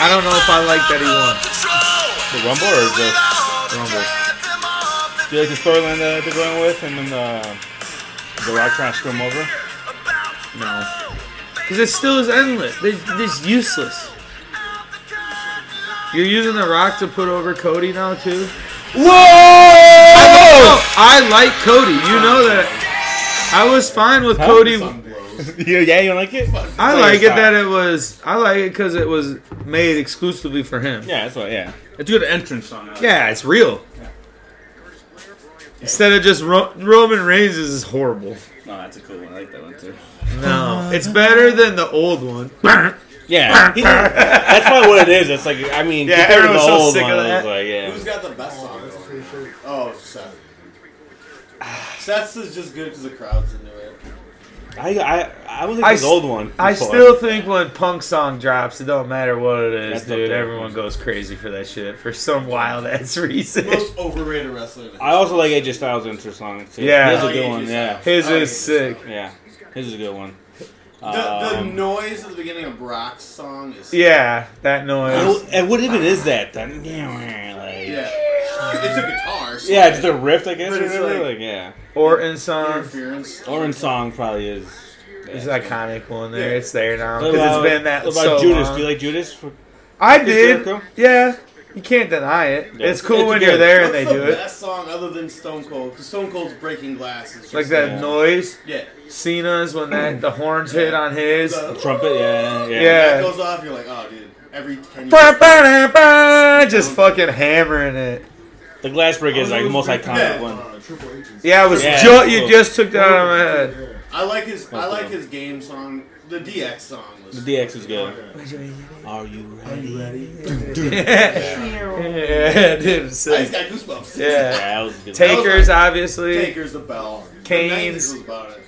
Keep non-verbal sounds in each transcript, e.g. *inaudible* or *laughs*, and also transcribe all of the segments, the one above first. I don't know if I like that he won. The Rumble or the Rumble. do you like the storyline that they're going with him and uh, the Rock trying to screw him over? No. Because it still is endless. They- It's useless. You're using The Rock to put over Cody now, too? Whoa! Oh, I like Cody. You know that. I was fine with Cody. yeah, yeah, *laughs* you don't like it? I like it that it was. I like it because it was made exclusively for him. Yeah, that's what. Yeah, it's a good entrance song. Yeah. Yeah, it's real. Instead of just Ro- Roman Reigns is horrible. No, that's a cool one. I like that one too. No, it's better than the old one. Yeah, he- *laughs* that's probably what it is. It's like I mean, Yeah, compared to everyone's the so old sick of one, it was that. Like, yeah. Who's got the best song? Going? Oh, Seth. Seth's is just good because the crowd's into it. I I I was I like this s- old one. I before. still think when punk song drops, it don't matter what it is, That's up dude. there. Everyone goes crazy for that shit for some wild ass *laughs* reason. Most overrated wrestler. in the- I also like AJ Styles' intro song too. Yeah. his is a I good like one. AJ Yeah, Styles. His I like is sick. yeah, his is a good one. The, the Um, noise at the beginning of Brock's song is Yeah, that noise. and wh- and what even is that? Then? Like, yeah. It's a guitar. So yeah, it's the riff, I guess. But Or it's whatever. like- Like, yeah, Orton song interference. Orange song probably is. is yeah. an iconic one there. Yeah. It's there now What because about- it's been that what so about Judas? long. Do you like Judas? For, I Jericho? did. Yeah, you can't deny it. Yeah. It's cool It's when good. you're there *laughs* and they What's the do it. best song other than Stone Cold? Because Stone Cold's Breaking Glass is just Like that Yeah. noise. Yeah. Cena's when that the horns hit on his. The- trumpet, yeah, yeah. Yeah. That goes off, you're like, oh, dude. Every ten. Bah, years- bah, bah, bah, Just fucking hammering it. The glass break is like the most iconic Yeah. one. Yeah, it was. Yeah, ju- it's you cool. just took that out of my *laughs* head. *laughs* I like his. I That's like the one. his game song. The DX song was. The DX is good. Are you ready? yeah, dude, it's I sick. just got goosebumps. Yeah, Yeah, that was a good. one. takers obviously Taker's the bell. The Kane's. 90s was about it.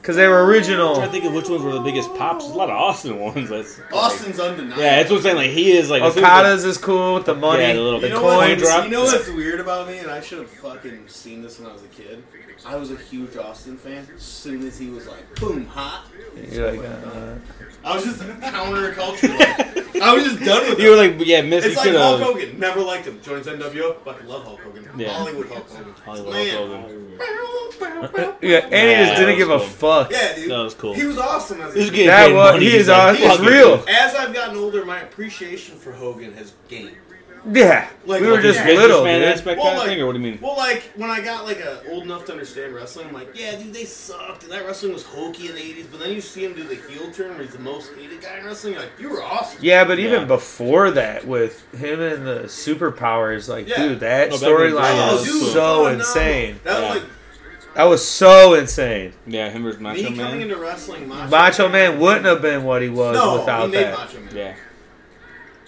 because they were I'm trying to original. think of which ones were the biggest pops. There's a lot of Austin ones. *laughs* That's Austin's undeniable. Yeah, that's what I'm saying. Like he is like as soon as the- Okada's is cool with the money, Yeah, the little- the You know, coin what's, coins. drop. you know what's weird about me, and I should have fucking seen this when I was a kid. I was a huge Austin fan. As soon as he was like, boom, hot, You're like, uh, I was just counterculture. *laughs* Like, I was just done with You were it. like, yeah, Miss, you It's like could Hulk have. Hogan. Never liked him. Joins NWO. Fucking love Hulk Hogan. Yeah. Hollywood Hulk Hogan. Hollywood Man. Hulk Hogan. yeah, and he Yeah, just that didn't give a was fuck. *laughs* Yeah, dude. That was cool. He was awesome. As a This is kid. getting That paid was- money. he He's is like, awesome. It's fuck it. real. As I've gotten older, my appreciation for Hogan has gained. Yeah, Like, we were like just his little. businessman dude. aspect kind of thing, or what do you mean? Well, like when I got like a, old enough to understand wrestling, I'm like, yeah, dude, they sucked, and that wrestling was hokey in the '80s. But then you see him do the heel turn, where he's the most hated guy in wrestling. You're like, you were awesome. Yeah, but even Yeah. before that, with him and the superpowers, like, Yeah. dude, that No, back in the day, storyline that Oh, was was cool. dude, so phenomenal. insane. Yeah. That was like That was so insane. Yeah, him versus Macho me coming Man. into wrestling. Macho, Macho Man wouldn't have been what he was no, without he made that. Macho Man. Yeah,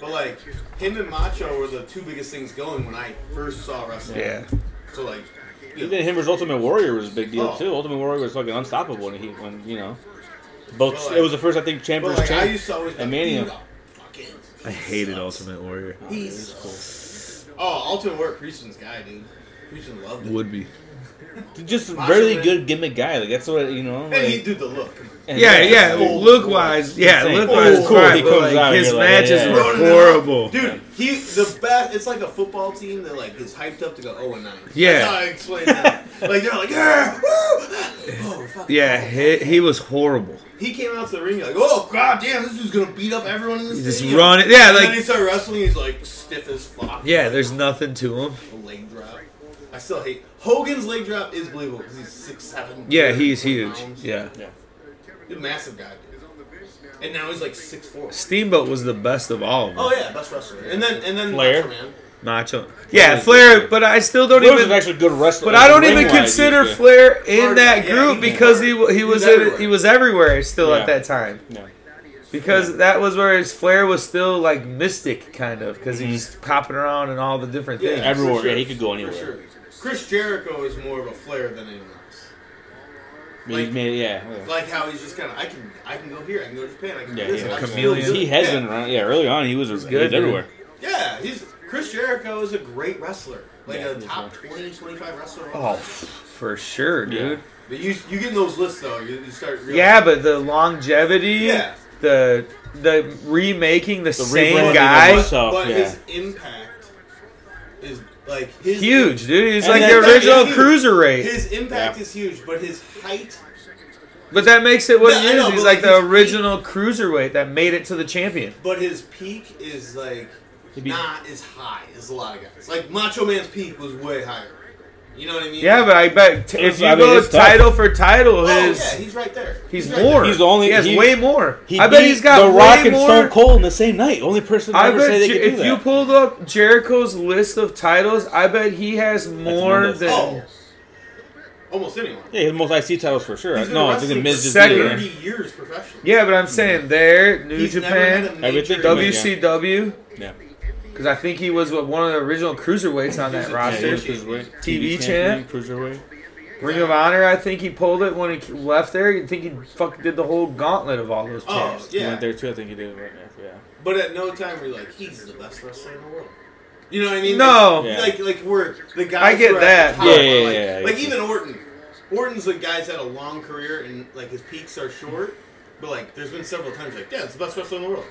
But like him and Macho were the two biggest things going when I first saw wrestling. Yeah, So like, you know, even him versus Ultimate Warrior was a big deal Oh. too. Ultimate Warrior was fucking unstoppable when he when you know. Both Well, like- it was the first I think champ but versus like I champ. used to always And Mania. Dude, oh, fucking, I hated Ultimate Warrior. he's Oh, Ultimate Warrior, Prieston's guy, dude. Prieston loved it. be. Just Macho really Man. good gimmick guy. Like that's what you know. And he Like, did the look. and Yeah, that's yeah. cool. Look wise, yeah, Insane. look wise, Oh, cool. cool. He but comes like, out and his you're like, matches yeah, yeah. were horrible. Dude, he the best. It's like a football team that like is hyped up to go 0 and 9. Yeah. That's how I explain that. like they're like, yeah, woo! oh, fuck. Yeah, he, he was horrible. He came out to the ring you're like, oh god damn, this dude's gonna beat up everyone in this. Just stadium. run it- yeah, And like- then he started wrestling. He's like stiff as fuck. Yeah, there's nothing to him. A leg drop. I still hate Hogan's leg drop is believable because he's six seven. Yeah, he's huge. Yeah, He's a massive guy. Dude. And now he's like six four. Steamboat was the best of all. Of them. Oh yeah, best wrestler. And then and then Flair. Macho Man. Macho. Yeah, Flair, but I still don't Flair was even. actually a good wrestler. But I don't Like, even ring-wise, consider he was good. Flair in Hard- that yeah, group he- because he wa- he He was was in, everywhere. he was everywhere still at Yeah. that time Yeah. because that was where his Flair was still like mystic kind of because he was popping around and all the different things. Yeah. everywhere. For sure. Yeah, he could go anywhere. For sure. Chris Jericho is more of a flair than anyone else. Yeah, he Like- made- yeah. Like how he's just kind of, I can, I can go here, I can go to Japan, I can Yeah, do this. he- I can chameleon. do this. He has yeah. been around. Yeah, early on he was, he good, was dude. everywhere. Yeah, he's Chris Jericho is a great wrestler, like Yeah, a he's top 20, 25 wrestler. of all Oh, time. for sure, Yeah. dude. but you you get in those lists though, you, you start. Yeah, but the longevity, Yeah. the the remaking the, rebranding same of guy. the- Stuff, but yeah. his impact is like his Huge, dude. It's And like then the that- original his- cruiser rate. His impact Yeah. is huge, but his height But that makes it what No, it I is. know, He's but like like the his- original cruiserweight that made it to the champion. But his peak is like It'd be- not as high as a lot of guys. Like Macho Man's peak was way higher. You know what I mean? Yeah, but I bet t- if It's- you I mean, go it's tough. title for title, oh, his yeah, he's right there. he's, right more. there. He's only- he has he- way more. He I bet beat he's got The way Rock and more. Stone Cold in the same night. Only person to I ever say bet they you- could do if that. you pulled up Jericho's list of titles, I bet he has more Mendoza. than Oh. Almost anyone. yeah, he had the most IC titles for sure. He's been no, I think the wrestling Miz just second. did it. Thirty years professionally. yeah. But I'm saying there, New He's never had a Japan, major Everything- W- E WCW, Yeah. because I think he was what, one of the original cruiserweights on that He's a Yeah, he roster. was cruiserweight. TV champion, Cruiserweight. Ring of Honor, I think he pulled it when he left there. You think he fucking did the whole gauntlet of all those Oh, champs? He yeah. went there too. I think he did it right after. Yeah. But at no time were you like, he's the best wrestler in the world. You know what I mean? No. Like, Yeah. like, like we're the I guys. get who are at that. the top Yeah, are yeah, like, yeah, yeah. Like even Orton. Orton's the guy's had a long career and like his peaks are short. But like, there's been several times like, yeah, it's the best wrestler in the world.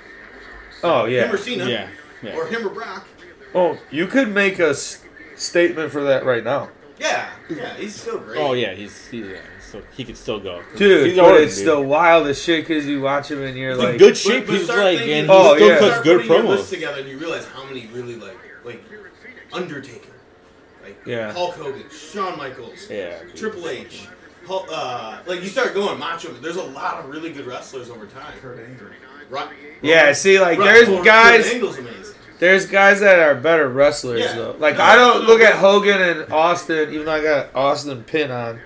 Oh Him yeah. or Cena. Yeah. Yeah. Or him or Brock. Oh, you could make a s- statement for that right now, Yeah, yeah, he's still great. Oh yeah, he's, he's yeah, he's still, he could still go, dude. He's but Orton, it's dude. still wild as shit because you watch him and you're He's in like, good shape. he's start like, thinking- and he Oh, still yeah. cuts Start good putting your lists promos. together, and you realize how many really like, like Undertaker, like Yeah. Hulk Hogan, Shawn Michaels, Yeah. Triple H, Hulk, uh, like you start going Macho. Man. There's a lot of really good wrestlers over time. Right? yeah. See, like there's guys, Angle's amazing. there's guys that are better wrestlers Yeah. though. Like No, I don't no, look no. at Hogan and Austin, even though I got an Austin pin on.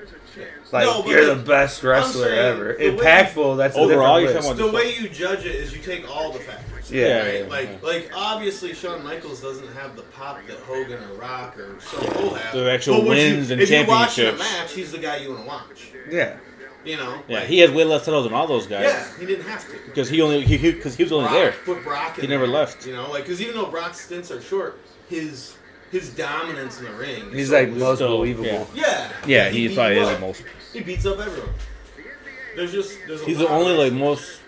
Like No, but you're like, the best wrestler saying, ever. the way you- Impactful. That's Overall, A you're different list. talking The way you judge it is you take all the factors. Yeah. Yeah, Right? yeah, like, yeah. like obviously Shawn Michaels doesn't have the pop that Hogan or Rock or Stone Cold have. The actual But would you- wins and if you're watching a championships. match, he's the guy you want to watch. yeah. You know. Yeah, Like, he had way less titles than all those guys. Yeah, he didn't have to. Because he only he because he, was only Brock, there. Put Brock. In He never there, left. You know, like because even though Brock's stints are short, his his dominance in the ring. is He's so like loose. most So, believable. yeah. Yeah. he beats up- He beats up everyone. There's just there's. A He's lot the only of- like most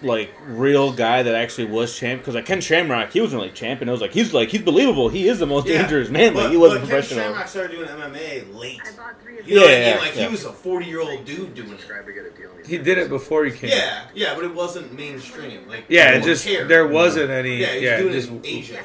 like real guy that actually was champ. Because like Ken Shamrock, he wasn't like champ, and it was like he's like he's believable. He is the most Yeah. dangerous man. Like But- he wasn't but Ken professional. Shamrock started doing MMA late. I bought three of You know Yeah, what I yeah, mean? Like yeah. he was a 40 year old dude doing it. He did it before he came. Yeah, yeah, but it wasn't mainstream. Like Yeah, no it one just cared. there wasn't any. Yeah, Yeah, he's doing just it in Asia.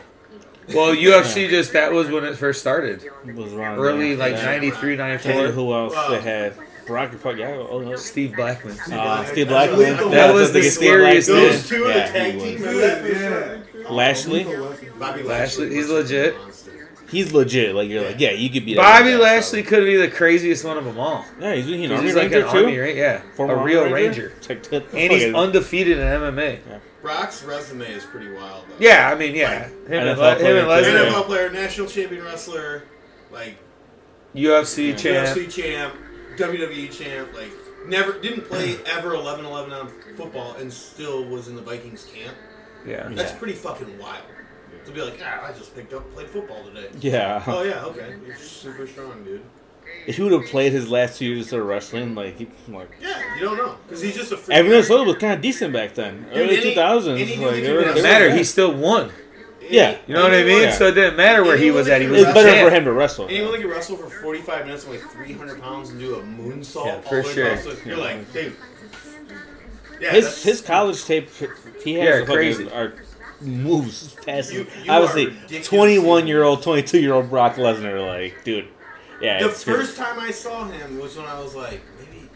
well, UFC just that was when it first started, was wrong. early yeah. like yeah. '93, Or '94. who else Wow. they had? Rocky fuck yeah. Oh no. Steve Blackman. Uh, Steve That's Blackman. illegal. That was I the think it's scariest Blackman. Those Yeah, two are the Yeah, tag he team. was. members. Lashley. Bobby Lashley, he's was a legit. monster. He's legit. Like you're like yeah, you could be that Bobby guy, Lashley so. could be the craziest one of them all. Yeah, he's, he's an He's army like ranger an too. army, right? Yeah, Former a real Army ranger, It's *laughs* like, that- and he's fucking- undefeated in MMA. Brock's resume is pretty wild. Though. Yeah, I mean, yeah, him and, NFL Le- him and player, too. Lesnar, NFL player, national champion wrestler, like UFC champ. UFC champ, WWE champ, like never didn't play ever 11-11 on football and still was in the Vikings camp. Yeah, That's Yeah. pretty fucking wild. To be like, ah, I just picked up played football today. Yeah. Oh yeah, okay. You're super strong, dude. If he would have played his last two years of wrestling, like, he, like Yeah, you don't know because he's just a freak. Evan Minnesota was kind of decent back then, early any- two thousands. any Like, new they injury were- that they doesn't were matter. good. He still won. yeah. You know what I mean? Yeah. So it didn't matter where he was at. He was It's the better for champ. him to wrestle. Anyone that can wrestle for 45 minutes and weigh 300 pounds and do a moonsault Yeah, all for the way sure. across, the- you're Yeah. like, dude. Yeah, His that's- his college tape, he has Yeah, the fucking- crazy. Are, moves fast. You- you are Obviously, ridiculous. twenty one year old, twenty two year old Brock Lesnar, like, dude. Yeah. The it's good. first time I saw him was when I was like, maybe,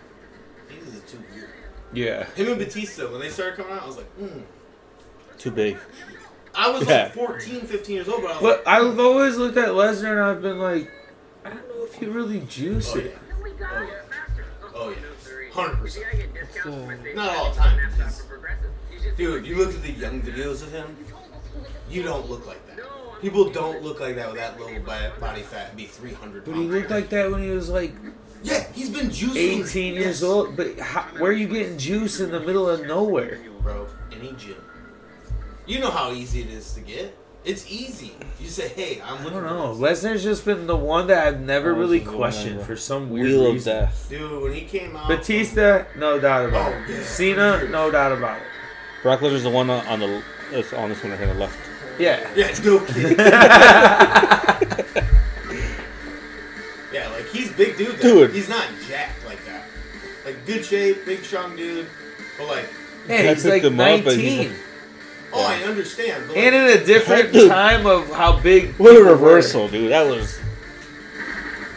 maybe this is too weird. Yeah. Him and Batista, when they started coming out, I was like, mm. too big. I was Yeah. like 14, 15 years old, but I was But like, I've always looked at Lesnar and I've been like, I don't know if he really juiced oh yeah, it. oh yeah, 100%. Not all the time. Dude, you look at the young videos of him, you don't look like that. People don't look like that with that little bi- body fat and be 300 But pounds. he looked like that when he was like Yeah, he's been juicing. 18 years Yes. old. But how, where are you getting juice in the middle of nowhere? bro. Any gym. You know how easy it is to get. It's easy. You say, "Hey, I'm I looking." don't for know. Lesnar's just been the one that I've never Oh, really this is the questioned one I- for some weird Wheel of reason. Death. this." Dude, when he came out, Batista, no doubt about Oh, yeah. it. Cena, no doubt about it. Brock Lesnar's the one on on the that's on this one right here on the left. Yeah. Yeah, it's *laughs* no kid. yeah, like he's big dude. Though. Dude. he's not jacked like that. Like good shape, big strong dude. But like, Hey, I he's picked like him up and he's *laughs* 19. oh, I understand. But And like, in a different Dude. time of how big. What a people were. reversal, dude! That was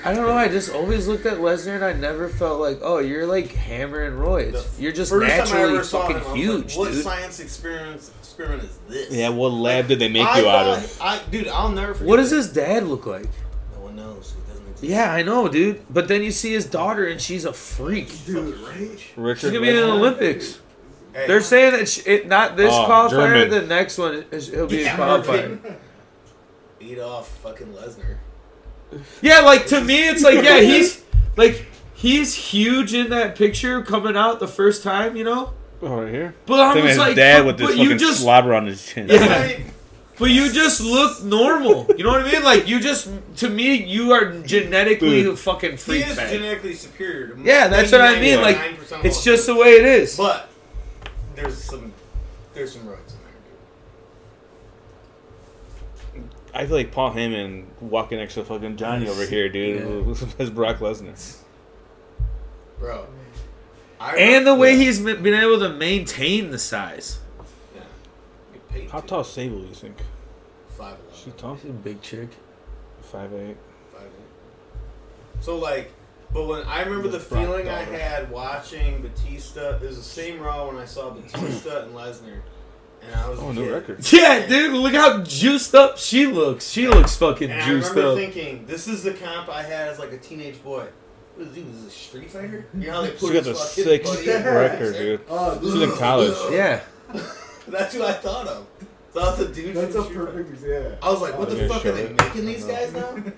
I don't know. I just always looked at Lesnar and I never felt like, oh, you're like Hammer and Roy. the You're just first time I naturally ever saw fucking him, I was huge, like, What dude. science experiment experiment is this? yeah. What lab did they make I you out thought- of? I, dude, I'll never forget. What does that. his dad look like? No one knows. It doesn't exist. Yeah, I know, dude. But then you see his daughter and she's a freak. dude, right? She's Richard. gonna be in the Lesnar? Olympics. Hey, They're saying that she, it, not this Oh, qualifier, German. the next one is, he'll be Yeah, a qualifier. okay. beat off fucking *laughs* Lesnar. Yeah, like to me, it's like *laughs* yeah, he's like he's huge in that picture coming out the first time, you know. Oh, right here. But I I think was his like, dad but, with this but you fucking just, slobber on his chin. Yeah. Right? but you just look normal. You know what I mean? Like you just, to me, you are genetically Dude. a fucking He freak. is bag. genetically superior. To yeah, that's what I mean. Like 99.9% of it's all just the way it is. But there's some there's some roids in there, *laughs* I feel like Paul Heyman walking next to fucking Johnny over here, dude. *laughs* As Brock Lesnar. dude. Bro. I and the way yeah. he's ma- been able to maintain the *laughs* size. Yeah. Get paid How to. tall is Sable? You think? Five She eleven. tall? She's a big chick. Five eight. Five eight. So like but when I remember the The Brock feeling I daughter. had watching Batista, it was the same Raw when I saw Batista and Lesnar, and I was Oh, a new kid. record. Yeah, dude, look how juiced up she looks. She looks fucking And I juiced remember up. thinking, this is the comp I had as like a teenage boy. What is this, this is a Street Fighter? You know how they put She got his the fucking sixth buddy in record, there? *laughs* dude. Oh, She's in college. *laughs* yeah. That's who I thought of. So that's a Uh-huh. dude. That's from a Street Fighter. perfect, yeah. I was like, what I'm the gonna fuck show are they it. making these guys now? *laughs*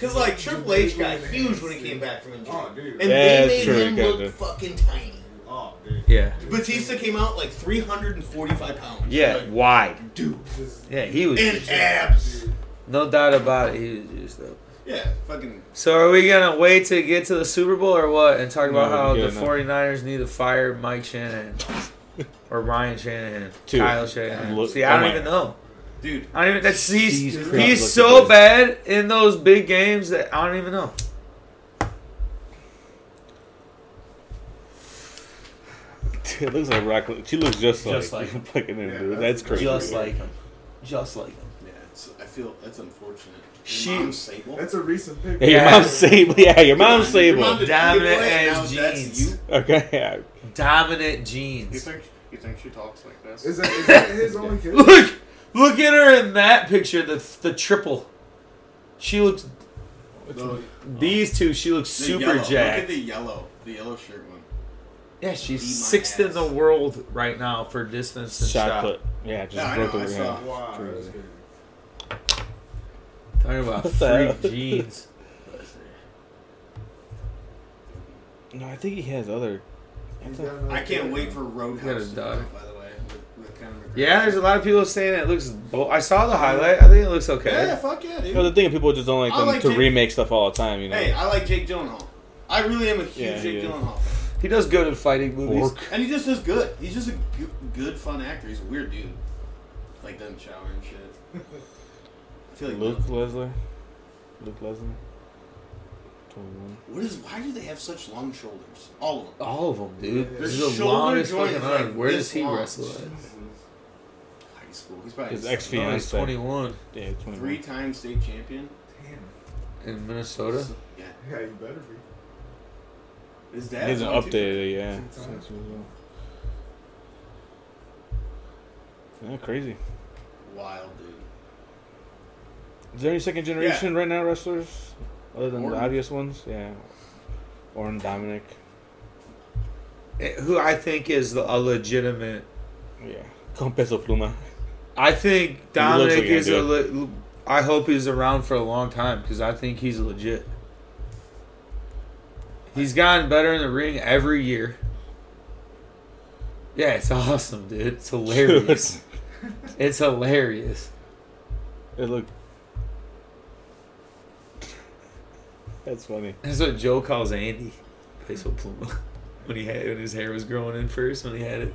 Because like Triple H got huge when he came back from injury, Oh, and dude. Yeah, that's they made true, him he got look the- fucking tiny. Oh, dude. Yeah. Batista came out like 345 pounds. Yeah. Like, Wide. dude, Just, Yeah, he was and juiced up. abs. No doubt about it, he was juiced up. Yeah, fucking. So are we gonna wait to get to the Super Bowl or what and talk about No, how yeah, the no. 49ers need to fire *laughs* Mike Shanahan? Or Ryan Shanahan, Two. Kyle Shanahan. Look- See, I oh don't my- even know. Dude, I don't even. That's he's Jeez, crap, he's look so at this. bad in those big games that I don't even know. It looks like Brock. She looks just like, Just *laughs* like- fucking him, Yeah, dude. That's that's crazy. Just like him. Just like him. yeah, it's, I feel that's unfortunate. Your She- mom's Sable. that's a recent pick. Yeah, your Yeah. mom's Sable. Yeah, your Your *laughs* mom's Sable. mom did Dominant Playboy, and ass now that's jeans. you? okay. Yeah. Dominant *laughs* genes. think you think she talks like this? Is that, is that his *laughs* only kid? Look, look at her in that picture. The the triple. She looks. The- These two, she looks Oh. the super yellow. Look at jacked. the yellow, the yellow shirt one. Yeah, she's Beat my sixth in ass. the world right now for distance and shot. Shot put. Yeah, just Yeah, I broke know, I over saw. him. Wow, that's Crazy. good. Talking about What the freak hell? genes. No, I think he has other. He's got another I can't kid. wait for Roadhouse You to gotta come die. out, by the way. With, with Conor *laughs* McGregor. Yeah, there's a lot of people saying it looks. Bo- I saw the highlight. I think it looks Yeah, okay. fuck yeah, You know, the dude. thing is people just don't like I them like to Jake- remake stuff all the time. You know. Hey, I like Jake Gyllenhaal. I really am a huge Yeah, Jake he is. Gyllenhaal fan. He does good in fighting movies. Bork. And he just is good. He's just a gu- good, fun actor. He's a weird dude. Like, doesn't shower and shit. I feel like. Luke Lesnar. Luke Lesnar. Twenty-one. What is, why do they have such long shoulders? All of them. All of them, dude. Their This is the shoulder longest joint fucking is like arm. Where this does he long. wrestle at? High school. He's probably His ex No, he's fiance. 21 Yeah, twenty-one. three time state champion. Damn. in Minnesota. Yeah. Yeah, you better be. His He dad. hasn't updated. Yeah. Two times. Yeah, crazy. Wild, dude. Is there any second generation right now wrestlers other than Orton. the obvious ones? Yeah, Orton, Dominic. Eh, Who I think is the, a legitimate Yeah, con peso pluma. I think Dominic like he is a. can Le- I hope he's around for a long time because I think he's legit. He's gotten better in the ring every year. Yeah, it's *laughs* awesome, dude. *laughs* It's hilarious. it's hilarious. It looked. That's funny. That's what Joe calls *laughs* Andy. Peso Pluma. When he had when his hair was growing in first, when he had it.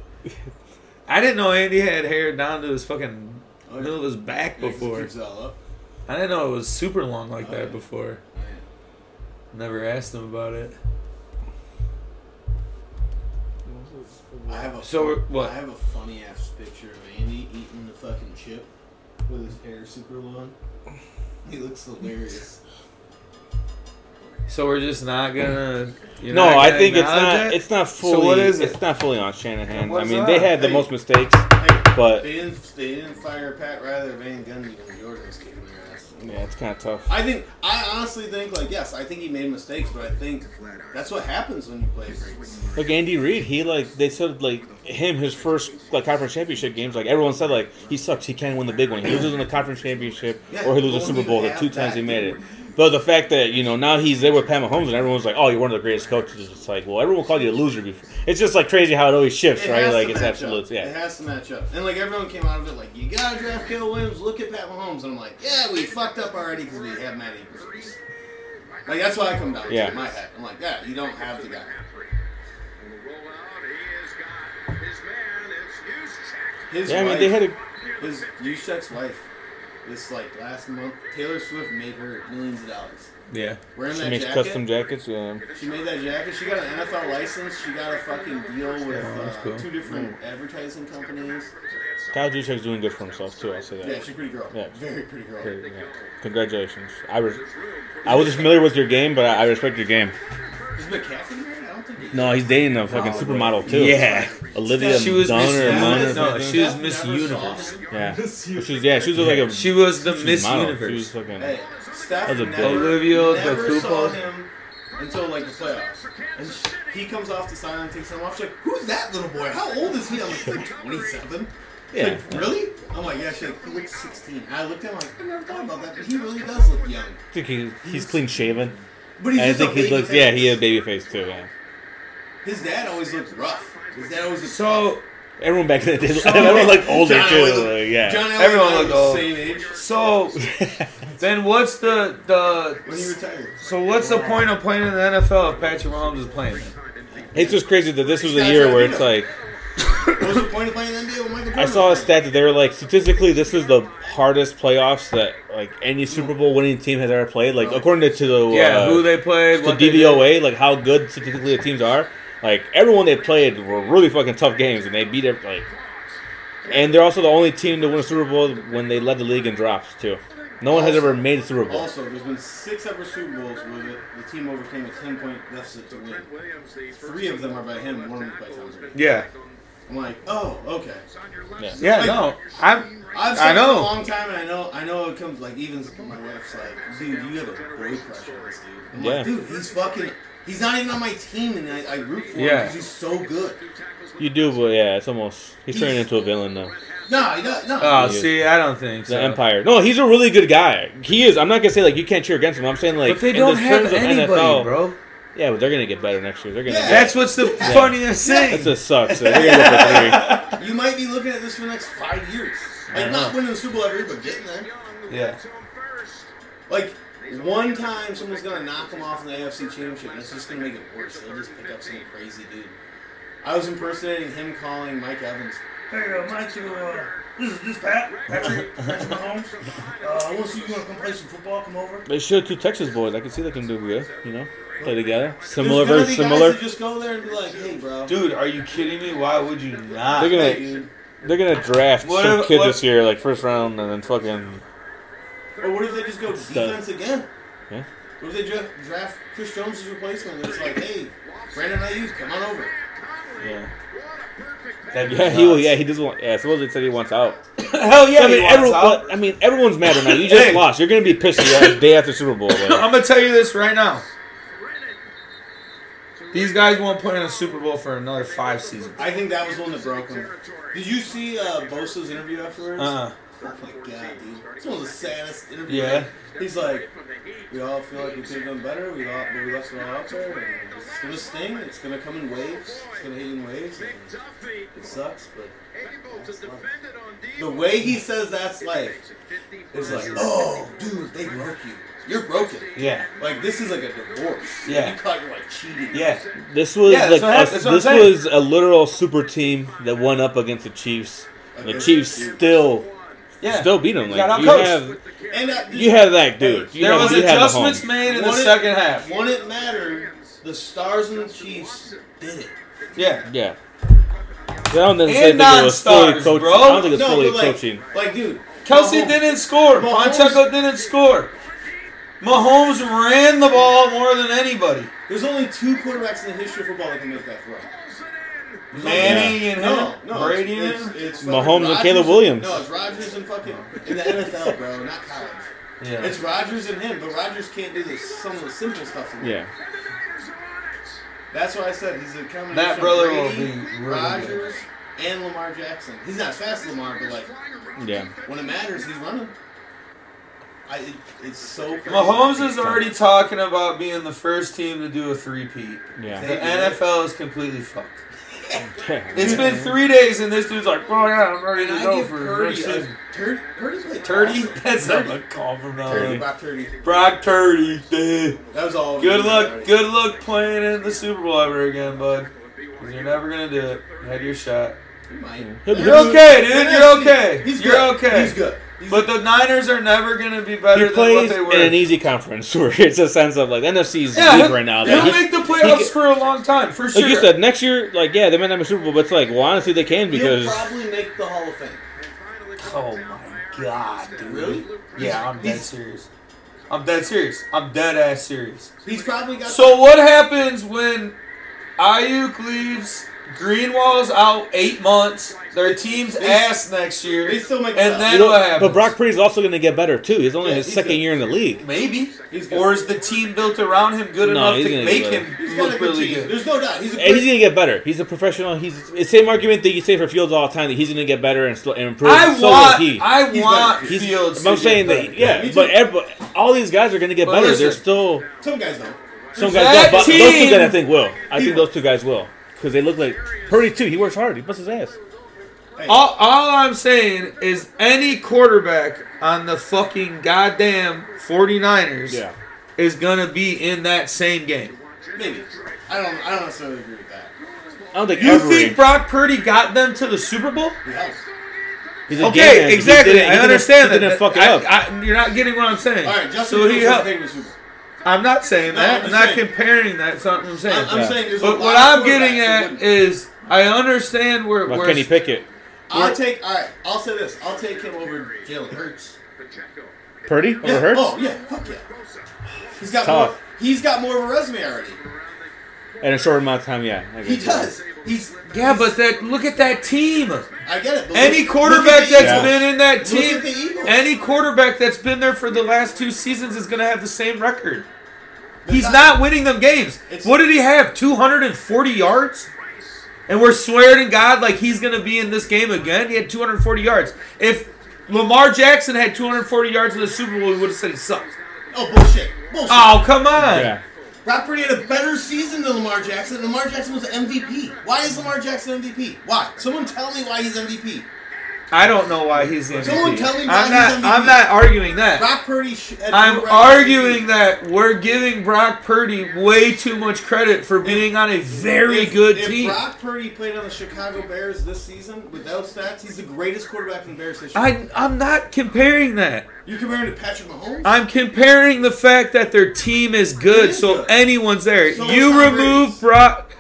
I didn't know Andy had hair down to his fucking middle of his back Oh, Yeah, 'cause it before. keeps it all up. I didn't know it was super long like that before. Oh, yeah. Never asked him about it. I have a So, fun- we're- what? I have a funny ass picture of Andy eating the fucking chip with his hair super long. He looks hilarious. So we're just not gonna. you're no, not I gonna think it's acknowledge not. it? It's not fully. So what is it? It's not fully on Shanahan. I What's mean, they up? had the Hey. most mistakes, Hey, but they didn't they didn't fire Pat Rather Van Gundy when Jordan's kicking their ass. yeah, it's kind of tough. I think I honestly think like yes, I think he made mistakes, but I think that's what happens when you play greats. Look, Andy Reid, he like they said like him his first like conference championship games. Like everyone said, like he sucks. He can't win the big one. He loses in the conference championship Yeah, or he loses well, the Super you Bowl. The have two times he that made it. dude. But the fact that you know now he's there with Pat Mahomes and everyone's like, oh, you're one of the greatest coaches. It's like, well, everyone called you a loser before. It's just like crazy how it always shifts, It right? has Like to it's match absolutes. up. Yeah. It has to match up. And like everyone came out of it like, you gotta draft Caleb Williams, look at Pat Mahomes. And I'm like, yeah, we fucked up already because we have Matt Eberflus. Like that's what I come down Yeah. to in my head. I'm like, yeah, you don't have the guy. His Yeah, I mean wife, they had a his Yushek's wife, this like last month, Taylor Swift made her millions of dollars. Yeah. Wearing she that makes jacket, custom jackets. Yeah. she made that jacket. She got an NFL license. She got a fucking deal with Yeah, uh, that's cool. two different advertising companies. Kyle Juszczyk's doing good for himself too. I'll say that. Yeah, she's a pretty girl. Yeah. Very pretty girl. Great, yeah. Congratulations. I was I wasn't familiar with your game, but I, I respect your game. Is McCaffrey married? I don't think he is. No, he's dating a fucking supermodel too. Yeah. Olivia She was Miss Dunn or Universe. Munn or No, something. she was Steph Miss never saw Universe. him. yeah. This She year. was yeah. She was like a She was the she was a Miss model. Universe. She was fucking. Hey, Steph That was a never, big- Olivia never de saw Coupo. him until like the playoffs. And sh- he comes off the sideline, takes time off. She's like, "Who's that little boy? How old is he?" I'm like, "Like 27." She's Yeah. Like, really? I'm like, yeah. She's like, he looks 16. And I looked at him like, I never thought about that, but he really does look young. I think he, he's clean shaven. But he's And I just a think he baby looks face. yeah. He had a baby face too. Yeah. His dad always looked rough. His dad always looked So Everyone back then, *laughs* did, everyone looked older John too. always looked- like, yeah. John Elway Everyone and I were looked the old. same age so then what's the when he the retired. so what's the point of playing in the NFL if Patrick Mahomes is playing? it's just crazy that this was He's a not year trying where to it's do like What's the point of playing in the NBA with Michael Jordan? I saw a stat that they were like statistically this is the hardest playoffs that like any Super Bowl winning team has ever played. Like according to the Yeah, uh, who they played, the what they did. DVOA, like how good statistically the teams are. Like everyone they played were really fucking tough games, and they beat it. Like, and they're also the only team to win a Super Bowl when they led the league in drops too. No one has ever made a Super Bowl. Also, there's been six ever Super Bowls where the, the team overcame a 10 point deficit to win. Three of them are by him, one of them by Tom Brady. Yeah. I'm like, oh, okay. Yeah. Yeah, no. I'm I've I said know. it a long time, and I know, I know it comes like even my wife's like, dude, you have a boy crush on this dude. I'm Yeah. like, dude, he's fucking, he's not even on my team, and I, I root for him Yeah. because he's so good. You do, but yeah, it's almost he's turning into a villain now. Nah, no, no. Oh, see, I don't think The so. Empire. No, he's a really good guy. He is. I'm not gonna say like you can't cheer against him. I'm saying like But they in don't the have terms of anybody, NFL, bro. Yeah, but they're gonna get better next year. They're gonna. Yeah. Get, That's what's the funniest that thing. just sucks. So they're gonna go *laughs* for three. you might be looking at this for the next five years. Like, not winning the Super Bowl every year, but getting there. Yeah. Like one time, someone's gonna knock him off in the AFC Championship, and it's just gonna make it worse. They'll just pick up some crazy dude. I was impersonating him calling Mike Evans. Hey, uh, Mike, you, uh, this is this Pat Patrick, Patrick Mahomes. Uh, I want to see you gonna come play some football. Come over. They showed two Texas boys. I can see they can do good. You know, play together. There's Similar, gonna very be guys similar. that Just go there and be like, hey, bro. Dude, are you kidding me? Why would you not? They're Hey, gonna dude. they're gonna draft What some if- kid what- this year, like first round, and then fucking Or what if they just go defense again? Yeah. What if they dra- draft Chris Jones' as replacement? And it's like, hey, Brandon Ayuk, come on over. yeah. That'd be Yeah, he will. nuts. Yeah, he does want. Yeah, suppose it said he wants out. Hell yeah, I mean, he wants everyone, out. I mean, everyone's mad right now. You just Hey. lost. You're gonna be pissed the day *laughs* after Super Bowl. Like, I'm gonna tell you this right now. These guys won't put in a Super Bowl for another five seasons. I think that was one that broke him. Did you see uh, Bosa's interview afterwards? Uh-uh. Uh, Oh my god, dude. It's one of the saddest interviews. yeah. He's like, we all feel like we could have done better. We all, but we left it all out there. And it's gonna sting. It's gonna come in waves. It's gonna hit you in waves. and it sucks, but the way he says that's life is like, oh, dude, they broke you. You're broken. Yeah. Like this is like a divorce. Yeah. You caught your wife cheating. Yeah. This was Yeah, like that's what hap- a, that's what I'm this saying. was a literal super team that went up against the Chiefs. And the Against Chiefs the Chiefs. still Yeah. still beat them. You Like got you outcoached. have And that, you have that dude. You there have, was you have adjustments Mahomes. made in the Won it- second half. When it mattered, the Stars and the Chiefs did it. Yeah. Yeah. I don't necessarily And think it was fully non-stars, coaching. bro. I don't think it's fully but, like, coaching. Like, dude, Kelsey Mahomes- didn't score. Mahomes- Pacheco didn't score. Mahomes ran the ball more than anybody. There's only two quarterbacks in the history of football that can make that throw. Manning and him, No, no, Brady and it's, him. it's, it's Mahomes fucking and Rodgers Caleb Williams. No, it's Rodgers and fucking in the NFL, bro, not college. Yeah. It's Rodgers and him, but Rodgers can't do this, some of the simple stuff. to him. Yeah. That's why I said he's a combination. That brother will of be Brady, really good. Rodgers and Lamar Jackson. He's not fast, Lamar, but like Yeah. when it matters, he's running. I, it, it's so. crazy. Mahomes is already talking about being the first team to do a three-peat. The Yeah. NFL is completely fucked. yeah. It's been three days and this dude's like, oh yeah, I'm ready And to I go give for Purdy next a season." Purdy. Purdy played *laughs* Turdy? awesome. That's Purdy. not a call from now Purdy. on. Brock Purdy. Brock Turdy. dude. That was all. Good luck. Purdy. Good luck playing in the Super Bowl ever again, bud. 'Cause you're never gonna do it. You had your shot. He might. You're They're good. okay, dude. They're You're actually- okay. He's You're good. okay. He's good. He's But the Niners are never gonna be better He than what plays they were. in an easy conference *laughs* where it's a sense of like the NFC is yeah, deep right now. They'll Like, he- make the playoffs he- for a long time, for sure. like you said, next year, like yeah, they might not be Super Bowl, but it's like well, honestly, they can because he'll probably make the Hall of Fame. oh my god, dude. Really? Yeah, I'm dead He's- serious. I'm dead serious. I'm dead ass serious. He's probably got. So what happens when Ayuk leaves? Greenwall's out eight months. Their team's They- ass next year. they still make the playoffs. and you then know, what happens? but Brock Purdy's also going to get better too. He's only Yeah, his he's second good. year in the league. maybe, He's good. or is the team built around him good No, enough he's to gonna make get better. him He's got a look good really team. good? There's no doubt. He's a And great. he's going to get better. He's a professional. He's it's the same argument that you say for Fields all the time that he's going to get better and, slow, and improve. I so want, will he. I He's want better. He's- Fields. I'm to saying get that better. yeah, Me too. but every, all these guys are going to get But better. listen, They're still some guys don't. some guys, don't, that but those two team- guys I think will. I He think will. those two guys will because they look like Purdy too. He works hard. He busts his ass. Hey, All, all I'm saying is any quarterback on the fucking goddamn 49ers is going to be in that same game. maybe. I don't. I don't necessarily agree with that. I don't think You every. think Brock Purdy got them to the Super Bowl? Yeah. he's a game Okay, manager. He exactly. didn't- he I didn't- understand he that. Didn't fuck it I- up. I- you're not getting what I'm saying. All right, Justin. so he Fields helped. taking the Super Bowl. I'm not saying No, that. I'm I'm just not saying- comparing that. That's not what I'm saying. I- I'm Yeah. saying there's a but lot what of I'm getting quarterbacks that at wouldn't. is I understand where Well, where Kenny Pickett, I'll take. All right, I'll say this. I'll take him over Jalen Hurts. Purdy over Yeah. Hurts. Oh yeah, fuck yeah. He's got Tough. more. He's got more of a resume already. In a short amount of time, yeah. I He guess. does. He's. Yeah, but that look at that team. I get it. but Any look- quarterback look at the that's Eagles. been in that Look team, at the Eagles. any quarterback that's been there for the last two seasons is going to have the same record. He's not- not winning them games. It's- What did he have? 240 yards? And we're swearing to God like he's going to be in this game again. He had 240 yards. If Lamar Jackson had 240 yards in the Super Bowl, we would have said he sucked. Oh bullshit. Bullshit. Oh, come on. Yeah. Brock Purdy had a better season than Lamar Jackson. and Lamar Jackson was the MVP. Why is Lamar Jackson MVP? Why? Someone tell me why he's MVP. I don't know why he's the MVP. Someone tell me why I'm not, he's MVP. I'm not arguing that. Brock Purdy. Sh- had no I'm right to arguing be that we're giving Brock Purdy way too much credit for being on a very If- good if team. Brock Purdy played on the Chicago Bears this season with those stats, he's the greatest quarterback in Bears history. I, I'm not comparing that. You're comparing to Patrick Mahomes. I'm comparing the fact that their team is It good, is so good. anyone's there. So is you Tom remove Brady's. Brock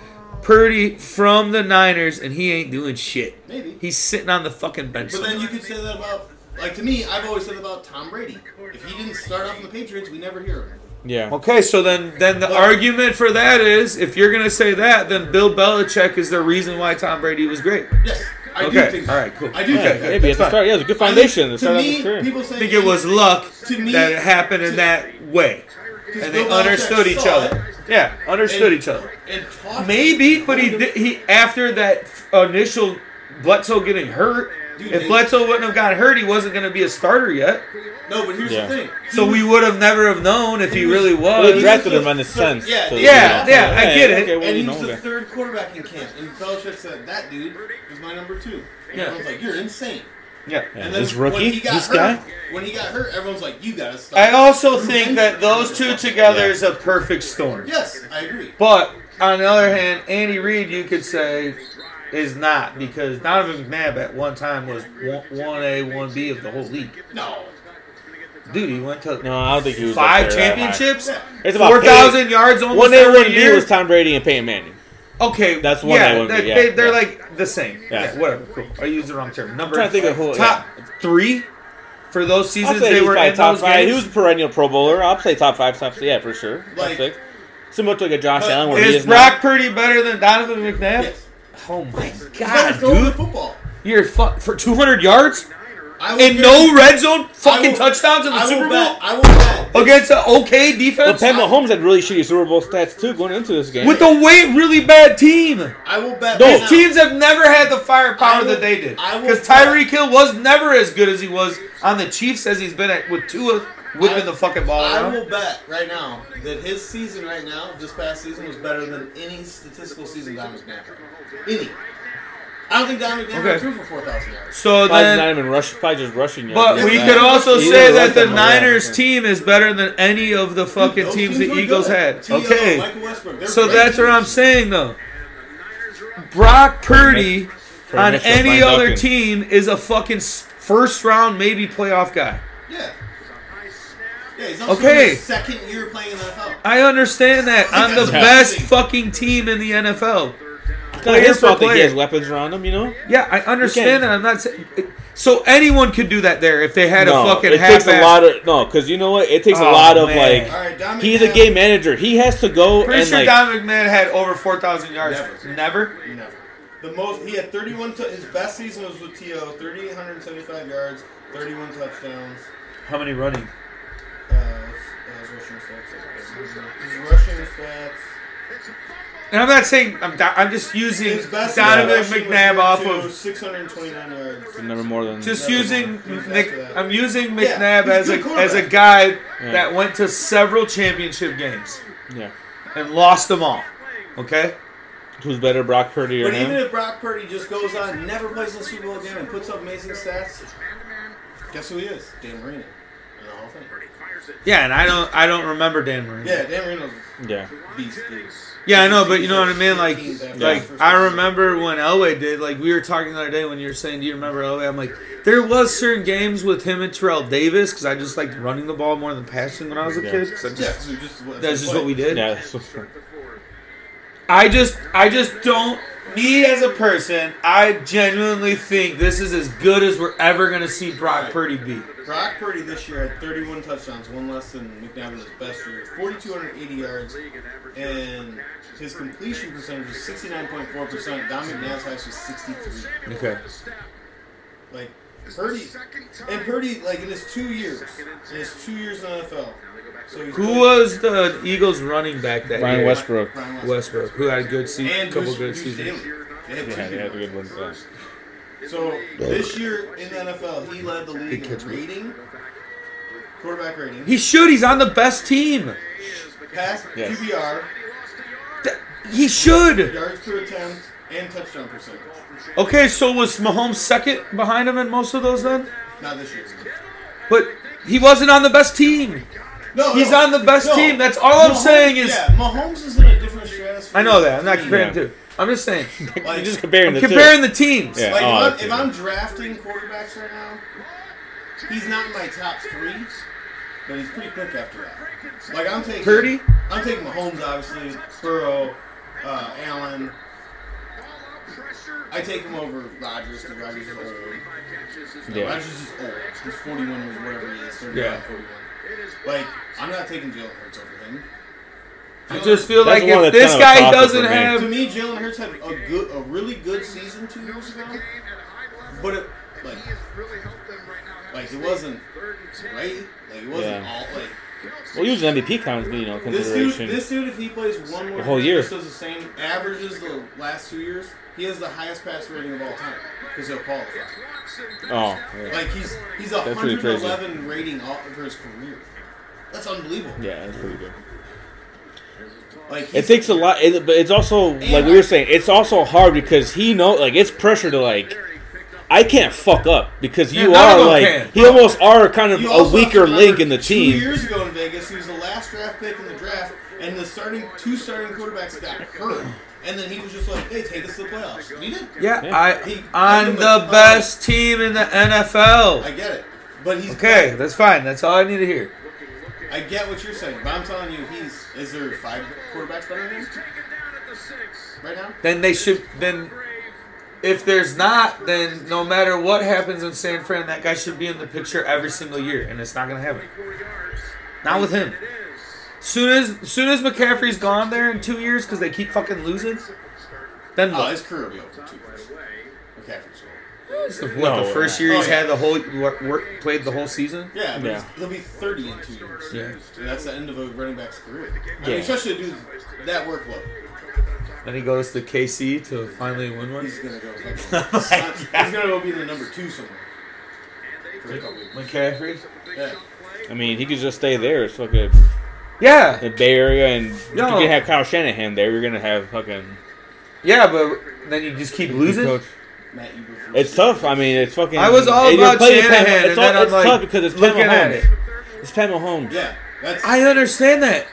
Purdy from the Niners, and he ain't doing shit. Maybe. He's sitting on the fucking bench. But somewhere. then you could say that about, like to me, I've always said about Tom Brady. If he didn't start off in the Patriots, we never hear of him. Yeah. Okay, so then then the Well- argument for that is if you're gonna say that, then Bill Belichick is the reason why Tom Brady was great. Yes, I Okay, do think. all right, cool. I do Yeah, think. that. maybe at the fine. start. Yeah, it was a good I think- foundation. to start to out his me, career. people say I think it was luck To me, that it happened in to- that way, and they understood each other. Yeah, understood each other. And talked- Maybe, but he did, he after that initial Bledsoe getting hurt. Dude, If they- Bledsoe wouldn't have gotten hurt, he wasn't going to be a starter yet. No, but here's Yeah. the thing. So we would have never have known if he really Well, was. they drafted the him on his third- sense. yeah, so, yeah, you know, yeah, I get it. Okay, well, and you he know, was the okay. third quarterback in camp, and Belichick said that dude was my number two. And Yeah. I was like, "You're insane." Yeah. Yeah, And then this when rookie, he got this hurt, guy. When he got hurt, everyone's like, "You gotta stop." I also think that those two together is a perfect storm. yes, I agree. But on the other hand, Andy Reid, you could say, is not because Donovan McNabb at one time was one A, one B of the whole league. No. Dude, he went to No, I don't think he was up five there that high. championships, Yeah. It's about four thousand Peyton- yards almost One A, every one B year. was Tom Brady and Peyton Manning. Okay, That's one. one yeah, I would be, they- yeah, They, are yeah. like the same. Yeah. Yeah. whatever. Cool. I used the wrong term. Number trying to think of who- top three for those I'll seasons say they he's were probably in top those five. games. He was a perennial Pro Bowler. I'll say top five, top six. Yeah, for sure. Top Like- six. Similar to like a Josh But Allen, where he is is Brock Purdy better than Donovan McNabb? Yes. Oh my Guys, god, go with dude! football. You're fuck for 200 yards I will and guarantee- no red zone I fucking will- touchdowns in the I Super Bowl will bet. I will bet. against an okay defense not. Pat Mahomes had really shitty Super Bowl stats too going into this game. with a way really bad team. I will bet. No. right These now- teams have never had the I firepower will- that they did. I will- Because Tyreek Hill was never as good as he was on the Chiefs as he's been at with Tua whipping the fucking ball I around. will bet right now that his season right now, this past season, was better than any statistical season Don McNabb had. Any. I don't think Don McNabb Okay. threw for 4,000 yards. So probably not then, even rush, probably just rushing. yards. but Yeah, we that- could also He say didn't that rush the them a lot. Niners team is better than any of the fucking Those teams the were Eagles good. had. T.O., Okay, Michael Westbrook, they're so great that's what teams. I'm saying though. Brock Purdy Trey on Mitchell, any Brian other Dawkins. team is a fucking s- first round maybe playoff guy. Yeah. Yeah, he's also Okay. in his second year playing in the NFL. I understand *laughs* that. I'm the That's best amazing. fucking team in the NFL. It's not his player for fault that he player. has weapons around him. You know. Yeah, I can't- understand that. I'm not saying. it- So anyone could do that there if they had a fucking it takes a half-ass- lot of no, because you know what? It takes Oh, a lot of man. like. All right, Don McNabb. He's a game manager. He has to go Pretty and sure like. Don McMahon had over 4,000 yards. Never. Never. Never. The most he had 31. T- his best season was with To 3,875 yards, 31 touchdowns. How many running? Uh, uh, his rushing stats. His rushing stats. And I'm not saying I'm. Do- I'm just using His best Donovan rushing was McNabb year off two, of. 629 yards. Never more than. Just Never using mind. He's Nick. after that. I'm using Yeah, McNabb he's a as a good as a quarterback. guy Yeah. that went to several championship games yeah. and lost them all. Okay. Who's better, Brock Purdy or But even him? if Brock Purdy just goes on, never plays in the Super Bowl again, and puts up amazing stats, guess who he is? Dan Marino. In the Hall of Fame. Yeah, and I don't. I don't remember Dan Marino. Yeah, Dan Marino's Yeah. a beast. Dude. Yeah, I know, but you know what I mean. Like, Yeah. like I remember when Elway did. Like we were talking the other day when you were saying, "Do you remember Elway?" I'm like, there was certain games with him and Terrell Davis because I just liked running the ball more than passing when I was a Yeah. kid. 'cause I Yeah, just, so just, that's just what we did. Yeah. *laughs* that's- I just, I just don't. Me as a person, I genuinely think this is as good as we're ever gonna see Brock Purdy be. Brock Purdy this year had 31 touchdowns, one less than McNabb in his best year, 4,280 yards, and his completion percentage was 69.4%. Don McNabb's highest was 63. Okay. Like Purdy, and Purdy, like in his two years, in his two years in the NFL. So he's Who was the Eagles running back that Brian year? Westbrook. Brian Westbrook. Westbrook, who had a good season, and couple Bruce, good Bruce seasons. Daly. They had two Yeah, they had good good ones. yeah. ones. So this year in the NFL, he led the league in rating, quarterback rating, He should. He's on the best team. pass Yes. QBR, Th- He should. yards per attempt, and touchdown percentage. Okay, so was Mahomes second behind him in most of those then? Not this year. But he wasn't on the best team. No, He's no, on the best no. team. That's all I'm Mahomes- saying is- yeah, Mahomes is in a different stratosphere. I know that. I'm not than comparing Yeah. two. I'm just saying. Like, You're just *laughs* comparing the comparing the teams. Yeah. Like Oh, if, I'm, okay. if I'm drafting quarterbacks right now, he's not in my top three, but he's pretty quick after that. Like I'm taking Purdy? I'm taking Mahomes obviously, Burrow, uh, Allen. I take him over Rodgers because Rodgers is old. two. Yeah. Rodgers is old. He's 41 or whatever he is, 35, Yeah. 41. Like I'm not taking Jalen Hurts over him. I just feel That's like the one if that's this kind of a guy toss-up doesn't for me. have. To me, Jalen Hurts had a good, a really good season two years ago, but it like like it wasn't right. Like it wasn't Yeah. all like. Well, using MVP counts, you know, This dude, consideration. this dude, if he plays one more The whole game, year. just does the same averages the last two years. He has the highest pass rating of all time because he'll qualify. oh, yeah. Like he's he's a That's pretty crazy. 111 rating all for his career. That's unbelievable. yeah, that's pretty good. Like It he's- takes a lot, it, but it's also like we were saying, it's also hard because he know like it's pressure to like I can't fuck up because Yeah, you none of are them like can. he almost are kind of You a also have to weaker remember, link in the Two team. years ago in Vegas, he was the last draft pick in the draft, and the starting two starting quarterbacks got hurt, and then he was just like, "Hey, take us to the playoffs." And he did. Yeah, Yeah. I He- I'm he- the best team in the I NFL. get it, but he's Okay, that's fine. That's all I need to hear. I get what you're saying, but I'm telling you, he's is there five quarterbacks better than him right now? Then they should then if there's not, then no matter what happens in San Fran, that guy should be in the picture every single year, and it's not gonna happen. Not with him. Soon as soon as McCaffrey's gone there in two years because they keep fucking losing, then Oh, what? his career will be over in two years. McCaffrey's over. It's the, what, No. the first year he's Oh, yeah. had the whole work, work, played the whole season. Yeah, but Yeah. he's- he'll be 30 in two years. Yeah. So that's the end of a running back's career. I Yeah. mean, especially a dude that workload. Then he goes to KC to finally win one. He's gonna go. *laughs* he's gonna go be the number two somewhere. For a couple years. McCaffrey. Yeah. I mean, he could just stay there. It's fucking Yeah, the Bay Area, and No. you can have Kyle Shanahan there. You're gonna have fucking yeah, but then you just keep losing. coach. Matt Eberflus. It's tough. I mean, it's fucking. I was all and you're about playing Shanahan, Pat, and it's all- then I'm it's tough like because it's Pat looking at Mahomes. it. It's Pat Mahomes. Yeah, that's. I understand that,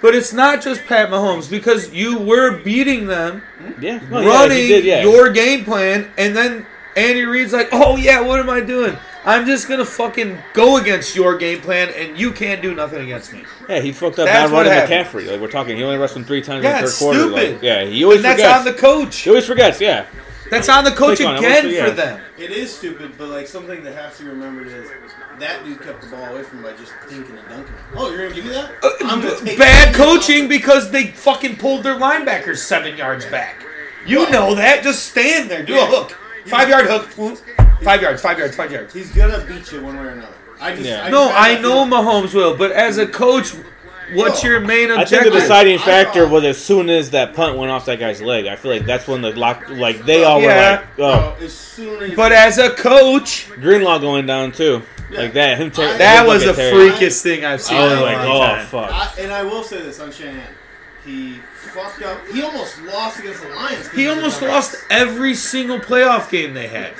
but it's not just Pat Mahomes because you were beating them, yeah. No, yeah, running he did, yeah. your game plan, and then Andy Reid's like, "Oh yeah, what am I doing? I'm just gonna fucking go against your game plan, and you can't do nothing against me." Yeah, he fucked up That's not running what happened. McCaffrey. Like we're talking, he only rushed him three times in Yeah, the it's third quarter. stupid. Like, yeah, he always And that's forgets. on the coach. he always forgets. Yeah, That's on the coach Click on it, again we'll see, for yeah. them. It is stupid, but like something that has to be remembered is that dude kept the ball away from him by just thinking and dunking. Oh, you're gonna give me that? I'm gonna take Uh, Bad it. coaching because they fucking pulled their linebackers seven yards back. You know that. Just stand there. Do a hook. Five yard hook. Whoop. Five yards. Five yards. Five yards. He's gonna beat you one way or another. I just. Yeah. I No, just- I know Mahomes will, but as a coach, what's your main I think the objective? deciding factor thought- was as soon as that punt went off that guy's leg. I feel like that's when the lock, like they all Yeah. were like, No, as soon as but as a coach, "Oh, Greenlaw going down too," like that. Him ta- that him was the looking terrible. freakiest thing I've seen. I was in a like, long "Oh time. fuck." I, and I will say this on Shanahan, he fucked up. He almost lost against the Lions. 'cause He of almost the- lost every single playoff game they had.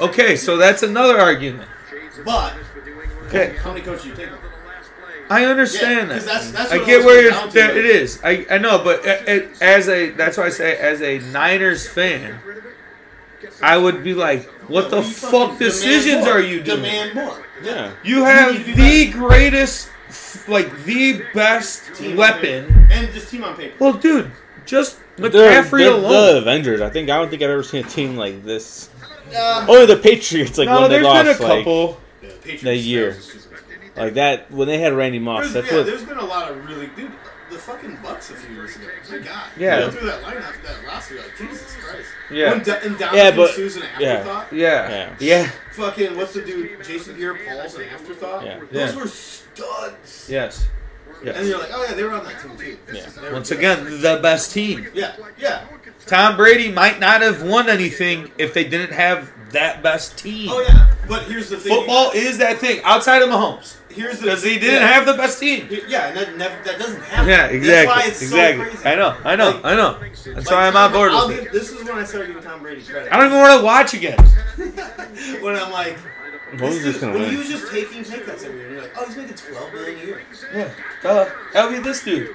Okay, so that's another argument. But Okay, how many coaches you take? I understand Yeah, 'cause that. that's- that's I what get it where was you're, down to, there, like- it is. I, I know, but a- a- as a that's why I say as a Niners fan, I would be like, what the You fuck fucking demand decisions more. are you doing? Demand more. Yeah. You have need to do the greatest, like the best Team on weapon. paper. and just team on paper. Well, dude, just They're, McCaffrey they're the alone. Avengers. I think I don't think I've ever seen a team like this. Um, Only the Patriots, like no, when they there's lost, been a like, couple. Patriots that year. like that when they had Randy Moss. There's, That's yeah, what there's been a lot of really dude. The fucking Bucks a few years ago. My God. Yeah. Going through that lineup, that roster, like Jesus Christ. Yeah. When da- and Dominic Yeah, but- Sue's an yeah. afterthought. Yeah. Yeah. Yeah. Fucking what's the dude? Jason Pierre-Paul's an afterthought. Yeah. Those Yeah. were studs. Yes. And Yes. you're like, oh yeah, they were on that team too. Yeah. They were Once good. again, the best team. Yeah, yeah. Tom Brady might not have won anything if they didn't have that best team. Oh yeah. But here's the thing. Football is that thing outside of Mahomes Here's the because he didn't yeah. have the best team. Yeah, and that never that doesn't happen. Yeah, exactly. That's why it's exactly. so crazy. I know. I know. Like- I know. That's why I'm Tom- on board I'll with it. give- This is when I started giving Tom Brady credit. I don't even want to watch again. when I'm like, Bulls this just is- gonna when win. he was just taking takedowns every year, and you're like, oh, he's making 12 million a year. Yeah. Duh. That'll be this dude.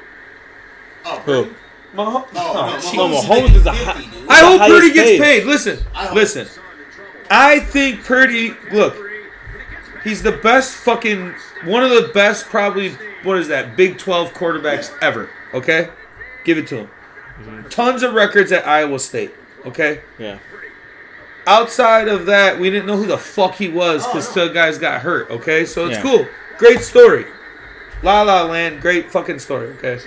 Oh, who. Mahomes. Oh, Oh, no, Mahomes, Jesus. Mahomes is a making hot- 50, dude. I hope highest Purdy gets paid. paid. Listen, I hope- listen. I think Purdy. Look, he's the best fucking one of the best probably what is that Big Twelve quarterbacks ever. Okay, give it to him. Tons of records at Iowa State. Okay. Yeah. Outside of that, we didn't know who the fuck he was because Oh, the guys got hurt. Okay, so it's Yeah. cool. Great story. La La Land, great fucking story. Okay.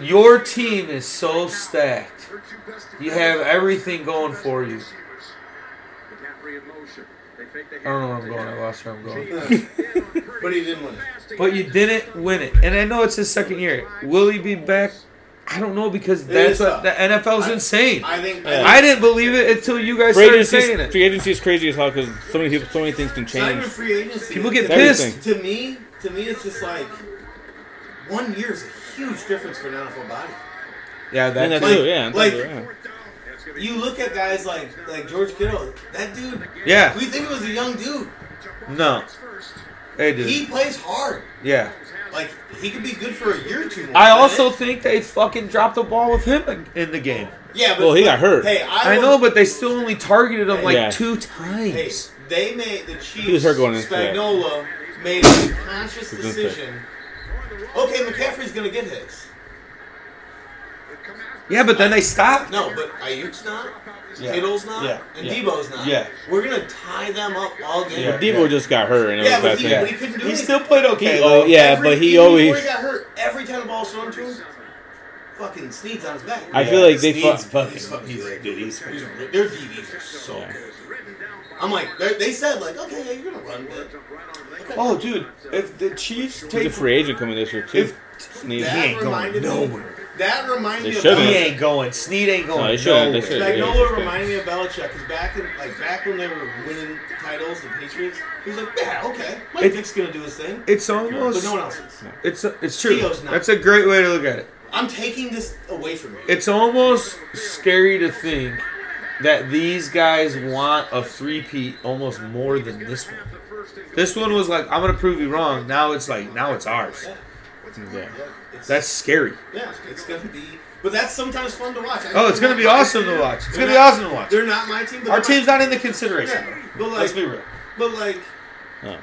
Your team is so stacked. You have everything going for you. I don't know where I'm going. I lost where I'm going. But he didn't win it. But you didn't win it, and I know it's his second year. Will he be back? I don't know because that's is what tough. the NFL's insane. I think. Yeah. I didn't believe it until you guys Free started agency, saying is- it. free agency is crazy as hell because so many people, so many things can it's not even change. free agency. People get to, Everything. pissed. To me, to me, it's just like one year is a huge difference for an NFL body. Yeah, And that's that's Like- true, yeah. that's like- true, yeah. you look at guys like like George Kittle. That dude, Yeah. we think it was a young dude. No. They did. He plays hard. yeah. Like he could be good for a year or two. More, I That's also it. think they fucking dropped the ball with him in- in the game. yeah, but Well, he got hurt. hey, I, I will- know, but they still only targeted him like Yeah. two hey, times. they *laughs* made the Chiefs. was hurt going into that. Spagnola made a conscious He's gonna decision. Okay, McCaffrey's gonna get hits. Yeah, but then they stopped. No, but Ayuk's not. Yeah. Kittle's not. Yeah. And Yeah. Debo's not. Yeah. We're gonna tie them up all game. Yeah. Debo just got hurt, and it Yeah, was but that he, thing. we couldn't do He anything. still played okay He- though. oh, yeah. but he even always- Before he got hurt, every time the ball was thrown to him, fucking Sneed's on his back. I feel like they Snead's fu- fucking. He's like, dude, he's fucking. Their DBs are so Yeah. good. I'm like, they they said like, okay, yeah, you're gonna run, but Oh, dude, if the Chiefs He's a take, free agent coming this year too. Sneeze. that ain't going reminded nowhere. me. That reminded They me. he should've. Of ain't going. Snead ain't No, they going. should've. They nowhere. should've. Magnola reminded me of Belichick because back in like back when they were winning titles, the Patriots, he was like, yeah, okay, Mike It- Vick's gonna do his thing, It's but almost. no one else is. It's it's true. Theo's not. That's a great way to look at it. I'm taking this away from you. It's almost scary to think that these guys want a three-peat almost more than this one. This one was like, I'm gonna prove you wrong. Now it's like, now it's ours. Yeah. It's- That's scary. Yeah, it's gonna be. But that's sometimes fun to watch. I- Oh, it's gonna be they're not awesome my to team. watch. It's They're gonna be not- awesome to watch. They're not my team. But Our they're team's my- not in the consideration. Yeah, but Let's be like, real. but like, Oh.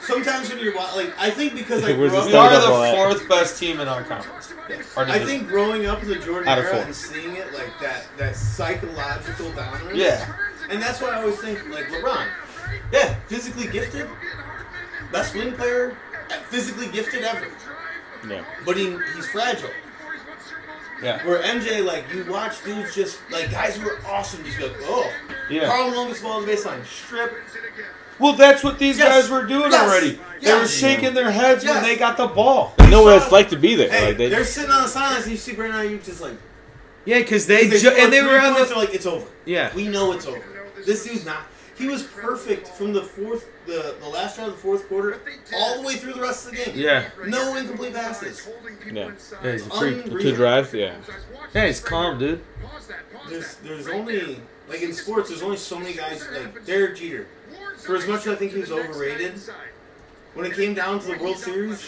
sometimes when you're wa- like, I *laughs* think because I Where's grew up, the We are Start the off all fourth best team in our conference. Our I division. think growing up in the Jordan Out of era four. and seeing it like that, that psychological dominance. Yeah. and that's why I always think like LeBron. Yeah, physically gifted, best wing player, physically gifted ever. Yeah. But he, he's fragile. Yeah. Where MJ, like, you watch dudes just, like, guys who are awesome just be like, oh. Yeah. Carl Longest ball on the baseline. Strip. Well, that's what these Yes. guys were doing Yes. already. They Yes. were shaking their heads Yes. when they got the ball. They know what it's like to be there. Hey, like they, they're sitting on the sidelines, and you see Brandon Ayuk just like. Yeah, because they, ju- they scored and they three were on points, the they're like, it's over. yeah. We know it's over. This dude's not. He was perfect from the fourth, the, the last round of the fourth quarter, all the way through the rest of the game. Yeah. No incomplete passes. Yeah. Yeah, he's a freak. the Unreal. two drives. Yeah. Yeah, he's calm, dude. There's, there's only like in sports, there's only so many guys like Derek Jeter. For as much as I think he was overrated, when it came down to the World Series,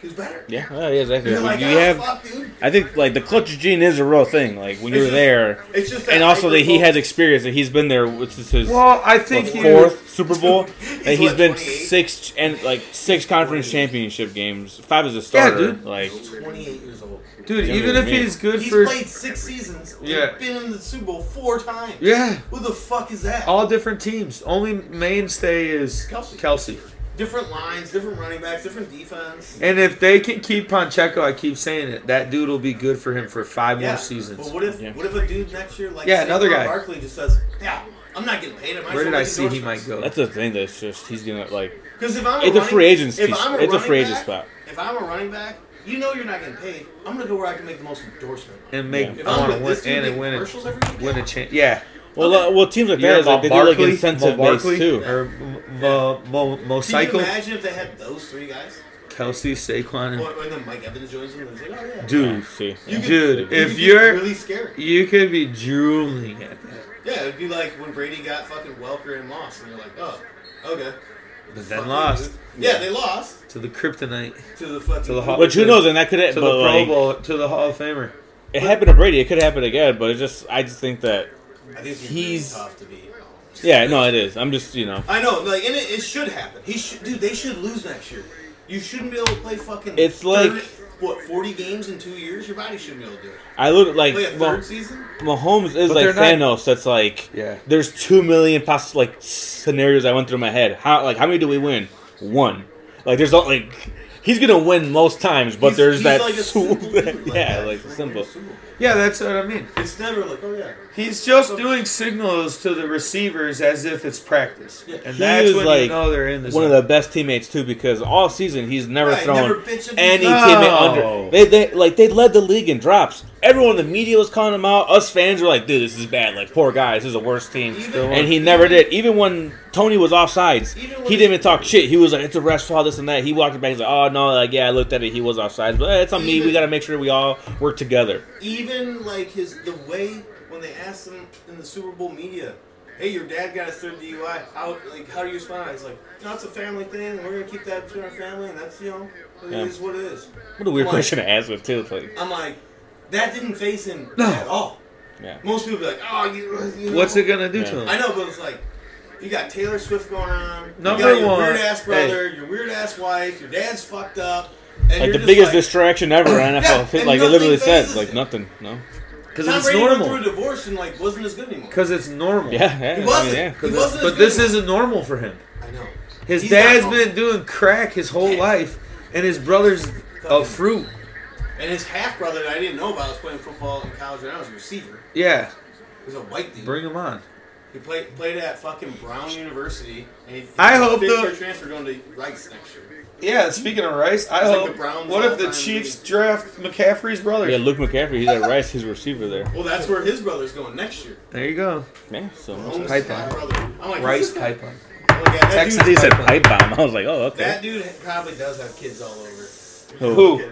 he was better. Yeah. Oh, yeah. Exactly. You're When like, you "Ah, have. fuck, dude. I think like the clutch gene is a real thing. Like when It's you're just- there, It's just that and also that he hyper- has experience that he's been there which is his Well, I what, think he fourth Super Bowl that *laughs* He's he's what, been 28? six and like six conference championship games, five as a Yeah, starter. dude. Like 28 years old. dude. Yeah, Even I if mean- he's good He's for played six seasons. and Yeah. Been in the Super Bowl four times. yeah, Who the fuck is that? all different teams. Only mainstay is Kelsey. Kelsey. Different lines, different running backs, different defense. And if they can keep Poncheco, I keep saying it, that dude will be good for him for five Yeah. more seasons. But what if Yeah. what if a dude next year like Yeah, another Saquon guy. Barkley just says, yeah, I'm not getting paid. Where did I see he might go? that's the thing that's just he's gonna like Because if I'm it's a running- free agency. if I'm It's a running free agent back- spot. If I'm a running back, you know you're not getting paid. I'm gonna go where I can make the most endorsement. money. and make Yeah. If I I'm want to with win this dude and, making and win commercials every a week, win yeah. a champ. Yeah, Well, Okay. uh, well, teams like Yeah, that is like Mo they do like Barkley- incentive Mo based Barkley, too. Or Mo, Mo, Mo Can you Cycle, imagine if they had those three guys? Kelsey, Saquon, and When, when then Mike Evans joins them, it's like, oh yeah. dude. See, You could- Dude, you if could get you're- really scary. You could be drooling at that. Yeah, it'd be like when Brady got fucking Welker and lost, and you're like, oh, okay. But Fuck then you, lost dude. Yeah, they lost to the kryptonite, to the fucking. To the Hawks. Which who knows? And that could to the have, but Pro like, Bowl, to the Hall of Famer. it happened to Brady. It could happen again. But it's just, I just think that, I think He's- he's tough to beat. yeah, no, it is. I'm just, you know, I know, like, and it, it should happen. He should, dude. They should lose next year. You shouldn't be able to play fucking. It's like- 30 what forty games in two years. Your body shouldn't be able to do it. I look like Play a third well, season. Mahomes is But like they're not- Thanos. That's like, Yeah. there's two million possible like scenarios I went through my head. How like how many do we win? One. Like there's all like. He's gonna win most times, but He's- there's he's that, like a sw- simple dude like *laughs* yeah, that. like simple. Yeah, that's what I mean. It's never like, oh yeah. He's just doing signals to the receivers as if it's practice, and that's is, when like, you know they're in this. one of the best teammates too because all season he's never Right, thrown never bitch at any the- teammate No. under. They, they like they led the league in drops. Everyone in the media was calling him out. Us fans were like, "Dude, this is bad. Like, poor guy. This is the worst team." Even- and he never did. Even when Tony was off sides, Even he when- didn't even talk shit. He was like, "It's a ref's fault. This and that." He walked it back. He's like, "Oh no, like yeah, I looked at it. He was off sides, but eh, it's on me. Even- We got to make sure we all work together." Even like his the way when when they asked him in the Super Bowl media, "Hey, your dad got a third DUI. How like how do you respond?" He's like, "No, it's a family thing. and We're gonna keep that between our family, and that's you know, it Yeah. is what it is." What a weird Why? question to ask with too. It's like, I'm like, that didn't face him No. at all. yeah, Most people be like, "Oh, you." you know. What's it gonna do Yeah. to him? I know, but it's like. You got Taylor Swift going on. you Number got your one, weird ass hey. brother, your weird ass wife, your dad's fucked up. And like you're the just biggest like, distraction *coughs* ever. NFL, and like it nothing literally phases says, like it. nothing. No. Because Tom it's Brady went normal. through a divorce and like wasn't as good anymore. Because it's normal. Yeah, yeah, He I mean, wasn't. yeah. He 'Cause it's- wasn't. as but good this anymore. isn't normal for him. I know. His He's dad's not been doing crack his whole Yeah. life, and his brother's a Fucking- fruit. And his half brother that I didn't know about was playing football in college and I was a receiver. Yeah, He was a white dude. bring him on. He played played at fucking Brown University. And he, he I hope the- the transfer going to Rice next year. Yeah, speaking of Rice, I It's like hope- the Browns what if the all-time Chiefs league. draft McCaffrey's brother? Yeah, Luke McCaffrey, he's at Rice, he's a receiver there. Well, that's where his brother's going next year. There you go. Yeah, so Mahomes' pipe half bomb. brother. I'm like, Rice who's this guy? pipeline. I'm like, yeah, that Texas- dude- he said pipe bomb. I was like, oh, okay. That dude probably does have kids all over. Who?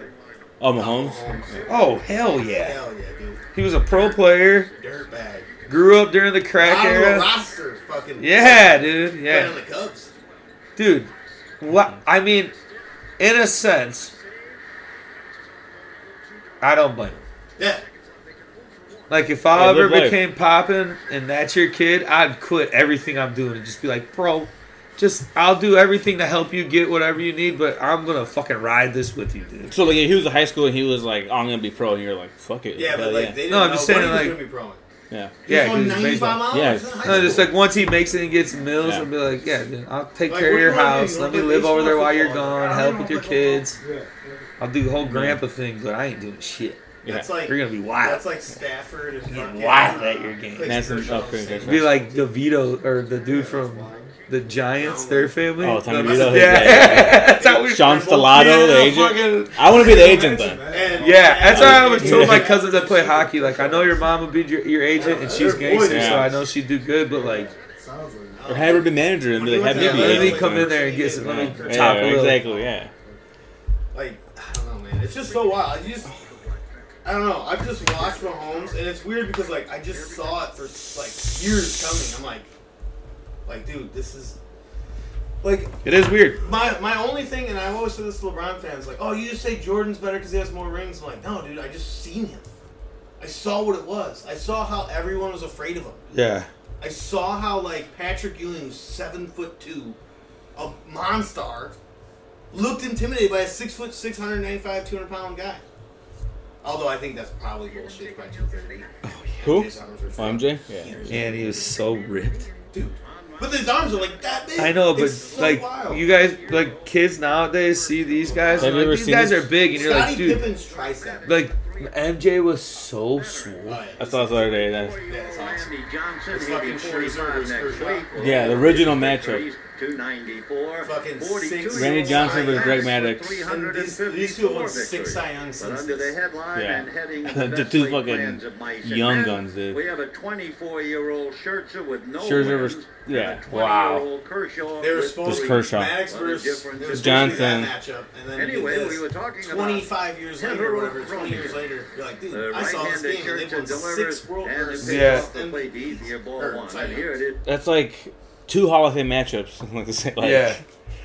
Oh, Mahomes. Mahomes. Oh hell yeah! Hell yeah, dude. He was a pro player. Dirtbag. Grew up during the crack Bottom of the era. roster, fucking. Yeah, dude. Playing Yeah, on the Cubs. dude. What I mean, in a sense, I don't blame him. Yeah. Like if I Yeah, ever live life. became poppin' and that's your kid, I'd quit everything I'm doing and just be like, bro, just I'll do everything to help you get whatever you need, but I'm gonna fucking ride this with you, dude. So, like, he was in high school and he was like, oh, I'm going to be pro. And you're like, fuck it. Yeah, Hell but like yeah. they didn't No, I'm know just what saying, he was like- gonna be pro. yeah. Yeah, he's going 'cause it's 95 baseball. miles. Yeah, He's in high No, just school. like once he makes it and gets meals, Yeah. I'll be like, yeah, dude, I'll take Like, care of what your do you wanna do? house. You Let wanna me play live over there baseball, while you're football? gone. I Help don't with your wanna play kids. I'll do the whole grandpa thing, but I ain't doing shit. yeah. that's like You're gonna be wild. that's like Stafford and fucking, wild at your game. Clayton That's some- Kershaw. oh, Clayton Kershaw. Be like DeVito or the dude from the Giants, their family. Oh, Tommy No, DeVito, Yeah, yeah, yeah. *laughs* that's how we. Sean Stellato, Yeah, the agent. fucking- I want to be the agent then. And- Yeah, that's why I always *laughs* Yeah. told my cousins I play hockey. Like I know your mom would be your, your agent and she's gangster, so Yeah. I know she'd do good. But like, Sounds like Or have her be manager and be like, have yeah, me be let me agent. come then. in there and get some. Let me Yeah, top yeah, a little. exactly, yeah. Like I don't know, man. It's just so wild. You just I don't know. I've just watched Mahomes, and it's weird because like I just saw it for like years coming. I'm like, like dude, this is like It is weird. My my only thing, and I've always said this to LeBron fans, like, oh, you just say Jordan's better because he has more rings. I'm like, no, dude, I just seen him. I saw what it was. I saw how everyone was afraid of him. Yeah. I saw how like Patrick Ewing, who's seven foot two, a monster, looked intimidated by a six foot six hundred ninety five two hundred pound guy. Although I think that's probably bullshit. by 230. Who? His arms are Oh, MJ? Yeah. huge. And he was so ripped. dude. But his arms are like that big. I know, but It's so like wild. you guys, like kids nowadays, see these guys. Have and, you like, ever these seen guys this? are big, and you're Scottie like, dude, Pippen's tricep. like MJ was so swole. Oh, I yeah. saw this the other day. That's, That's awesome. Johnson It's fucking four reserves per shot. Yeah, the original matchup. 294. Fucking 42 six- Randy Johnson versus Greg Maddox. And these, these two have won six Cy Young But under the since headline Yeah. and *laughs* heading The the best two laid fucking plans of mice and young men, guns, dude. We have a 24-year-old Scherzer with no Scherzer wins, was- yeah. and a Wow. 20-year-old Kershaw They were with supposed Just three. Kershaw. Maddox What a versus difference. they were supposed to Johnson. do that matchup, and then Anyway, you did this. we were talking about 25 years later, Henry or whatever, 20 Rodriguez. years later, you're like, dude, The I saw this right-handed game, and they Scherzer won delivers six World and Cup the Series. Yeah. payoff to play easier ball Or one. Cy And Young. here it is. that's like two Hall of Fame matchups. *laughs* like the same, like, Yeah.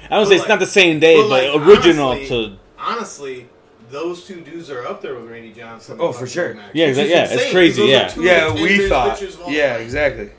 I don't But say it's like- not the same day, but but, like, original honestly- to. Honestly, those two dudes are up there with Randy Johnson. Oh, for sure. Yeah, Which is exact- yeah, it's insane, 'cause crazy, those are yeah. two of Yeah, the we biggest thought. pitchers of all Yeah, time. exactly.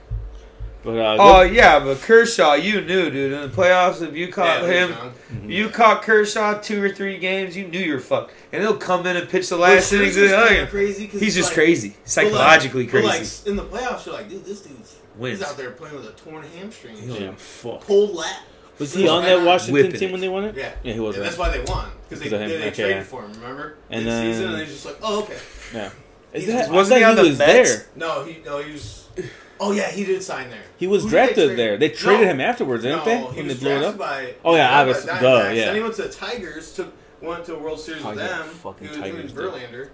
But uh, Oh good- yeah, but Kershaw, you knew, dude. In the playoffs, if you caught Yeah, him, John. Mm-hmm. you caught Kershaw two or three games, you knew you're fucked. And he'll come in and pitch the last Which innings. is and kinda like, crazy 'cause He's it's just like- crazy, but like- psychologically but like, crazy. in the playoffs, you're like, dude, this dude's Wins. he's out there playing with a torn hamstring. He's Yeah. like, fuck. Cold lap. was he on that Washington Whipping team it. when they won it? Yeah, yeah, he was. And right. that's why they won because they, Because of him, they, okay, traded yeah. for him. Remember? And And then season, and then- they're just like, oh okay. Yeah. Is He's- that, wasn't I he thought on the was Mets? there. No, he no he was. Oh yeah, he did sign there. He was Who did they drafted trade? there. They No. traded him afterwards, didn't no, they? he When they was blew it drafted up. by. Oh, yeah, by obviously, Diamondbacks, duh, yeah. Then he went to the Tigers. Took went to a World Series Oh, with yeah, them. fucking he was him Tigers, and dude. Verlander,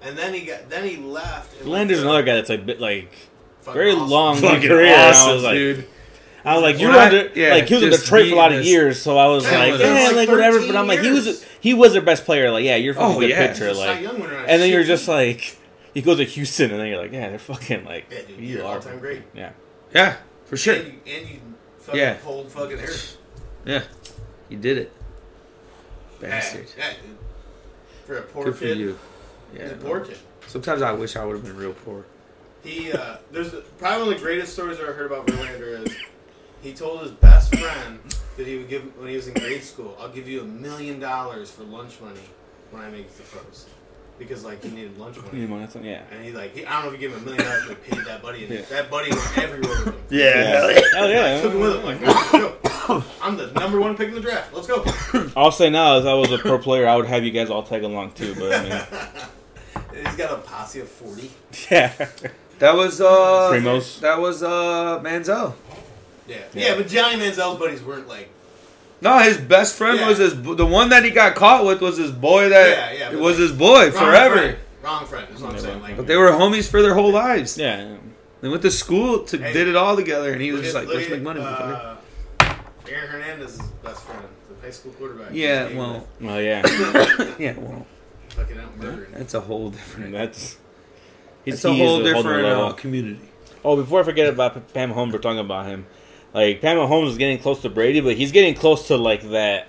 and then he got then he left. and went Lander's to- another guy that's like bit like Fucking very awesome. long Fucking career. and I awesome, was like, dude. I was like, you When were I- under, yeah, like he was in just Detroit for a lot of being this- years, so I was Yeah, like, like, yeah, like like, whatever. 13 But I'm like, he was years. he was their best player. Like, yeah, you're a fucking Oh, good yeah. pitcher. He's a Cy Like, Young winner on and then you're shit just team. like, he goes to Houston, and then you're like, yeah, they're fucking like, Yeah, dude, you you're are all-time great. Yeah, Yeah, for sure. And you, and you fucking Yeah. cold fucking air. Yeah, you did it, Yeah, bastard. yeah, dude. For a poor Good for kid. you. He's Yeah. a poor no. kid. Sometimes I wish I would have been real poor. He uh, there's probably one of the greatest stories I ever heard about Verlander is he told his best friend that he would give when he was in grade school, I'll give you a million dollars for lunch money when I make the first. Because like he needed lunch You money. know, that's- yeah. And he like he, I don't know if he gave him a million dollars but he paid that buddy and Yeah. that buddy went everywhere with him. Yeah. *laughs* Hell yeah. Took him with him like "Let's go. I'm the number one pick in the draft. *laughs* Let's go. I'll say now, if I was a pro player, I would have you guys all tag along too. But I *laughs* mean, He's got a posse of forty. yeah, That was uh Primos. That was uh Manziel. Yeah. Yeah. yeah, but Johnny Manziel's buddies weren't like No, his best friend Yeah. was his. The one that he got caught with was his boy. That Yeah, yeah, but was like- his boy wrong forever. Friend. Wrong friend. That's what I'm saying. Like, But they were homies for their whole lives. yeah. They went to school to Hey. did it all together, and he was Look just at- like, look "Let's at, make money." motherfucker." uh, Aaron Hernandez's best friend, the high school quarterback. yeah, He's well, Well, yeah. yeah, well, fucking out murdering. that's a whole different. That's It's he's a he is whole different level. uh, community. Oh, before I forget about P- Pam Holmes, we're talking about him. Like Pam Holmes is getting close to Brady, but he's getting close to like that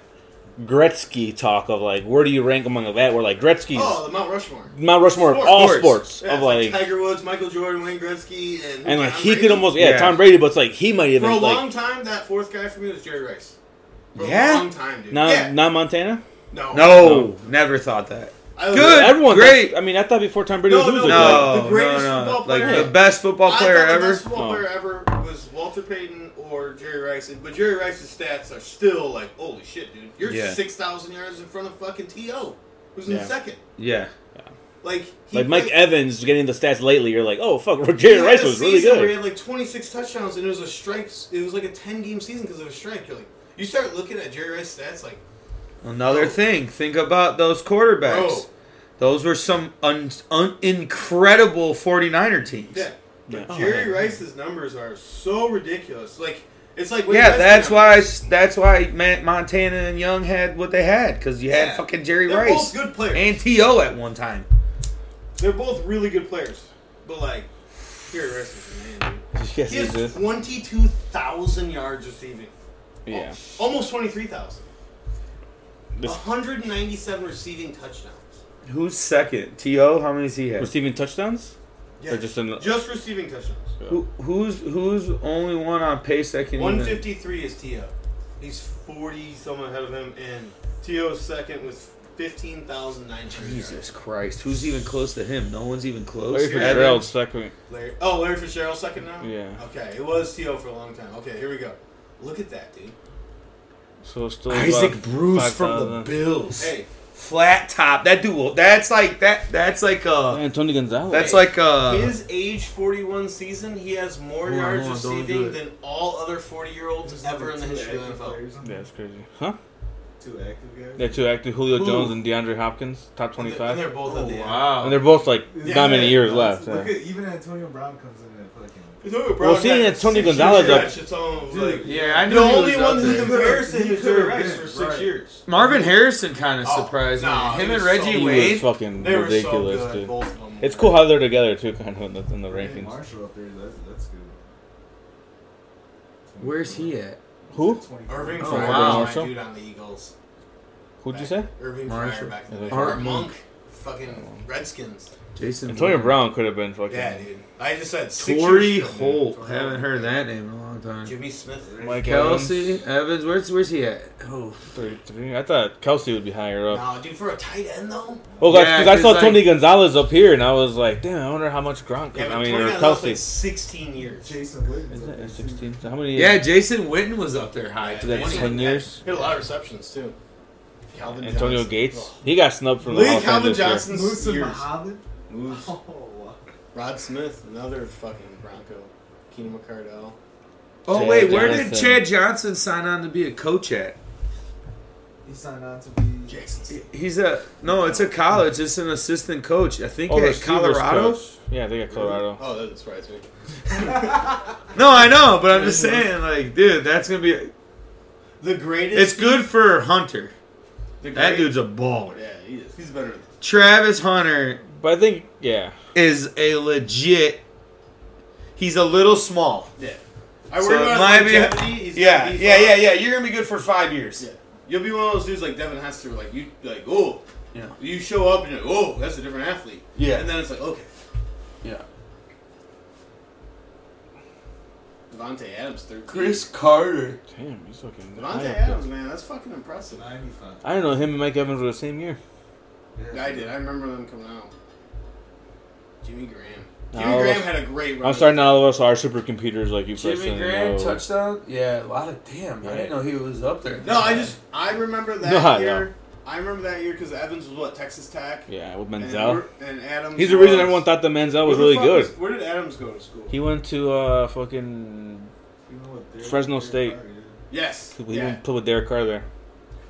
Gretzky talk of like, where do you rank among that? Where like Gretzky's Oh, the Mount Rushmore. Mount Rushmore of Sports. all Sports. sports Yeah, of it's like like, Tiger Woods, Michael Jordan, Wayne Gretzky, and and like Tom he could Brady. almost yeah, Yeah. Tom Brady, but it's like he might for even a like long time that fourth guy for me was Jerry Rice. For Yeah? a long time, dude. not yeah. not Montana. no, No, never thought that. I was- Good. Everyone, Great. thought- I mean, I thought before Tom Brady No, was loser. no. No. No, the no, greatest no. football like player. the best football I thought player the ever. Best football Oh. player ever was Walter Payton or Jerry Rice, and- but Jerry Rice's stats are still like, holy shit, dude! You're Yeah. six thousand yards in front of fucking To, who's in Yeah. second. Yeah, Like, he Like Mike played- Evans getting the stats lately, you're like, oh fuck, he Jerry had Rice a was really season Where he good. had like twenty six touchdowns, and it was a strike. It was like a ten game season because of a strike. You're like, you start looking at Jerry Rice stats, like, another Bro. thing. Think about those quarterbacks. bro, Those were some un- un- incredible 49er teams. yeah. Yeah. But Jerry Rice's numbers are so ridiculous. Like, it's like Wayne Yeah, Gretzky that's numbers. why that's why Ma- Montana and Young had what they had because you had Yeah. fucking Jerry They're Rice both good players. and To at one time. They're both really good players, but like Jerry Rice is the man. Yes, Dude. He he did. has twenty-two thousand yards receiving, Yeah. almost twenty-three thousand. One This- hundred and ninety-seven receiving touchdowns. Who's second? To? How many does he have? Receiving touchdowns? Yeah, Or just an- just receiving touchdowns. Who, who's who's only one on pace that can One even? fifty-three is T.O. He's forty some ahead of him, and T.O. is second with fifteen thousand nine hundred yards. Jesus Christ! Who's even close to him? No one's even close. Larry Evans. Fitzgerald's second. Larry, oh, Larry Fitzgerald's second now. Yeah. Okay, it was T.O. for a long time. Okay, here we go. Look at that, dude. So it's still Isaac about Bruce from the 5,000. Bills. Hey, Flat top. That dude. will- That's like that. That's like uh. And Tony Gonzalez. That's like uh. His age 41 season, he has more Hold on, yards hold on, don't do receiving it. than all other 40 year olds ever in the history of the NFL. yeah, that's crazy. Huh? Two active guys. They're two active Julio Jones and DeAndre Hopkins, top And 25. they're- and they're both at the end. And they're both like Yeah, not many yeah, years no, left. Look yeah. at, even Antonio Brown comes in that fucking. Well, seeing Antonio Gonzalez up- Like, Yeah, I the knew he was only out one who there. compares to He him is could've Jerry Rice been, for six right. years. Marvin Harrison kind of Oh, surprised no, me. Him he and was Reggie so- He was Wade. fucking They were so ridiculous, good, dude. both of them. It's cool how they're together too, kind of in the, in the Randy rankings. Marshall up there. That's that's good. Where's he at? Who? 24. Irving Oh, Fryer, wow. my dude on the Eagles. Who'd you say? Irving Marshall. Fryer back in the day. Yeah, Or Monk. Monk. Fucking Redskins. Jason. Antonio Witten. Brown could have been fucking. Yeah, dude. I just said six Tory years ago. Holt. Haven't heard that name in a long time. Jimmy Smith. Mike Kelsey Evans. Where's where's he at? Oh, Evans, 33. I thought Kelsey would be higher up. No, dude, for a tight end though. Well, Yeah, because I 'cause, saw like- Tony Gonzalez up here, and I was like, damn, I wonder how much Gronk. Yeah, I but mean, Tony or got left Kelsey. like 16 years. Jason Witten. Is it 16? So how many? yeah. Jason Witten was up there high. Yeah, too. that Tony 10 got- years? He had a lot of receptions too. Calvin Antonio Johnson. Gates. Oh. He got snubbed from the Hall Lee of Fame Calvin this year. Johnson's Musa years. Muhammad. Moose. Oh, wow. Rod Smith, another fucking Bronco. Keenan McCardell. Oh Chad wait, where did Johnson. Chad Johnson sign on to be a coach at? He signed on to be. Jackson. State. He's a no. It's a college. It's an assistant coach. I think Oh, at receivers Colorado. coach. Yeah, they got Colorado. Oh, that surprised me. No, I know, but I'm just saying, like, dude, that's gonna be. The greatest. It's good for Hunter. The That great- dude's a baller. Yeah, he is. He's better than. Travis Hunter But I think, yeah. is a legit. He's a little small. Yeah. I worry So it about might his be- longevity. He's gonna yeah, be yeah, fine. yeah, yeah. You're gonna be good for five years. Yeah. You'll be one of those dudes like Devin Hester, like you like, oh yeah. You show up and you're like, oh, that's a different athlete. Yeah. And then it's like, okay. Yeah. Devontae Adams third. Chris Carter. Damn, he's fucking. Devontae high up Adams, there. man, that's fucking impressive. Ninety-five. I don't know. Him and Mike Evans were the same year. I did. I remember them coming out. Jimmy Graham. No, Jimmy I Graham was- had a great run. I'm sorry, not all of us are supercomputers like you Jimmy personally Graham know. touchdown. Yeah, a lot of damn. I Right. didn't know he was up there. No, I just I remember *laughs* that No, I year. I remember that year because Evans was what Texas Tech. Yeah, with And, Menzel. we're- and Adams. He's the reason was- everyone thought that Menzel was Where the really fuck good. was- where did Adams go to school? He went to uh, fucking. You know what they're- Fresno they're State. hard, yeah. yes. He yeah. went put with Derek Carr there.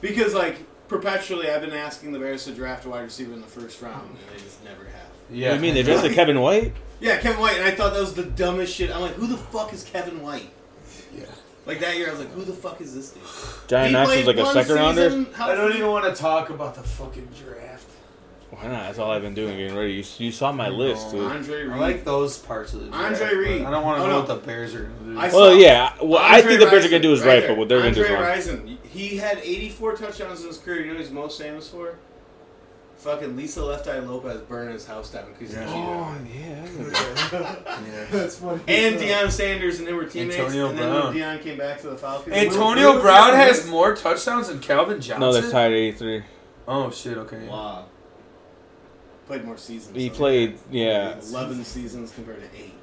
Because like perpetually, I've been asking the Bears to draft a wide receiver in the first round, and they just never have. Yeah. What do you mean they dressed like Kevin White? Yeah, Kevin White, and I thought that was the dumbest shit. I'm like, who the fuck is Kevin White? Yeah. Like that year, I was like, who the fuck is this dude? Johnny He Knox was played like a one second rounder. season, how- I don't even want to talk about the fucking draft. Why not? That's all I've been doing, getting ready. You, you saw my list, dude. Andre Reed. I like those parts of the draft. Andre but Reed. I don't want to Oh, know no. what the Bears are going to do. I Well, saw- yeah. I- Well, I Andre think the Bears are going to do is Rison, right, but what they're going to do is Andre wrong. Rison, he had 84 touchdowns in his career. You know what he's most famous for? Fucking Lisa Left Eye Lopez burning his house down because Yeah. he cheated. on her. yeah. Yeah. *laughs* That's funny. And Deion Sanders and they were teammates. Antonio and then when Brown. Deion came back to the Falcons. Where- Antonio where- Brown where- has more touchdowns than Calvin Johnson. No, that's tied at 83. Oh shit. Okay. Wow. played more seasons. He so- played, yeah. 11 seasons compared to 8.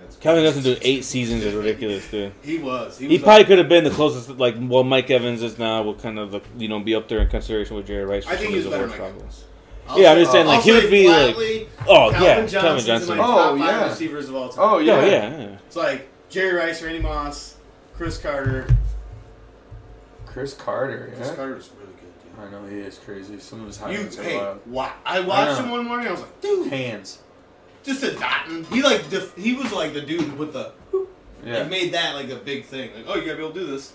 That's Calvin Johnson did eight seasons is ridiculous, dude. He was. He, He was probably could have been the closest, like, well, Mike Evans is now, will kind of, you know, be up there in consideration with Jerry Rice. for I think some of he's his better award than Mike problems. I'll yeah, I'm say- just saying, I'll like, he say would be, like- flatly, Oh, Calvin yeah. Johnson's Calvin in Johnson. my Oh, top Oh, five yeah. receivers of all time. Oh yeah. yeah. yeah. It's like Jerry Rice, Randy Moss, Chris Carter. Chris Carter. Chris Yeah. Carter was really good, I know he is crazy. Some of his dude. highlights You, are hey, wild. wow. I watched Yeah. him one morning. I was like, dude, Hands. just a dot. and He like def- he was like the dude with the Yeah. He made that like a big thing. Like, oh, you gotta be able to do this.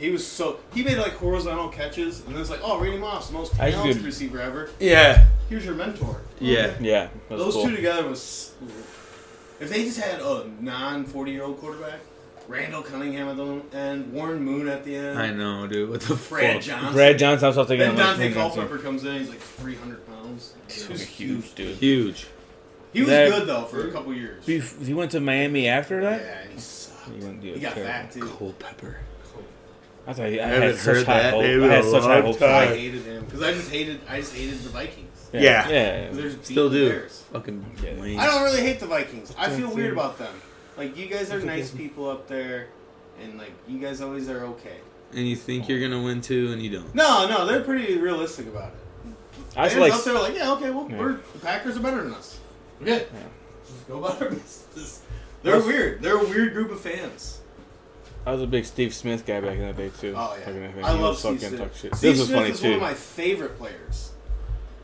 He was so he made like horizontal catches, and then it's like, oh, Randy Moss, the most I talented did- receiver ever. yeah. Here's your mentor. Yeah. Yeah, that's Those cool. two together was. If they just had a non forty year old quarterback, Randall Cunningham at the end, Warren Moon at the end, I know, dude. What the fuck? Brad Johnson. Brad Johnson, I was also thinking Then of like, Dante Brad Johnson. Culpepper comes in. He's like 300 pounds. He was huge. dude. Huge. He was That- good though for a couple years. He, he went to Miami after Yeah, that? and he sucked. He went to He got terrible. fat too. pepper. I thought he, I, haven't had such heard high that hope. name I in had a such high long hope. I time. hated him because I just hated I just hated the Vikings. Yeah. Yeah. They're just Still beating the do. Bears. Fucking Yeah. wings. I don't really hate the Vikings. I feel weird about them. Like you guys are nice people up there, and like you guys always are okay. And you think you're gonna win two, and you don't. No, no, they're pretty realistic about it. I Fans feel like out there are like, yeah, okay, well, Yeah. we're the Packers are better than us. Okay, just go about our *laughs* business. They're weird. They're a weird group of fans. I was a big Steve Smith guy back in the day too. Oh yeah, Fucking thing. I He love was Steve fucking talk Smith. shit. Steve This was Smith funny is one too. of my favorite players.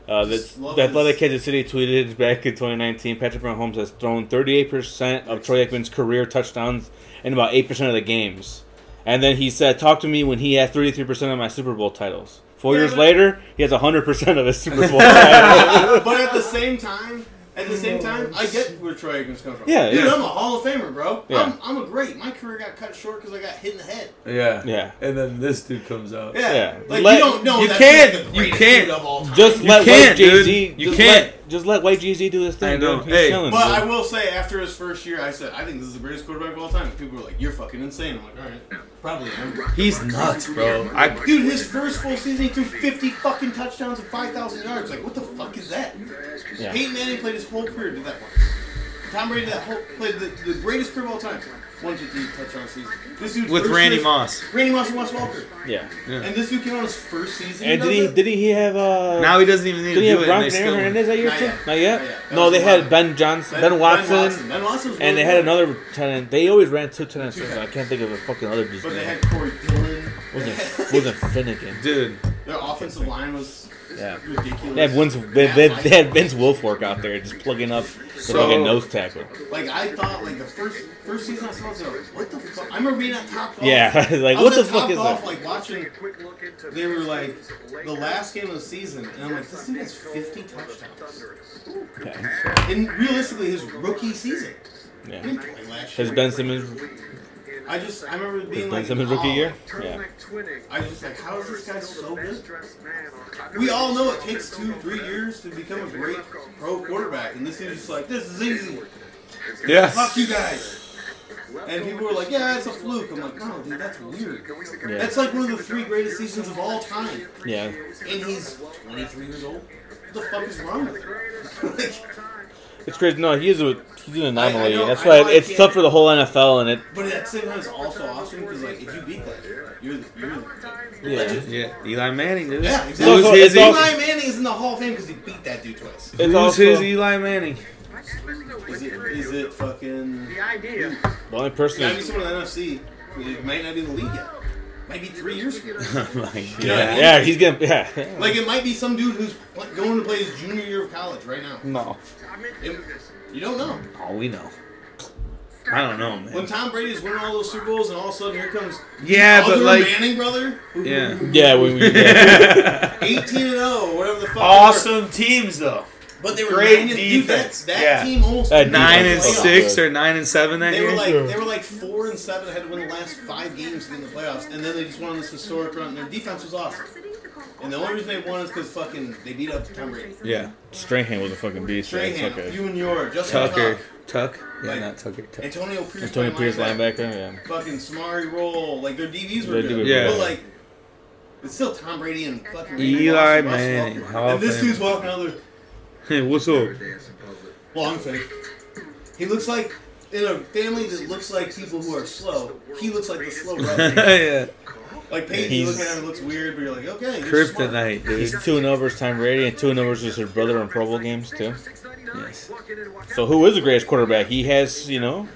Uh, just this, love the Athletic his- Kansas City tweeted back in 2019. Patrick Mahomes has thrown 38 percent of Troy Aikman's career touchdowns in about eight percent of the games. And then he said, "Talk to me when he has 33 percent of my Super Bowl titles." Four Yeah, years but- later, he has 100 percent of his *laughs* Super Bowl titles. but at the same time, at the same time, I get where Troy Aikman's coming from. Yeah, dude, yeah. I'm a Hall of Famer, bro. Yeah. I'm, I'm a great. My career got cut short because I got hit in the head. Yeah. Yeah. And then this dude comes out. Yeah, Yeah. like Let- you don't know. you that's can't. Like the You greatest can't. dude Of all time. Just You let White can't, Jay dude. Z. You can't. just let White Jay Z do this thing. I know. Dude. He's Hey. chilling, But dude. I will say, after his first year, I said, I think this is the greatest quarterback of all time. People were like, "You're fucking insane." I'm like, "All right, probably." am." He's nuts, bro. I, Dude, his first full season, he threw 50 fucking touchdowns and 5,000 yards. Like, what the fuck is that? Yeah. Peyton Manning played his whole career did that one. Tom Brady did that whole, played the, the greatest career of all time. 150 touchdown season. This dude With Randy Moss. Randy Moss and Wes Walker. yeah. Yeah. And this dude came on his first season. And did he? Did he have? Uh, Now he doesn't even need to Did he do have Gronk it. And they and still Aaron Hernandez that year Not too? yet. Not yet. Not yet. No, That they was had one. Ben Johnson, Ben, Watson, Ben Watson was and they really had good. another tenant. They always ran two tenants. Two I can't think of a fucking other dude's But they name. had Corey Dillon. Wasn't wasn't Finnegan? Dude, *laughs* Their offensive line was Yeah. ridiculous. They had, Vince, they, they, they had Vince Wilfork out there just plugging up the So- fucking nose tackle. Like I thought, like the first first season I saw, it, I was like, what the fuck? I remember being at Top Golf. Yeah, *laughs* like I what was the at fuck Top is Golf, that? like watching. They were like the last game of the season, and I'm like, this dude has 50 touchdowns. Yeah. And realistically, his rookie season. He Yeah. didn't play last Has year. Ben Simmons I just I remember being has like, Ben Simmons rookie oh, year? Yeah. I was just like, how is this guy so good? We all know it takes two, three years to become a great pro quarterback, and this dude's just like, this is easy. Fuck you guys. And people were like, yeah, it's a fluke. I'm like, no, dude, that's weird. Yeah. That's like one of the three greatest seasons of all time. Yeah. And he's 23 years old. What the fuck is wrong with him? *laughs* like, It's crazy. No, he is a he's an anomaly. know- That's I why know I it's can't- tough for the whole NFL, and it but at the same time, it's also awesome because like, if you beat that, you're you're the Yeah. legend. Yeah, Eli Manning, dude. Yeah, exactly. Lose his Eli Eli- Manning is in the Hall of Fame because he beat that dude twice. it's Who's also his e- Eli Manning? Is it, is it fucking? The idea. the only It gotta be person. someone in the NFC. It might not be in the league yet. Might be three years from *laughs* *laughs* now. *laughs* Yeah, yeah, he's gonna. Yeah, Like it might be some dude who's pl- going to play his junior year of college right now. no, It- you don't know. Oh, we know. I don't know, When man. Tom Brady's winning all those Super Bowls and all of a sudden here comes Yeah, but other like, Manning brother, yeah. yeah, we, *laughs* we yeah. 18 and 0, whatever the fuck. they were. Awesome teams though. But they were Great nine and, dude, defense. That, that Yeah. team almost Uh, made the Nine and playoffs. six or nine and seven that They were year. like they were like four and seven. Had to win the last five games to get in the playoffs, and then they just won this historic run. And their defense was awesome. And the only reason they won is because fucking they beat up Tom Brady. yeah, Strahan was a fucking beast. man. Strahan, It's okay. you and your Justin Tucker, Tuck, Tuck. Yeah, Like- not Tucker. Tuck. *laughs* Antonio Pierce, Antonio by Pierce, linebacker, linebacker. Yeah, fucking Samari Roll. Like their DBs were Their good, DBs were but good. like it's still Tom Brady and fucking Eli Russell Manning, Wilson. Hall And of this Famer. dude's walking out there. Hey, what's up? Long face. He looks like in a family that looks like people who are slow. He looks like the *laughs* slow brother. *laughs* yeah, Like Peyton, you He's- look at him, it looks weird, but you're like, okay, you're Smart. kryptonite, he's dude. two and over versus Tom Brady, and two and over versus his brother in Pro Bowl games too. Yes. So who is the greatest quarterback? He has, you know,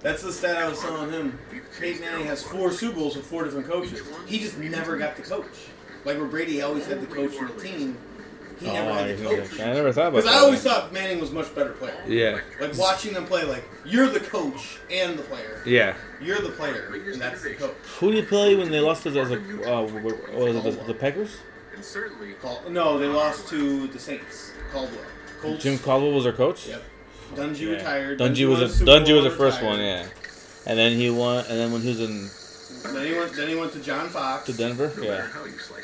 That's the stat I was telling him. Peyton Manning has four Super Bowls with four different coaches. He just never got the coach. Like where Brady always had the coach and the team. He oh, never I had the coach. never thought about Because I that. always thought Manning was much better player. Yeah, Like watching them play, like you're the coach and the player. yeah. You're the player, and that's the coach. Who did he play when they lost to the, the uh, what was it the, the Packers? Call- no, they lost to the Saints. Caldwell. Colts. Jim Caldwell was their coach. Yep. Dungy Yeah. retired. Dungy won was a, Super Dungy was Bowl, the first retired. one, yeah. And then he won. And then when he was in Then he went. Then he went to John Fox. to Denver, yeah,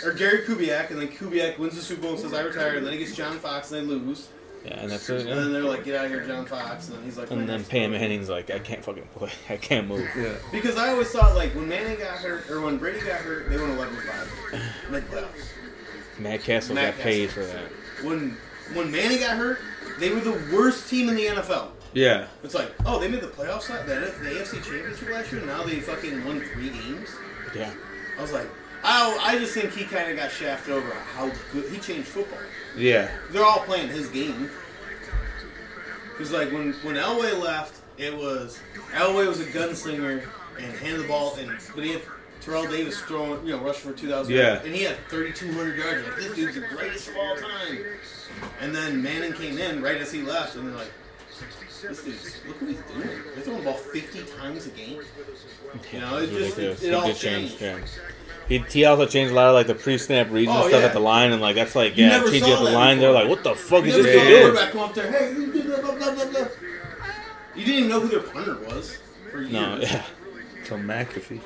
or Gary Kubiak, and then Kubiak wins the Super Bowl and says, I retire, and then he gets John Fox, and they lose. yeah, and that's it. And then Yeah. they're like, get out of here, John Fox. And then he's like, And then Peyton Manning's like, I can't fucking play. *laughs* I can't move. Yeah. Because I always thought, like, when Manning got hurt, or when Brady got hurt, they went 11 5. Like, playoffs. Matt Castle Matt got paid for that. When, when Manning got hurt, they were the worst team in the NFL. Yeah. It's like, oh, they made the playoffs, la- the, the AFC Championship last year, and now they fucking won three games? Yeah, I was like, oh, I just think he kind of got shafted over how good he changed football. Yeah. they're all playing his game. Because like when when Elway left, it was Elway was a gunslinger and handed the ball, and but he had Terrell Davis throwing, you know, rushing for two thousand. Yeah. and he had thirty two hundred yards. Like this dude's the greatest of all time. And then Manning came in right as he left, and they're like, this dude's look what he's doing. They're throwing the ball fifty times a game. You know, it's It was just it, ridiculous. it all he did changed. change. Yeah. He, he also changed a lot of like the pre-snap reads and Oh, stuff yeah. at the line, and like that's like You yeah, never changing saw at the that line. before. They're like, what the fuck You is never this saw a dude? doing? quarterback come up there, hey, you did blah, blah, blah, blah, blah. You didn't even know who their punter was for years. No, yeah. So McAfee.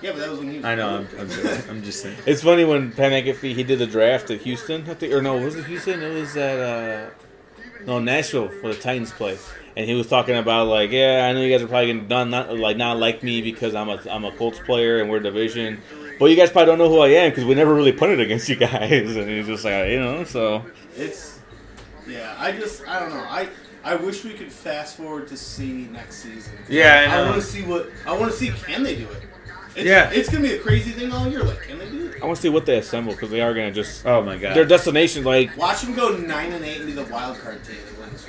Yeah, but that was when he was I know. I'm. I'm, just, I'm just saying. It's funny when Pat McAfee he did the draft at Houston, I think, or no, was it Houston? It was at uh, no Nashville where the Titans play, and he was talking about like, yeah, I know you guys are probably gonna not, not like not like me because I'm a I'm a Colts player and we're division, but you guys probably don't know who I am because we never really punted against you guys, *laughs* and he's just like, you know, so It's yeah. I just I don't know. I I wish we could fast forward to see next season. Yeah, I I, know. want to see what I want to see. Can they do it? It's, Yeah. it's gonna be a crazy thing all year. Like, can they do it? I want to see what they assemble because they are gonna just Oh my their god. destination like Watch them go nine and eight and be the wild card team that wins.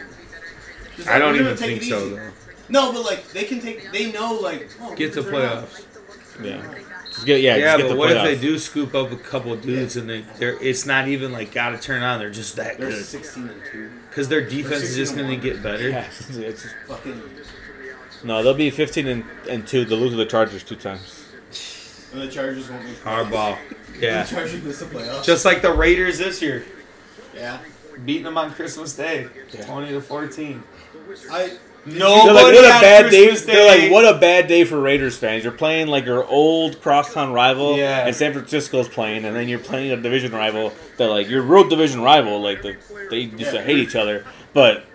Just I don't we're gonna even take think it so easy. though. No, but like they can take. They know like oh, we Get can to turn it up. playoffs. yeah. Just get yeah. Yeah, just get but the what if playoffs. they do scoop up a couple dudes and they they're it's not even like gotta turn on. They're just that They're good 16 and 2. because their defense is just gonna get *laughs* better. Yeah, it's- it's- Fucking. no, they'll be 15 and, and two. They'll lose to the Chargers two times. And the Chargers won't make Hardball. The Yeah, Chargers miss the playoffs. *laughs* just like the Raiders this year, yeah. beating them on Christmas Day, twenty to fourteen. I. They're Nobody like, what a on bad day. Christmas They're Day- like, what a bad day for Raiders fans. You're playing like your old crosstown rival, Yeah. and San Francisco's playing, and then you're playing a division rival that like your real division rival. Like the, they used to hate each other, but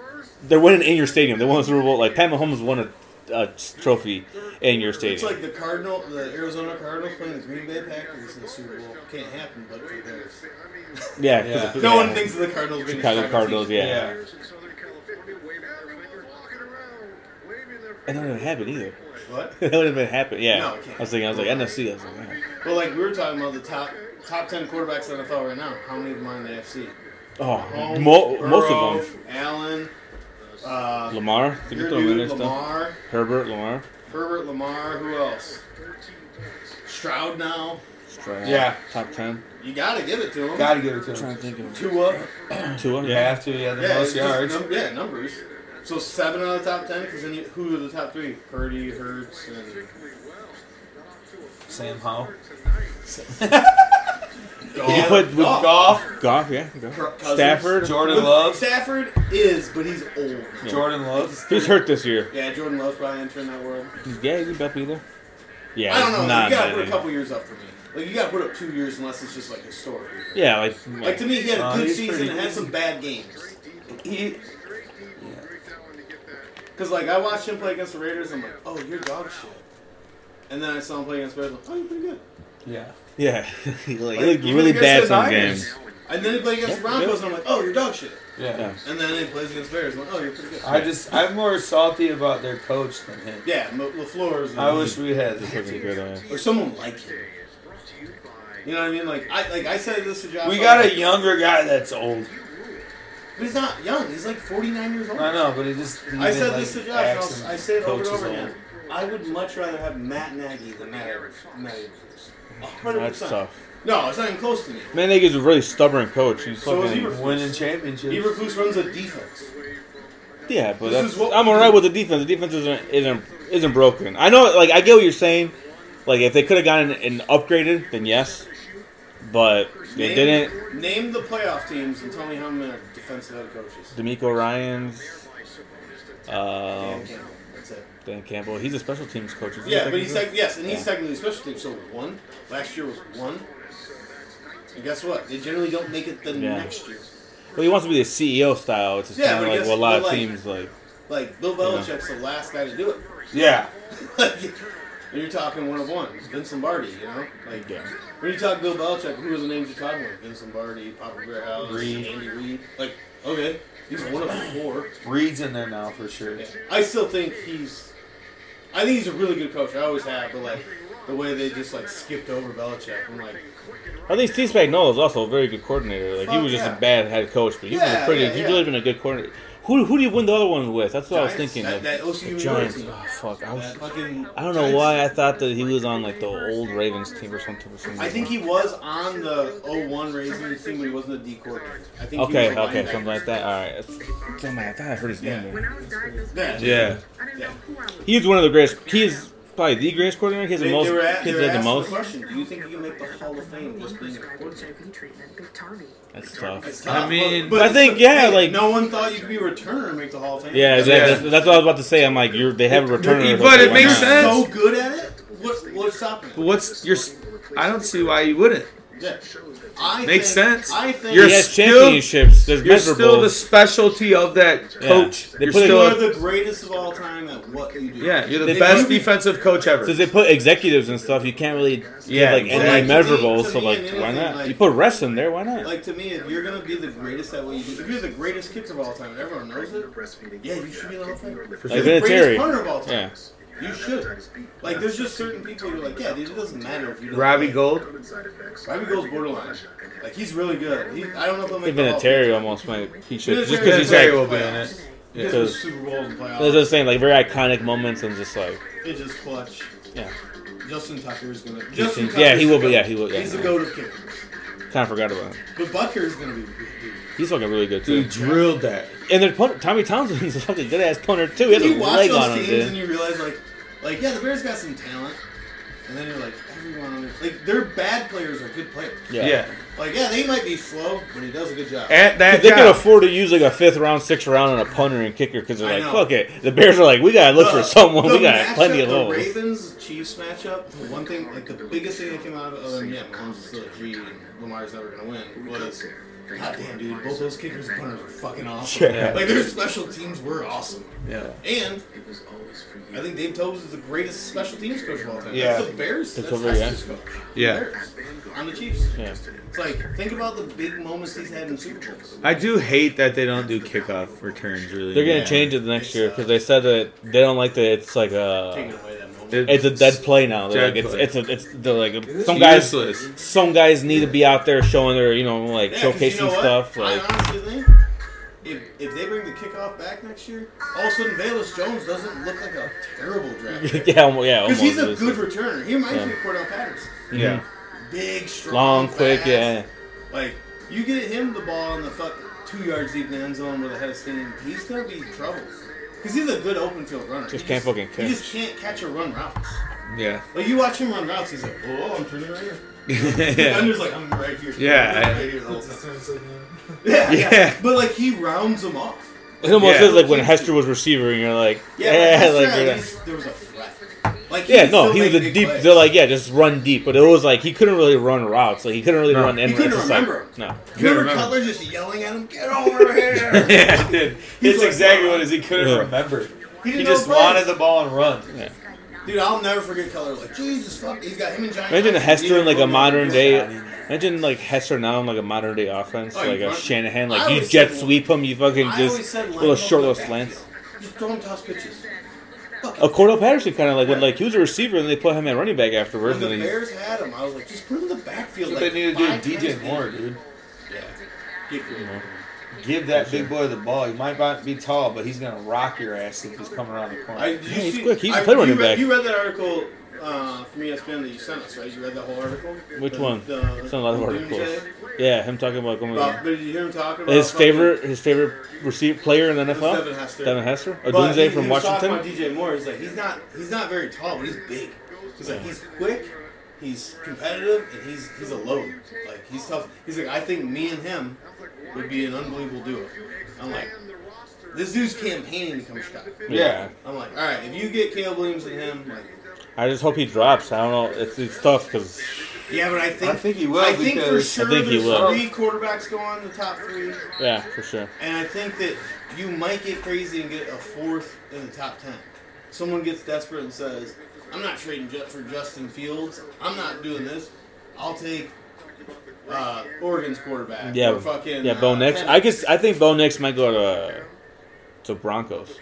they're winning in your stadium. They won the Super Bowl. Like Pat Mahomes won a, a trophy in your It's stadium. like the Cardinal, the Arizona Cardinals playing the Green Bay Packers in the Super Bowl. Can't happen, but for theirs. yeah, 'cause Yeah. of- No yeah. one thinks of the Cardinals being Chicago Cardinals. Yeah. Yeah. and that didn't happen either. *laughs* What? that would have been happen. Yeah, No, it can't. I was thinking, I was like NFC. I was like, oh. yeah. Well, like we were talking about the top top ten quarterbacks in the NFL right now. How many of them are in the AFC? oh, Mahomes, mo- most Burrow, of them. Allen, uh, Lamar, Did you your throw him in dude there still? Lamar, Herbert, Lamar, Herbert Lamar. Who else? Stroud now. Stroud. Yeah. uh, top ten. You gotta give it to him. Gotta give it to him. trying to *clears throat* think of Two up. Tua. You have to. Yeah, the Yeah, most it's just yards. num- yeah, numbers. So seven out of the top ten. Because then you, who are the top three? Purdy, Hurts, and Sam Howell. Did you put with Oh. Goff. Goff. Goff? Yeah, Goff. Cousins. Stafford. Jordan Love. Stafford is, but he's old. Jordan Love. Who's hurt this year? Yeah, Jordan Love's probably entering that world. Yeah, he's about to be there. Yeah, I don't know. it's you not gotta that put a easy. couple years up for me. Like you gotta put up two years unless it's just like historic. Yeah, like, Like to me, he had a Uh, good he's season pretty- and had some bad games. He, Cause like I watched him play against the Raiders, I'm like, oh, you're dog shit. And then I saw him play against the Bears, like, oh, you're pretty good. yeah. yeah, *laughs* he like, Like, he looked even really against bad the some Niners. games. And then he played against the Broncos, and I'm like, oh, you're dog shit. Yeah. Yeah. And then he plays against the Bears, I'm like, oh, you're pretty good. I just I'm more salty about their coach than him. yeah, M- Lafleur is. I wish we had. This wasn't good. uh, or someone like him. You know what I mean? Like I like I said this to Josh. We got a younger guy that's old. But he's not young. He's like 49 years old. I know, but he just. I even, said like, this to Josh. and acts I'll- and I say it over and coaches over old. again. I would much rather have Matt Nagy than Matt Eberflus. Matt Eberflus. A hundred That's percent. tough. No, it's not even close to me. Man, that is a really stubborn coach. He's So is fucking- Eberflus. Winning championships. Eberflus runs a defense. Yeah, but This that's, is what I'm we all right do. with the defense. The defense isn't isn't isn't broken. I know, like I get what you're saying. Like if they could have gotten an upgraded, then yes, but they Name- didn't. Name the playoff teams and tell me how many are defensive head coaches. D'Amico Ryan's, uh, Dan Campbell. That's it. Dan Campbell. He's a special teams coach. isn't he? Yeah, but he's like yes, and he's Yeah. technically special teams. So one last year was one. And guess what? They generally don't make it the Yeah. next year. Well, he wants to be the CEO style. It's just Yeah, kind but of I like guess- what a lot of but, like- teams like. Like Bill Belichick's the last guy to do it. Yeah. Like, *laughs* when you're talking one of one, Vince Lombardi, you know? Like, Yeah. when you talk Bill Belichick, who are the names you're talking about? Vince Lombardi, Papa Bearhouse, Reed. Andy Reid. Like, okay, he's one of four. Reed's in there now for sure. Yeah. I still think he's, I think he's a really good coach. I always have, but like, the way they just like skipped over Belichick, I'm like, At least Steve Spagnuolo is also a very good coordinator. Like he Fuck, was just yeah. a bad head coach, but he's been Yeah, a pretty. yeah, he's yeah. really been a good coordinator. Who who do you win the other one with? That's what I was Giants? thinking. That- of. that OCU The Giants. team. Oh, fuck. I was that fucking. I don't know why I thought that he was on like the old Ravens team or something. For some I think he was on the 01 Ravens team, but he wasn't a D coordinator. I think he Okay, was a okay, linebacker. something like that. All right. It's- Damn, I thought I heard his Yeah. name. When There. I was diagnosed, Yeah. Yeah, I didn't know who I was. he's one of the greatest. He is probably the greatest coordinator. He has the They- most. they were at- He they were has the asking most. question, do you think you can make the Hall of Fame just being a quarterback? HIV treatment, Big Tommy. That's tough. It's I tough, mean- I think, yeah, like- no one thought you could be a returner and make the Hall of Fame. Yeah, exactly. Yeah. That's, that's what I was about to say. I'm like, you're they have a returner. But it why makes not? sense. so good at it. What what's stopping? But it? what's your? s- I don't see why you wouldn't. Yeah. I Makes think- sense. I think You're He has still- championships. There's You're measurables. still the specialty of that Yeah. coach. They You're put it- still, you're the greatest of all time at what you do. yeah, you're the They best put- defensive coach ever. Since they put executives and stuff, you can't really give, Yeah, like any exactly. measurables. So To me, like, anything, why not? like- you put wrestling there. Why not? Like to me, if you're gonna be the greatest at what you do, if you're the greatest kicker of all time, and everyone knows it. Yeah, you should be in the Hall of Fame. You're the Vinatieri. greatest punter of all time. yeah. You should. Like, there's just certain people you're like, yeah, dude, it doesn't matter if you. don't Robbie play. Gold. Robbie Gold's borderline. Like, he's really good. He, I don't know if he'll make Even the a Hall. Terry almost might. He should Vinatieri- just because he's Vinatieri like. will be in it. Because Yeah. of the Super Bowl and That's playoffs. what I'm saying. Like very iconic moments and just like It's just clutch. yeah. Justin Tucker is gonna. Justin Yeah, he Tucker's will be- the yeah, goat. he will- yeah. He's the goat of kickers. Kind of forgot about him. But Butker is gonna be. Dude. He's fucking really good too. Dude, drilled that. And their punter, Tommy Thompson's such a good ass punter too. He has you a watch leg those on him, teams dude. and you realize like, like yeah, the Bears got some talent, and then you're like, everyone on their like their bad players are good players. yeah. Like yeah, they might be slow, but he does a good job. At that They can job. afford to use like a fifth round, sixth round on a punter and kicker because I they're like, know. fuck it. The Bears are like, we gotta look for someone. the We got matchup, plenty of the holes. Ravens Chiefs matchup. The one thing, like the biggest thing that came out of it, other than yeah, Mahomes is still a G and Lamar's never gonna win, was God damn, dude, both those kickers and punters were fucking awesome. Yeah. Like their special teams were awesome. Yeah. And I think Dave Tobes is the greatest special teams coach of all time. Yeah. That's the Bears. That's That's, over, that's yeah. his coach. Yeah. The Bears. On the Chiefs. Yeah. It's like think about the big moments he's had in Super Bowls. I do hate that they don't do kickoff returns. Really, They're gonna Yeah. change it the next uh, year because they said that they don't like that. It's like Taking a away that moment. It- it's a dead play now. They're Dead like, play. it's it's a, it's they're like It's some guys useless. some guys need to be out there showing their you know like 'cause showcasing you know what? stuff like. I honestly think if, if they bring the kickoff back next year, all of a sudden Valus Jones doesn't look like a terrible *laughs* draft pick. yeah, almo- yeah. Because he's a almost. good returner. He reminds Yeah. me of Cordell Patterson. Yeah. Big, strong, long, quick, fast. yeah. Like you get him the ball in the fuck two yards deep in the end zone with a head of steam, he's gonna be in trouble. Because he's a good open field runner. Just He can't fucking He catch. just can't catch or run routes. Yeah. Like you watch him run routes, he's like, oh, I'm turning right here. Yeah. yeah. Defender's like, I'm right here. Yeah, I'm I- right here the whole time. Just *laughs* turn something. Yeah, yeah. Yeah. But like he rounds them off. It almost Yeah. feels like when Hester was receiver, and you're like, *laughs* Yeah, yeah, but like, at you're not- least there was a threat. Like yeah, could no, still he make was a big deep. plays. They're like, yeah, just run deep, but it was like he couldn't really run routes. Like he couldn't really No. run. He end couldn't routes. It's like- remember 'em. No, *laughs* Remember remember. Cutler just yelling at him, get over here. yeah, dude. *laughs* He's It's like, exactly what it is. He couldn't Yeah. remember. He He, didn't just know plays. wanted the ball and run. Dude, I'll never forget Cutler. Like Jesus fuck, he's got him and Johnny. imagine a Hodgson. Hester in like a Neither modern one day. knows. Imagine like Hester now in like a modern day offense, Oh, you like a run- Shanahan. I Like you always jet said- sweep him, you fucking I always just said line little up short little the backfield. slants. Just throw him toss pitches. Fuck A it. Cordell Patterson kind of like when Yeah. like he was a receiver and they put him at running back afterwards. When the and he- Bears had him, I was like, just put him in the backfield. That's what like, they need to five do. times a DJ game. Moore, dude. Yeah. Get rid of him. Give that big boy the ball. He might not be tall, but he's gonna rock your ass if he's coming around the corner. I, did you Yeah, he's see- quick. He used to I- play you running read- back. You read that article uh, from ESPN that you sent us, right? You read that whole article. Which The- one? The, It's not a lot of the articles. Doomsday? Yeah, him talking about going. About- but did you hear him talking about His fucking- favorite, his favorite receiver player in the It was NFL, Devin Hester. Devin Hester, But he- Odunze he from was talking Washington. about DJ Moore, he's like he's not he's not very tall, but he's big. He's like he's quick, he's competitive, and he's he's a load. Like he's tough. He's like I think me and him would be an unbelievable duo. I'm like, this dude's campaigning to come to Chicago. Yeah, I'm like, all right, if you get Caleb Williams and him, like, I just hope he drops. I don't know. It's it's tough because yeah, but I think I think he will I think for because- sure I think he there's will. three quarterbacks go on the top three, yeah, for sure. and I think that you might get crazy and get a fourth in the top ten. Someone gets desperate and says, "I'm not trading just for Justin Fields. I'm not doing this. I'll take uh, Oregon's quarterback." Yeah, or fucking yeah. Bo uh, Nix. Penn." I guess I think Bo Nix might go to to Broncos.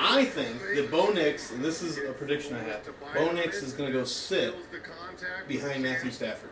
I think that Bo Nix, and this is a prediction I have, Bo Nix is going to go sit behind Matthew Stafford.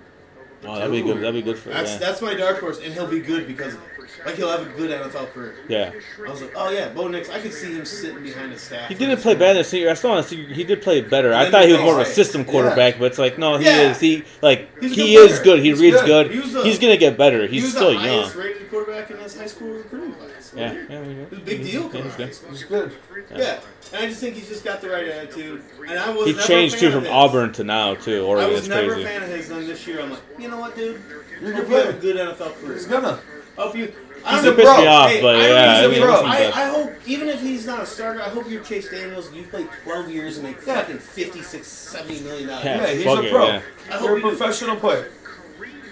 Oh, that'd be good. That'd be good for That's yeah. that's my dark horse, and he'll be good because of it. Like he'll have a good NFL career. yeah. I was like, oh yeah, Bo Nix. I could see him sitting behind a staff. He didn't play bad in the senior. I still want to see. He did play better. I thought he was more of a system quarterback, but it's like no, he Yeah. is. He like He's a he good is player. good. He He's reads good. good. He was the- He's gonna get better. he He's was still the young. highest rated quarterback in this high school recruiting class. Yeah, It yeah, yeah. was a big deal. Yeah, he's coming out of high good. school. He's good. Yeah. and I just think he's just got the right attitude. And I was He never a changed fan too of from his. Auburn to now too. I Oregon was is never crazy. a fan of his. Then this year, I'm like, you know what, dude? You're a Hope good you have player. a good NFL career. He's gonna. Hope you. He's I a don't pissed know, me off, Hey, but I yeah, I don't mean, he's a pro. listen, I, but- I hope even if he's not a starter, I hope you're Chase Daniels and you play 12 years and make fucking 56, 70 million dollars. Yeah, Yeah, he's fuck a it, pro. yeah. I hope You're a you do. professional player.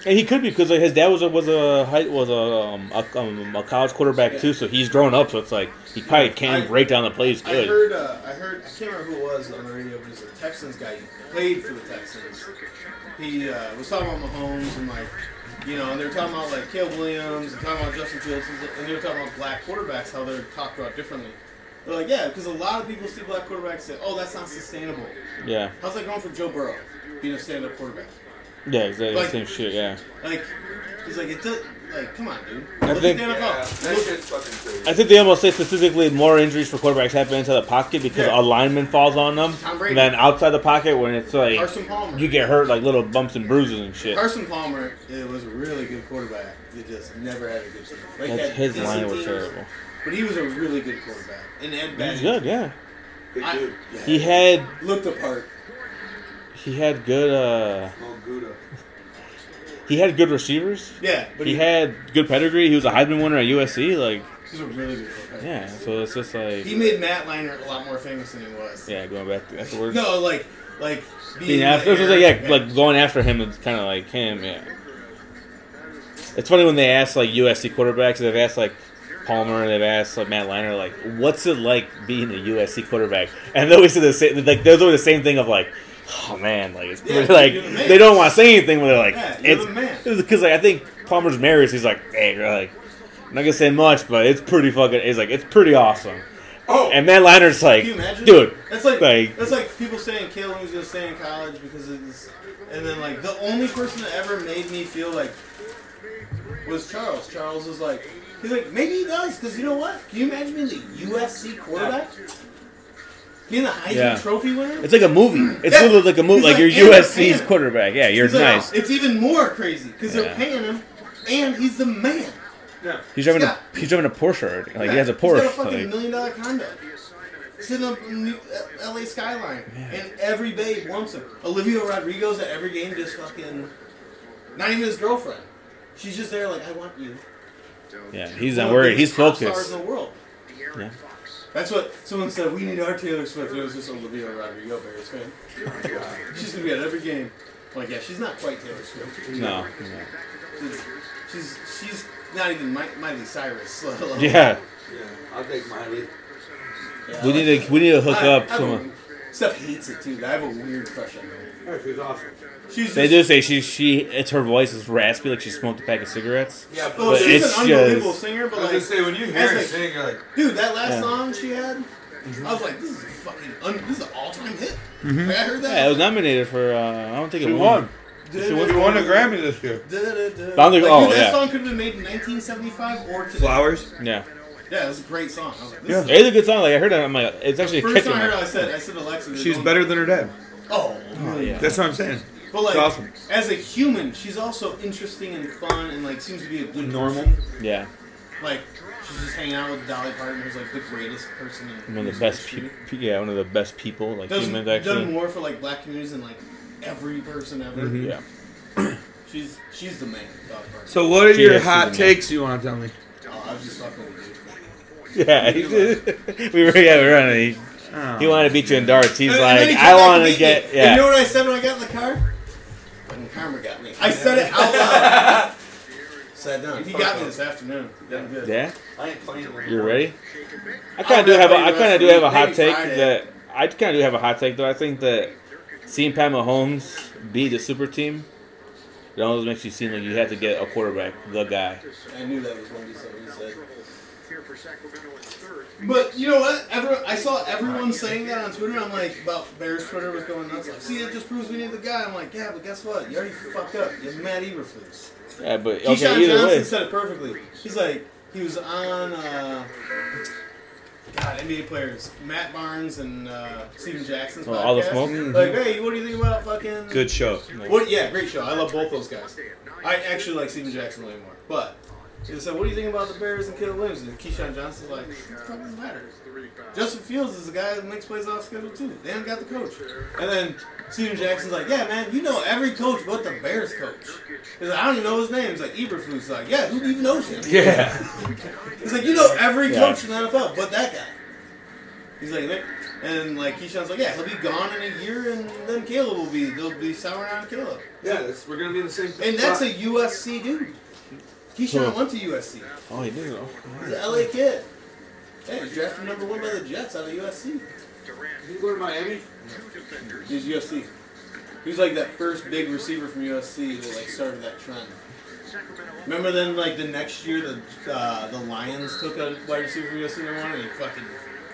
And he could be because like his dad was a was a high- was a um, a, um, a college quarterback too, so he's grown up. So it's like he probably can I- break down the plays I good. heard, uh, I heard, I can't remember who it was on the radio, but it was a Texans guy. He played for the Texans. He uh, was talking about Mahomes and like, you know, and they were talking about like Caleb Williams and talking about Justin Fields, and they were talking about black quarterbacks how they're talked about differently. They're like, yeah, because a lot of people see black quarterbacks say, oh, that's not sustainable. Yeah, How's that going for Joe Burrow being a stand-up quarterback? yeah, exactly Like- same shit. Yeah, Like, he's like, it does. Like, come on, dude. I Look think- at the Yeah, NFL. that Look- shit's fucking crazy. I think the MLSA specifically more injuries for quarterbacks happen inside the pocket because Yeah. a lineman falls on them Tom Brady. than outside the pocket when it's like Carson Palmer. you get hurt like little bumps and bruises and shit. Carson Palmer it was a really good quarterback. It just never had a good team. Like, That's, had his decent line was teams, terrible. But he was a really good quarterback. And Ed He Bad. was good, yeah. Big I- dude. yeah. He had looked apart. he had good uh Mo Gouda. he had good receivers. Yeah, but But he had good pedigree. He was a Heisman winner at USC. Like he was a really good quarterback. yeah, so it's just like He made Matt Leinart a lot more famous than he was. yeah, going back to that's the word. No, like, like Being the after, it was heir- like, yeah, like going after him is kind of like him. Yeah, it's funny when they ask like USC quarterbacks. They've asked like Palmer and they've asked like Matt Liner, like, what's it like being a USC quarterback? And they always say the same, like, they're always the same thing of like, oh man, like, it's Yeah, like you're the man. they don't want to say anything, but they're like, Yeah, you're the man. it's because like I think Palmer's married. So he's like, hey, you're like, I'm not gonna say much, but it's pretty fucking. It's like it's pretty awesome. oh, And Matt Liner's like, Can you imagine? dude, that's like, like- that's like people saying Caleb was gonna stay in college because of this, and then like the only person that ever made me feel like was Charles. Charles was like, he's like maybe he does because you know what? Can you imagine being the USC quarterback, being the Heisman Yeah. Trophy winner? It's like a movie. It's Yeah. literally like a movie. He's Like, like, you're "And I'm USC's paying." quarterback. Yeah, you're He's like, nice. "Oh, it's even more crazy because Yeah. they're paying him, and he's the man. Yeah. he's driving yeah. a he's driving a Porsche. already. Like he has a He's got a Porsche. fucking Like, million dollar condo. Sitting up in New- uh, LA skyline, and every babe wants him. Olivia Rodrigo's at every game, just fucking, not even his girlfriend. She's just there, like I want you. yeah, he's One not of the worried. He's biggest pop Stars focused. in the world. Yeah. That's what someone said. We need our Taylor Swift. It was just Olivia Rodrigo, Bears fan. she's gonna be at every game. I'm Like yeah, she's not quite Taylor Swift. No. She's she's not even Mi- Miley Cyrus. *laughs* let alone- Yeah, Yeah. I'll take Miley. Yeah, we like- need to we need to hook I- up. I have a- Someone. Steph hates it too. but I have a weird crush on her. Yeah, she's awesome. She's just, They do say she she it's her voice is raspy like she smoked a pack of cigarettes. Yeah, but, Oh, but she's it's an unbelievable just- singer, I but was like, gonna say when you as hear her like- sing, you're like, dude, that last Yeah. song she had, I was like, this is a fucking, un- this is an all-time hit. Like, I heard Mm-hmm. that. Yeah, it was nominated for uh, I don't think She it won. won. Da- She da- won, da- a da- Grammy this year. da- da- da- Bound to- Like, oh, dude, that yeah. song could have been made in 1975 or today. Flowers. Yeah, Yeah, it was a great song. I was like, this is it is a good song. Like I heard it, I'm like it's actually the a first kicking. time I heard it, Like, I said, I said Alexa. there's She's no- better than her dad. Oh, yeah. That's what I'm saying. But like, awesome. as a human, she's also interesting and fun, and like seems to be a good Normal. person. yeah, Like, she's just hanging out with Dolly Parton, who's like the greatest person. In one of the music best history. people. Yeah, one of the best people like Does humans done actually. more for like black communities than like every person ever. Mm-hmm. Yeah. She's she's the man. Dolly Parton. So what are She your is, she's hot amazing. takes you want to tell me? oh, I was just fucking with *laughs* you. Oh, Yeah, we were yeah *laughs* we were on a, He wanted to beat you in darts. He's And- and then like, he I came back want and to beat get me. And you know yeah. what I said when I got in the car? Fucking karma got me. I said it out loud. sat down. he got me this afternoon. Damn good. Yeah, I ain't playing with you're ready. I I'll kind of do have a I definitely kind of do wrestle have a hot maybe take Friday. that I kind of do have a hot take though. I think that seeing Pat Mahomes be the super team, it almost makes you seem like you have to get a quarterback, the guy. I knew that was going to be something you said. But you know what? Every, I saw everyone saying that on Twitter. I'm like, about Bears Twitter was going nuts. Like, see, that just proves we need the guy. I'm like, yeah, but guess what? You already fucked up. You have Matt Eberflus. Yeah, but okay, Keyshawn either Johnson way, said it perfectly. He's like, he was on, uh, God, NBA players, Matt Barnes and uh, Steven Jackson's Oh, podcast. All the Smoke? Like, hey, what do you think about fucking? Good show. What? Yeah, great show. I love both those guys. I actually like Steven Jackson way more. But he said, "What do you think about the Bears and Caleb Williams?" And Keyshawn Johnson's like, "What the fuck does it matter?" Justin Fields is the guy that makes plays off schedule too. They haven't got the coach. And then Steven Jackson's like, "Yeah, man, you know every coach but the Bears coach." He's like, "I don't even know his name." He's like, "Eberflus." Like, yeah, who even knows him? yeah, He's like, you know every Yeah. coach in the NFL, but that guy. He's like, "Nick," and like Keyshawn's like, yeah, he'll be gone in a year, and then Caleb will be. They'll be souring on Caleb, Yeah, that's, we're gonna be in the same. and that's a spot. USC dude. Keyshawn went to USC. oh he did. oh. He's an LA kid. Hey, he's drafted number one by the Jets out of USC. Did you go to Miami? He's USC. He was like that first big receiver from USC that like started that trend. Remember then, like the next year, the uh, the Lions took a wide receiver from USC number one, and he fucking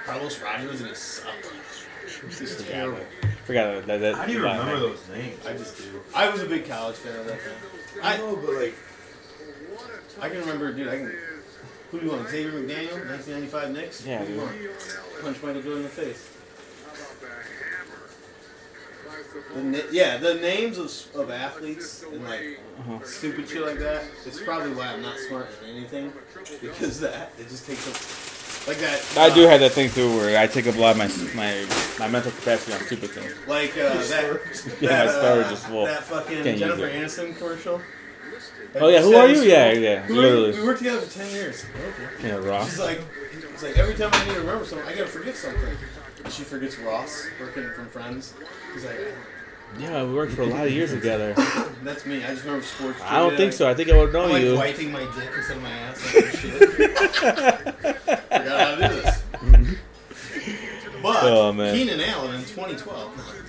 Carlos Rogers, and he sucked. This is terrible. Forgot that. that How do you about remember that. those names? I just do. I was a big college fan at that time. I I know, but like, I can remember, dude. I can. Who do you want? Xavier McDaniel, 1995 Knicks. Yeah, Who do you dude. want? Punch Michael Jordan in the face. The na- yeah, the names of, s- of athletes and like Uh-huh. stupid shit like that. It's probably why I'm not smart in anything because that it just takes up like that. I do uh, have that thing too where I take up a lot of my my, my mental capacity on stupid things. like uh, that. *laughs* Yeah, that, my storage uh, is full. That fucking Can't use Jennifer it. Aniston commercial. Oh yeah, who Said are in you? school- Yeah, yeah, Who are you? We literally. worked together for ten years. Okay. Yeah, raw. She's like, it's like every time I need to remember something, I gotta forget something. And she forgets Ross working from Friends. He's like, Yeah, we worked for a lot of years *laughs* together. that's me. I just remember sports. I don't trivia. think so. I think I would know I'm like you. wiping my dick instead of my ass. Like, *laughs* shit. Forgot how to do this. But Oh, man. Keenan Allen in 2012.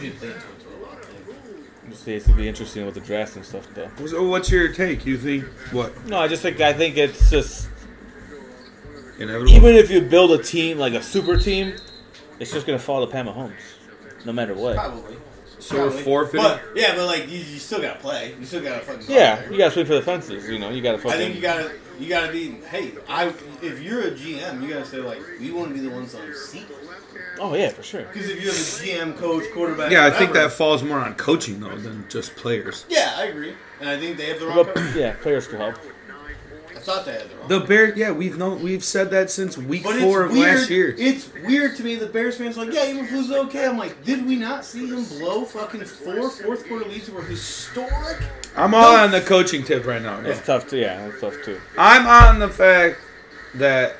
he did play in 2012. I think. Just see, It's gonna be interesting with the drafts and stuff, though. So what's your take? You think what? No, I just think I think it's just Inevitable. even if you build a team like a super team, it's just gonna fall to Pat Mahomes, no matter what. Probably. so we're Probably. forfeiting. But yeah, but like you, you still gotta play. You still gotta fucking. go out Yeah, there. you gotta swing for the fences. You know, you gotta fucking. I think you gotta you gotta be hey I if you're a GM you gotta say like we want to be the ones on seat Oh yeah, for sure. because if you have a GM coach quarterback yeah, I think that whatever- falls more on coaching though than just players. yeah I agree and I think they have the wrong But, coach yeah, players could help. I thought they had the wrong The Bears, yeah, we've known, we've said that since week but it's four weird of last year. it's weird to me the Bears fans are like yeah even Flus okay I'm like did we not see him blow fucking four fourth quarter leads that were historic I'm all on the coaching tip right now. It's tough too. Yeah, it's tough too. I'm on the fact that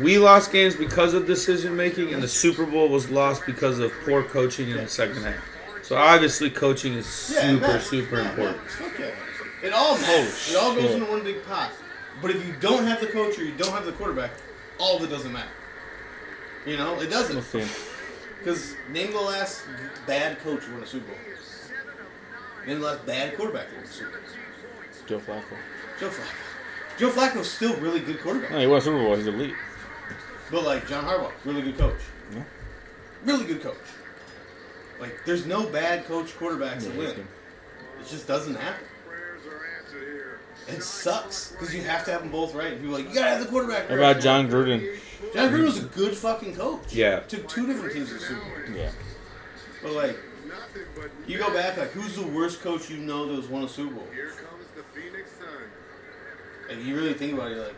we lost games because of decision making, and the Super Bowl was lost because of poor coaching in the second half. So obviously, coaching is yeah and super, that- super yeah, important. that- fuck yeah. it all matters. it all goes shit. into one big pot but if you don't have the coach or you don't have the quarterback all of it doesn't matter you know it doesn't We'll see. Because name the last bad coach who won a Super Bowl. Name the last bad quarterback who won a Super Bowl. Joe Flacco. Joe Flacco. Joe Flacco's still really good No, quarterback. he won a Super Bowl. He's elite. But like John Harbaugh, really good coach. Yeah. Really good coach. Like there's no bad coach quarterbacks Yeah, that he's win. good. It just doesn't happen. It sucks because you have to have them both right. And people are like you gotta have the quarterback. What Right. about John Gruden? John Gruden was a good fucking coach. Yeah. Took two different teams to the Super Bowl. Yeah. But like, you go back, like, who's the worst coach you know that has won a Super Bowl? Like, you really think about it, you're like,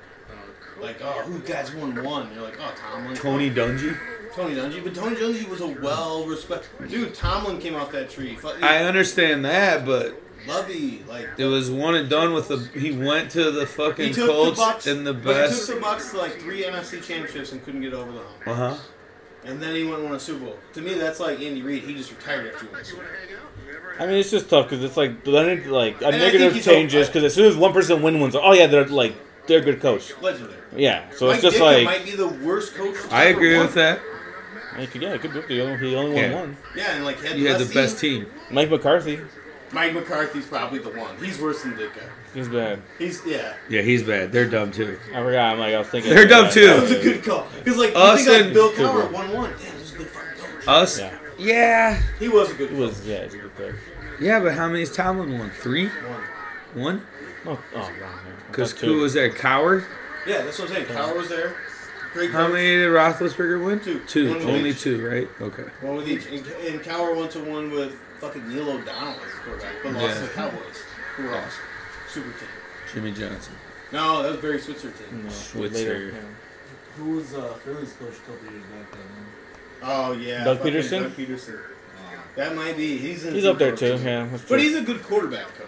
like, oh, who guys won one? You're like, oh, Tomlin, Tony Dungy. Tony Dungy, but Tony Dungy was a well-respected dude. Tomlin came off that tree. Fuck, I understand that, but Lovey, like, it was one and done with the. He went to the he fucking took Colts the Bucks and the but best. He took the Bucks to like three NFC championships and couldn't get over the hump. Uh huh. And then he went and won a Super Bowl. To me, that's like Andy Reid. He just retired after he won a Super Bowl. I mean, it's just tough because it's like then like a I think negative he's changes all- because as soon as one person wins one's oh yeah, they're like they're a good coach. Legendary. Yeah, so Mike it's just like Ditka might be the worst coach. that's I ever agree won. with that. He could- yeah, it could be the only, the only Yeah. one won. Yeah, and like he had You had the best team. team. Mike McCarthy, Mike McCarthy's probably the one. He's worse than Ditka. he's bad. He's yeah. Yeah, he's bad. They're dumb too. I forgot. I'm like I was thinking They're dumb, uh, too. That was a good call. Because like you Us think like and- Bill Good Cowher one. won one. Damn, he's a good fucking coach. Us. Yeah. Yeah. He was a It good coach. was yeah, it's a good coach. Yeah, but how many's Tomlin won? Three. One. One. No, oh wrong. Because who was there? Cowher. Yeah, that's what I'm saying. Cowher was there. Great How coach. many did Roethlisberger win? Two. Two. One with Only each. two, right? Okay. One with each, and, and Cowher went to one with fucking Neil O'Donnell as the quarterback, but lost Yeah. to the Cowboys, who were awesome, super team. Jimmy Johnson. No, that was Barry Switzer team. Later. Switzer. Who was uh, Philly's coach a couple years back then? Oh yeah, Doug fucking Peterson? Doug Peterson. That might be. He's in He's up there too. Yeah, that's true. But he's a good quarterback coach.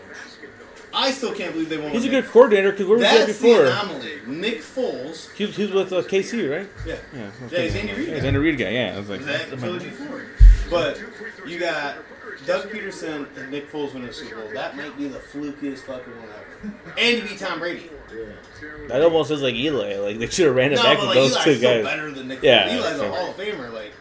I still can't believe they won. He's a with good Nick- coordinator because where was he at That's the before? anomaly. Nick Foles. He was, he was with uh, KC, right? Yeah. Yeah, I was Yeah, he's thinking- Andy Reid Yeah, he's guy. Andy Reid guy. Yeah, I was like, Is that Philly before? But you got Doug Peterson and Nick Foles winning the Super Bowl. That might be the flukiest fucking one ever. And you beat Tom Brady. that almost is like Eli. Like they should have ran it No, back but with like those Eli's two still guys. better than Nick. Yeah, Foles. Eli's so- a Hall of Famer. Like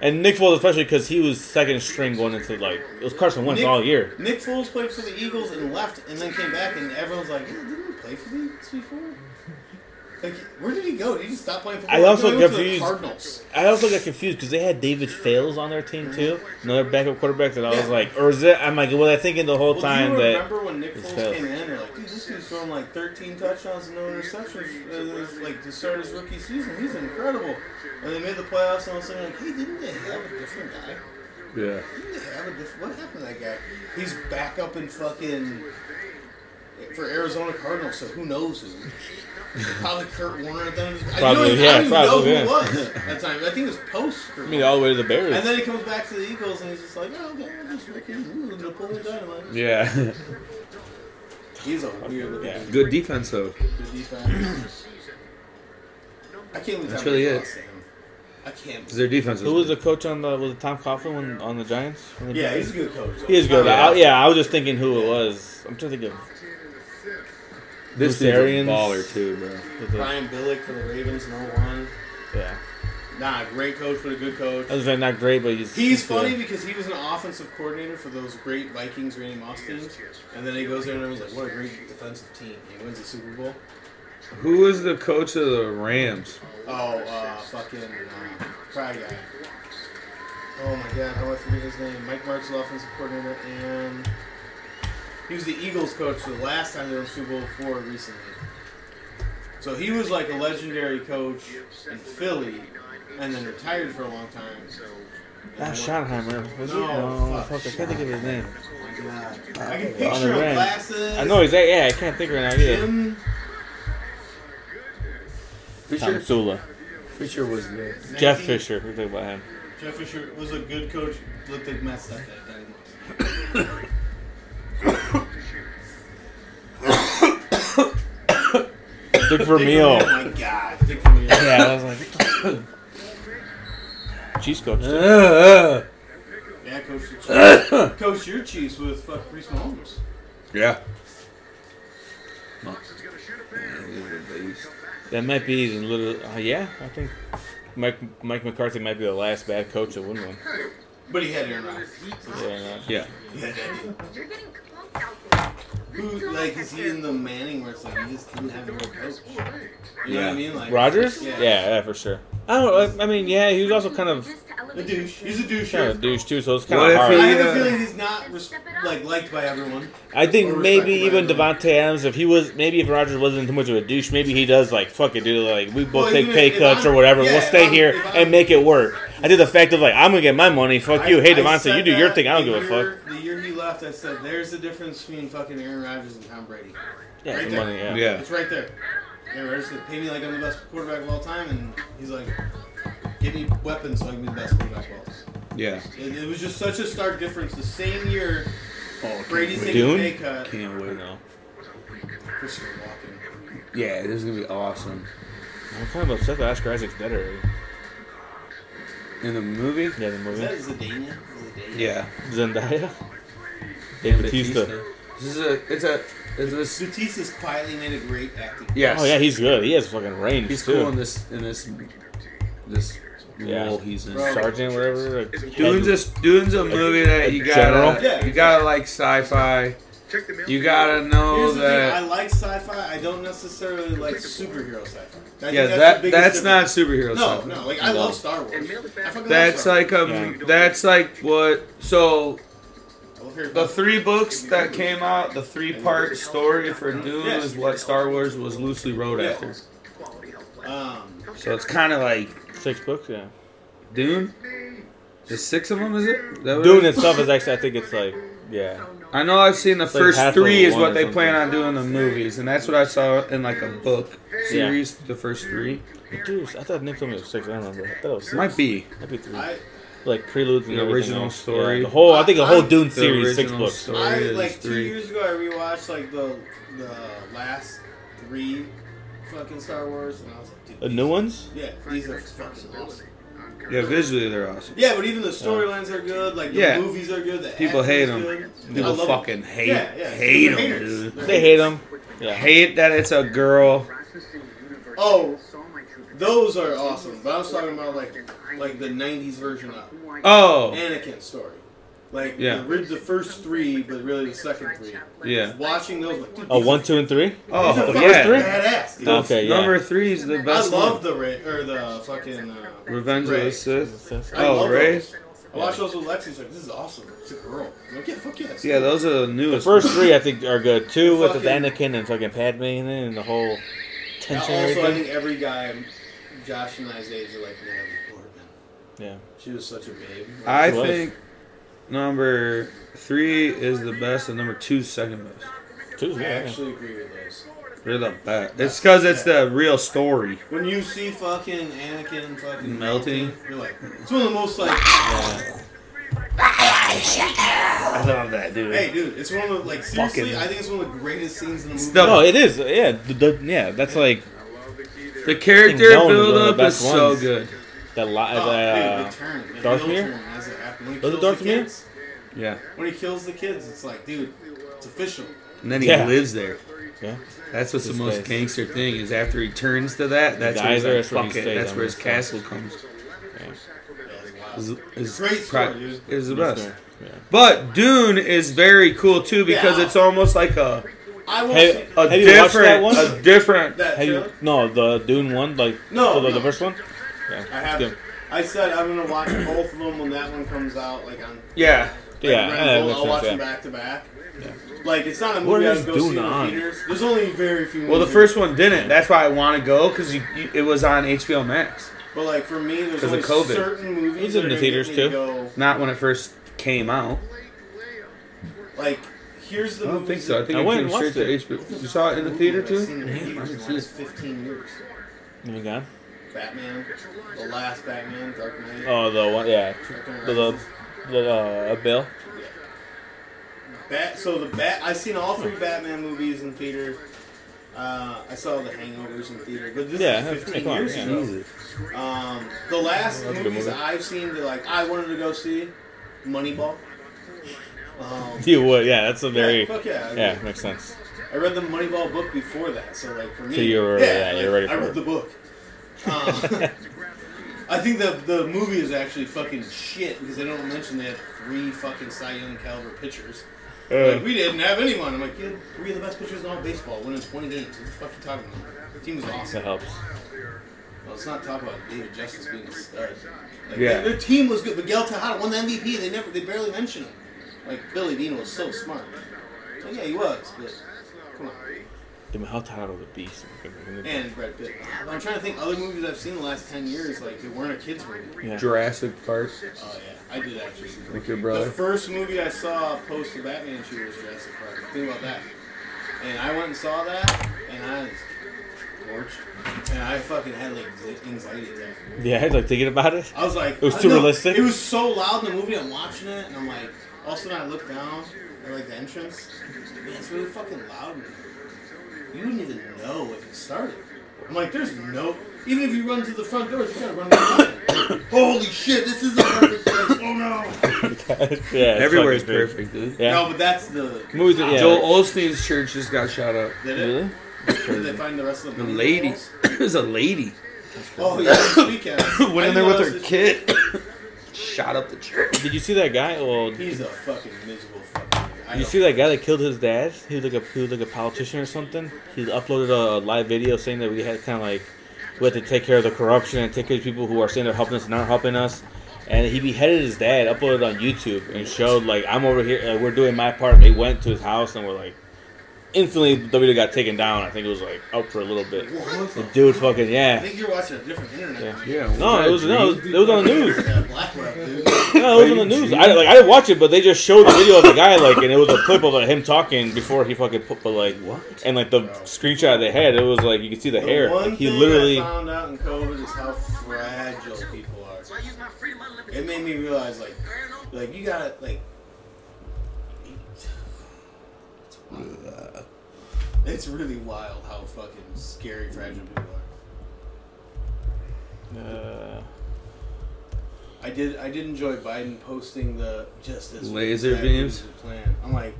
And Nick Foles, especially because he was second string going into like it was Carson Wentz Nick- all year. Nick Foles played for the Eagles and left, and then came back, and everyone's like, yeah, "Didn't he play for the Eagles before?" Like, where did he go? Did he just stop playing football? I also He went to the confused- Cardinals. I also got confused because they had David Fales on their team too, another backup quarterback that I was Yeah. like, or is it? I'm like, was I thinking the whole Well, time do you that? remember when Nick it's Foles failed. came in? They're like, dude, this dude's throwing like 13 touchdowns and no interceptions. uh, this- like to start his rookie season, he's incredible. And they made the playoffs, and all of a sudden, like, hey, didn't they have a different guy? Yeah. Didn't they have a different? What happened to that guy? He's back up in fucking for Arizona Cardinals. So who knows who? *laughs* Probably Kurt Warner. at the end of his- I Probably, don't even- yeah, I don't even know probably, who yeah. it was *laughs* at that time. I think it was post. Kurt I mean, all the way to the Bears. and then he comes back to the Eagles and he's just like, oh, okay, I'm just fucking ooh, Napoleon Dynamite. Yeah. *laughs* He's a weird looking Yeah. Good defense though. good defense. I can't believe That's how really many it. lost to him. I can't. Cause their defense. Who was the coach on the? Was it Tom Coughlin when- on the Giants? On the Yeah, Giants? he's a good coach. he is good. Yeah. I, yeah, I was just thinking who it was. I'm trying to think of This dude's a Arians? baller too, bro. Brian Billick for the Ravens in 01. yeah. Nah, great coach, but a good coach. I was like not great, but he's He's good. funny because he was an offensive coordinator for those great Vikings Randy Moss teams, and then he goes there and everyone's like, "What a great defensive team!" He wins the Super Bowl. Who was the coach of the *laughs* Rams? Oh, uh, fucking uh, Cry Guy. Oh my god, how do I forget his name? Mike Martz, offensive coordinator, and he was the Eagles coach the last time they were in Super Bowl four recently. So he was like a legendary coach in Philly, and then retired for a long time. Not Ah, Schottenheimer. Was it? No, No, fuck. fuck, I can't think of his name. I can on picture the him Rams. glasses. I know exactly. Yeah, I can't think right now either. Jim. Tom Sula. Fisher was the. Jeff Fisher. We think about him. Jeff Fisher was a good coach. Looked like Matt Stafford. That he Dick was. Vermeil. Oh my god, Dick *laughs* Vermeil. Yeah, I was like, *coughs* Chiefs coach. too. Yeah, coach the Chiefs. *coughs* coach your Chiefs with fuck Reese Mahomes. Yeah. That might be even a little. Uh, yeah, I think Mike Mike McCarthy might be the last bad coach that wouldn't win. But he had Aaron *laughs* Rodgers. Yeah, Yeah. He had that dude. You're getting clumped out there. Who like is he in the Manning where it's like he just didn't have a real coach? You know what I Yeah. mean? Like Rogers? Yeah. Yeah. yeah, for sure. I don't. I, I mean, yeah, he was also kind of Just to A elevate douche. He's a douche. kind of a sure. douche too, so it's kind What of if hard. I he- have Yeah. a feeling he's not res- like liked by everyone. I think Or maybe respect even Rogers. Devonte Adams, if he was, maybe if Rogers wasn't too much of a douche, maybe he does like fuck it, dude. Like we both Well, take even pay if- if cuts I'm- or whatever. yeah, we'll if stay I'm- here if I'm- and make it work. I did the fact of like I'm gonna get my money. Fuck you. Hey I- I Devonte, you said do your that thing. I don't the give a year- fuck. The year he left, I said, "There's the difference between fucking Aaron Rodgers and Tom Brady. Yeah, Right the there. money. Yeah. Yeah. It's right there. Aaron Rodgers said, pay me like I'm the best quarterback of all time,' and he's like, give me weapons so I can be the best quarterback of all time.'" Yeah. It, it was just such a stark difference. The same year Brady's taking Dune? a pay cut, Can't I wait. know. Christopher Walken. Yeah, this is gonna be awesome. I'm kind of upset that Oscar Isaac's dead already. In the movie? Yeah, the Is movie. that Zidane? Zidane? Yeah. Zendaya. Dave Batista. This is a. It's a. It's a. s- Batista's quietly made a great acting. Yes. Oh yeah, he's good. He has fucking range He's too. cool in this. In this. This Yeah. role he's in. Bro. Sergeant, whatever. Like, Dune's a Dune's a movie that you gotta general? you gotta like sci-fi. You gotta know Here's the thing. I that. like sci-fi. I don't necessarily like superhero sci-fi. I think Yeah, that's that the that's biggest not difference. superhero No, sci-fi. no. Like I No. love Star Wars. I fucking That's love like um. Yeah. That's like what. So Star Wars. I love Harry the Potter. three books that came out, the three-part story for Dune Yeah. is what Star Wars was loosely wrote Yeah. after. Um, So it's kind of like six books. Yeah. Dune. There's six of them, is it? Is that what it Dune is? itself is actually. I think it's like yeah. I know I've seen the like first half of three is one what or they something. plan on doing in the movies, and that's what I saw in like a book series. The first three Dude, I thought Nick told me it was six. I don't remember. I thought it was six. might be Might be three. I like preludes and The everything original else. story. Yeah, the whole I think the whole I- Dune the series, six original books. story. I is like two three. years ago I rewatched like the the last three fucking Star Wars, and I was like, dude, The new ones? yeah, these are fucking awesome. yeah, visually they're awesome. Yeah, but even the storylines are good. Like the Yeah. movies are good. The People acting hate is them. good. I People love fucking it. hate Yeah, yeah. hate They're them, haters. dude. They're They haters. hate them. Yeah. Hate that it's a girl. Oh, those are awesome. But I was talking about like like the '90s version of Oh, Anakin's story. Like Yeah. the, rid- the first three, but really the second three. Yeah. Watching those, like, dude, Oh, these one, are two, and three. Oh, fucking yeah. three? badass, dude. Okay, yeah. Number three is the I best love one. the Ra- or the fucking uh, Revenge of Ray. the Sith. I Oh, love Ray? those. I watched those with Lexi's like, this is awesome. It's a girl. I'm like, yeah, fuck yeah. it's Yeah, cool." those are the newest. First three, I think, are good. Two with the Fucking- Anakin and fucking Padme in it and the whole And tension. and also, I everything. think every guy, Josh and I's age, are like Natalie Portman. Yeah. She was such a babe. I It was. think number three is the best, and number two is second best. Two's I good, yeah. actually agree with those. They're the best. It's because it's the real story. When you see fucking Anakin fucking Melting. you're like, it's one of the most like, I love that, dude. hey dude, it's one of the like seriously, Fucking- I think it's one of the greatest scenes in the movie. the- No, Oh, it is. Yeah, the, the, yeah. That's like The character Dylan was one of the build up is best so ones. good. the li- Oh, uh, dude, the turn, the Darth heel Vader? turn as it happened. When he Was it kills the Darth Vader? kids- Yeah. When he kills the kids, it's like, dude, it's official. And then he Yeah. lives there. Yeah. That's what's His the most face. gangster thing is after he turns to that. That's where dies he's there, like, that's where he fuck it. stays, That's I'm where his just castle comes. Is, is Great story, pro- dude. is the that's best. fair. Yeah. But Dune is very cool too because Yeah. it's almost like a I won't Hey, uh, a say Have you watched that different one? a different. that. Have you, trailer. no, the Dune one, like No, the, the- no. the first one. Yeah, I it's have. good. I said I'm gonna watch both of them when that one comes out. Like on. Yeah. Like Yeah, Red yeah, that Bull, makes I'll watch sense, them yeah. back to back. Like it's not a What movie I is go see in the Dune theaters. There's only very few. Well, the movies. first one didn't. That's why I want to go because you, you, it was on HBO Max. But like for me, there's 'Cause only of COVID. certain movies. He's in that the are gonna theaters, get me to too. Go, Not when it first came out. like here's the. I don't think movies so. I that- think I it went came and watched straight to HBO. You saw it in the theater I've seen too. in theaters in the last 15 years. Oh my God. Batman, the last Batman, Dark Knight. Oh, the one, yeah, Dark Knight the the, Rises. the uh, Bill. Bat. So the Bat. I've seen all three Batman movies in theater. Uh, I saw the Hangovers in theater, but this Yeah, is that's 15 come on, years yeah. ago. Um, the last That's a good movies movie. I've seen that like I wanted to go see, Moneyball. Um, You would, yeah. That's a yeah, very, fuck yeah. I mean, yeah, makes sense. I read the Moneyball book before that, so like for me, So you were- yeah, like, you're ready I for read it. *laughs* the book. Um, *laughs* I think the the movie is actually fucking shit because they don't mention they had three fucking Cy Young caliber pitchers. Like, we didn't have anyone. I'm like, you had three of the best pitchers in all baseball, winning 20 games. What the fuck you talking about? The team was awesome. That helps. Well, let's not talk about David Justice being a stud. Like, Yeah. their, their team was good, but Gel Tejada won the MVP. and They never, they barely mention him. Like Billy Dean was so smart. Like, yeah, he was, but come on. Dude, how tired of the beast? Yeah. And Brad Pitt. Ah, I'm trying to think other movies I've seen the last 10 years. Like they weren't a kids movie. Jurassic Park, Oh yeah, I did actually. like your The brother. first movie I saw post the Batman shoot was Jurassic Park. Think about that. And I went and saw that, and I was torched. And I fucking had like anxiety attack. Yeah, *laughs* I was like thinking about it. I was like, It was I- too realistic? It was so loud in the movie. I'm watching it, and I'm like, all of a sudden I look down at like the entrance. Man, it's really fucking loud. in here. You wouldn't even know if it started. I'm like, there's no. Even if you run to the front doors, you gotta run. to the front. *coughs* Holy shit! This is a perfect place. Oh yeah, no. it's Everywhere is fucking big. perfect, dude. Yeah. No, but that's the. Movies, that- yeah. Joel Olstein's church just got shot up. Did it? Really? Did they find the rest of The the money lady, *coughs* balls? it was a lady, Oh yeah, this weekend. *laughs* went I in there with her noticed- kid, *coughs* shot up the church. oh, Did you see that guy? Well, did He's a fucking miserable fucking. Guy. I you don't- see that guy that killed his dad? He was like a he was like a politician or something. He uploaded a live video saying that we had kind of like we had to take care of the corruption and take care of people who are saying they're helping us and aren't helping us. And he beheaded his dad, uploaded on YouTube, and showed like I'm over here, like, we're doing my part. They went to his house and were like, instantly the video got taken down. I think it was like up for a little bit. What? The dude fucking I yeah. think you're watching a different internet. Yeah. Yeah. No, that it was a no, it dream? was, it was on the news. Yeah, Black Rock, dude. *laughs* No, it was on the news. I like I didn't watch it, but they just showed the video of the guy like, and it was a clip of like, him talking before he fucking put, but like, what? And like the screenshot they had, it was like you could see the, hair. One Like, he thing literally, I found out in COVID is how fragile people are. It made me realize, like, like you gotta like. It's wild. It's really wild how fucking scary fragile people are. uh, I did. I did enjoy Biden posting the just as Laser exactly beams? as the plan. I'm like,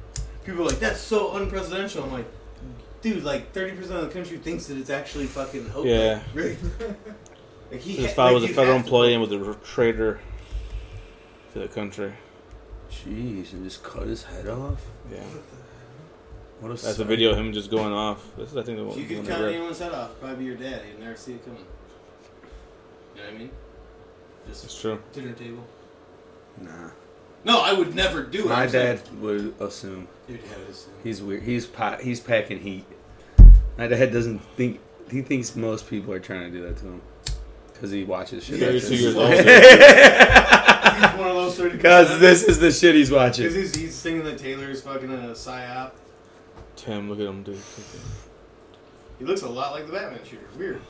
people are like, that's so unpresidential. I'm like, dude, like 30 percent of the country thinks that it's actually fucking hope. *laughs* Yeah. Like, he his ha- father was like, a you federal have to- employee and was a traitor to the country. Jeez, and just cut his head off. Yeah. What a That's a video of him just going off. This is, I think, the If one. you could one cut that ripped. anyone's head off, it'd probably be your dad. You'd never see it coming. You know what I mean? Just It's true. Dinner table. Nah, no, I would never do it. my I'm saying- dad would assume Your dad is. he's weird. He's pa- he's packing heat. My dad doesn't think he thinks most people are trying to do that to him because he watches shit. like 32 this. years *laughs* old. He's one of those thirty. Because this is the shit he's Because watching. he's, he's singing that Taylor's fucking a psyop. Tim, look at him, dude. He looks a lot like the Batman shooter. Weird.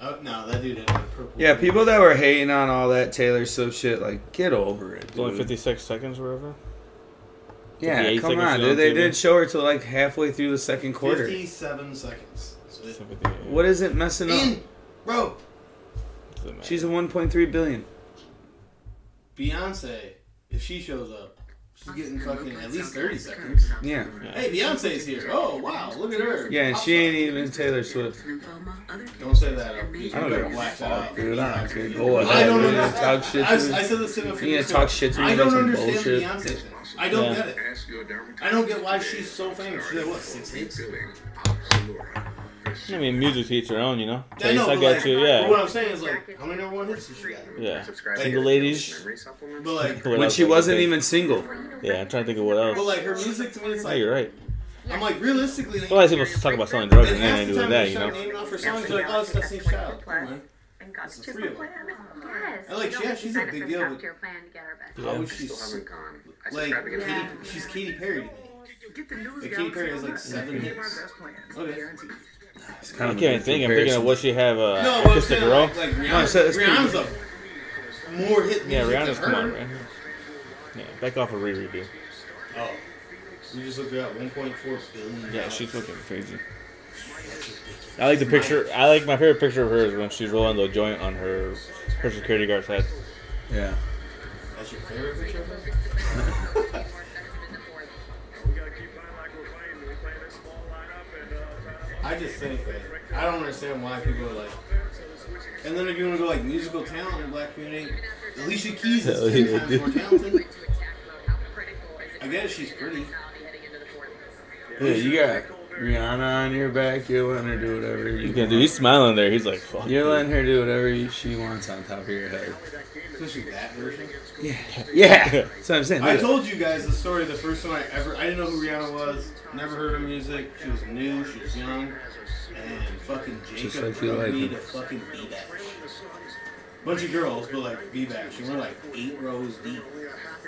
Oh no, that dude had a purple. Yeah, people that were hating on all that Taylor Swift shit, like get over it. It's only dude. 56 seconds or whatever. Yeah, 58 come seconds on, on dude. They TV. did show her till like halfway through the second quarter. Fifty-seven seconds. So it- 58. What is it messing up? In, bro. Doesn't matter. She's a 1.3 billion. Beyonce, if she shows up, she's getting fucking at least thirty seconds. Yeah, Hey, Beyonce's here. Oh wow, look at her. yeah, and Pop she ain't star. even Taylor Swift. Don't say that. I I don't give a fuck, dude. I don't give a I fuck. don't You're gonna understand. Talk shit I, I to me. said this to him a few You gonna weeks talk ago. shit to me I about don't some understand bullshit? the Beyonce thing. I don't Yeah. get it. I don't get why she's so famous. She's like, what, six hits? I mean, music to each their own, you know? I Taste, know, I but got like, you, but what yeah. I'm saying is like, how many number one hits does she got? Yeah. Subscribe Single ladies. But *laughs* like, What When else she I can wasn't think? even single. Yeah, I'm trying to think of what but else. like her music to me, it's Yeah, like, Oh, you're right. I'm like realistically, A lot of people talk about selling drugs and and they half ain't the doing time that, they you start know? naming off her songs, you're like, oh, it's Destiny's Child. Come on. And got It's the three of them. Yes. I like- yeah, she's a big deal, but- Your plan to get her back. How Yeah. is she? so- Like, Like, Katy, she's Katy Perry to me. Like, Katy Perry has like seven hits. Okay. *laughs* It's I kind can't even think. I'm thinking of what she have, uh, No, what I'm Kiss the saying, Girl. like, like Rihanna, No, I said it's Rihanna's a more hit music Yeah, Rihanna's, than come her. on, man. Yeah, back off of Riri, dude. Oh. You just looked her up, 1.4 billion. Yeah, she's looking crazy. I like the picture. I like my favorite picture of her is when she's rolling the joint on her her security guard's head. Yeah. That's your favorite picture of her? I just think that I don't understand why people are like. And then if you want to go like musical talent in the black community, Alicia Keys Hell is yeah, ten times dude. more talented. I guess she's pretty. Yeah, you got Rihanna on your back. You're letting her do whatever you You can want. do. He's smiling there. He's like, "Fuck." You're dude. letting her do whatever she wants on top of your head. Especially that version. *laughs* Yeah, that's what I'm saying. I Look at- told you guys the story the first time I ever. I didn't know who Rihanna was. Never heard her music. She was new. She was young. And fucking Just Jacob like you drugged like me her. to fucking be back. Bunch of girls, but like be back. And we're like eight rows deep.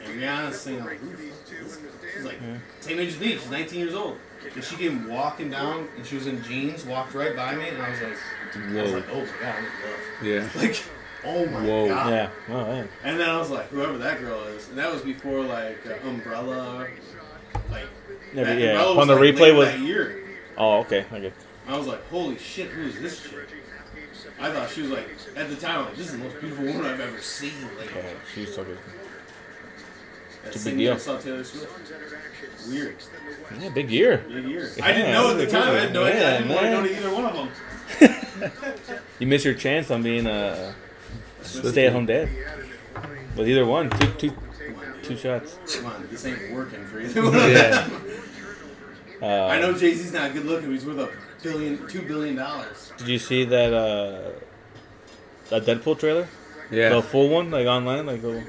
And Rihanna's singing like, who the fuck is this? she's like same age as me. She's 19 years old. And she came walking down, and she was in jeans. Walked right by me, and I was like, I was Whoa. like, oh my god, I'm in Yeah. love. Like, oh my Whoa. god. Yeah. Oh, yeah. And then I was like, whoever that girl is, and that was before like uh, Umbrella, like Yeah, but that yeah, Umbrella upon the like, replay later was- that year. Oh, okay. Okay. I was like, holy shit, who is this chick? I thought she was like, at the time, like this is the most beautiful woman I've ever seen. Like Yeah, she's so good. that it's a same big year I deal. saw Taylor Swift. Weird, Yeah, big year. big year. Yeah, I didn't know at the that's time. I a had good no one. idea. I didn't Yeah, want to go man. to either one of them. You miss your chance on being uh, a stay-at-home dad. With either one, two, two, two shots. Come on, this ain't working for either one of Yeah. them. Uh, I know Jay Z's not good looking. but He's worth a billion, two billion dollars. Did you see that uh, that Deadpool trailer? The Yeah. full one, like online, like the,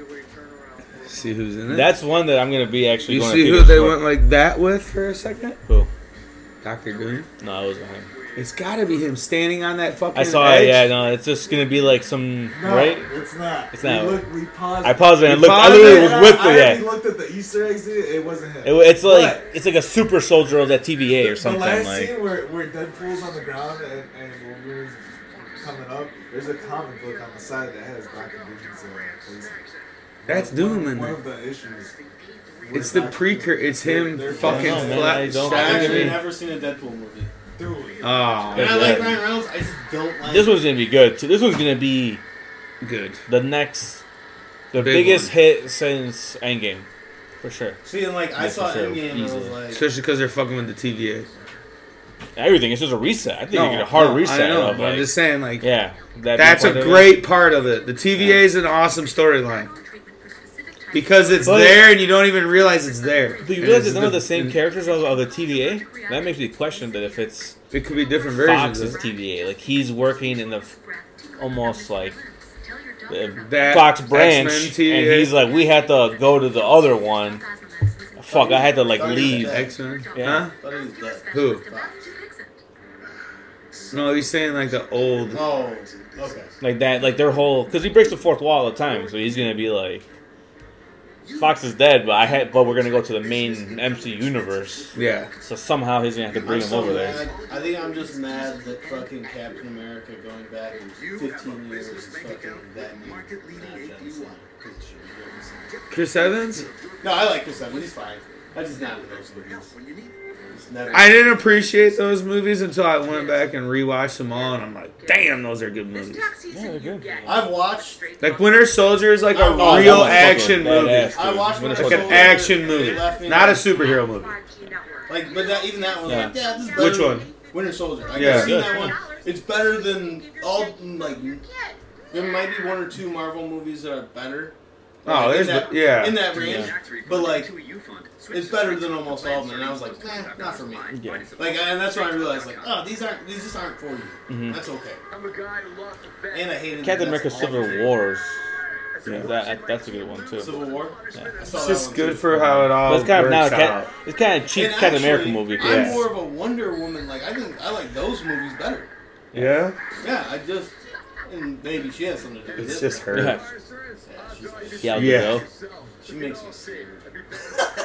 See who's in it. that's one that I'm gonna be actually. you going see to who theaters they for. went like that with for a second? Who? Doctor Doom. No, it wasn't him. It's got to be him standing on that fucking. I saw edge. it. Yeah, no, it's just gonna be like some No, right. It's not. It's not. We, looked, we paused. I paused it and You looked. I paused literally it? was with I the already yeah. looked at the Easter eggs. Dude. It wasn't him. It, it's like But- it's like a super soldier of that TVA or something. The last Like scene where, where Deadpool's on the ground and, and Wolverine's coming up, there's a comic book on the side that has Doctor Doom's uh, face. That's One- Doom in One there. of the issues. where It's the Doctor precursor. Doom- It's him They're- they're fucking I don't know, man. I flat. don't- I've I actually mean- never seen a Deadpool movie. Dude, And Oh, I like Yeah. Ryan Reynolds. I just don't like. this one's gonna be good. Too. This one's gonna be good. the next, the Big biggest one. hit since Endgame, for sure. See, and like I Yeah, saw for sure. Endgame, and I Easily. was like, Especially because they're fucking with the TVA. Everything. It's just a reset. I think you get a hard no, reset. I know. Of, but like, I'm just saying, like, yeah, that'd be that's part a of it. great part of it. The TVA is an awesome storyline. Because it's But- there and you don't even realize it's there. Do you And realize it's it's none of the- the same characters of, of the TVA? That makes me question that if it's It could be different versions. Fox's Of, TVA, like he's working in the f- almost like the That- Fox branch, X-Men and TVA. he's like, we had to go to the other one. Fuck, I had to like Sorry, leave. that- X Men. Yeah. Huh? Thought he was dead. Who? Who? No, he's saying like the old. Oh, okay. like that, like their whole because he breaks the fourth wall all the time, so he's gonna be like, Fox is dead, but I had, but we're gonna go to the main MC universe, Yeah. so somehow he's gonna have to I'm bring him so over there. mad. I think I'm just mad that fucking Captain America going back 15 years is fucking that new. not John Cena. Chris Evans. No, I like Chris Evans. He's fine. I just not with those movies. It's never. I didn't appreciate those movies until I went back and rewatched them all, and I'm like, damn, those are good movies. Yeah, they're good. I've watched. Like Winter Soldier is like a Oh, that Oh, real that motherfucker action badass, movie. dude. I watched Winter Winter Like Soldier. an action movie, not a superhero movie. Like, but that, even that one. Like, Yeah. yeah, this is better Which than one? Winter Soldier. Like, Yeah. I've seen that one. It's better than all like. There might be one or two Marvel movies that are better. Oh, like, there's in that, the- yeah. In that range, but like. It's better than almost all of them. And I was like, nah, not for me. Yeah. Like, and that's when I realized, like, oh, these aren't, these just aren't for you. Mm-hmm. That's okay. And I hated Captain that's America: all- Civil Wars. Yeah, that, that's a good one too. Civil War. I saw It's that just one, good too. for how it all But it's kind of works not a out. cat, it's kind of cheap And Captain America actually, movie. I'm yeah. more of a Wonder Woman. Like, I think I like those movies better. Yeah, Yeah, I just, and maybe she has something to do with it's it. just her. Yeah, Yeah, she's- yeah, Yeah. yeah. she makes me sick. *laughs*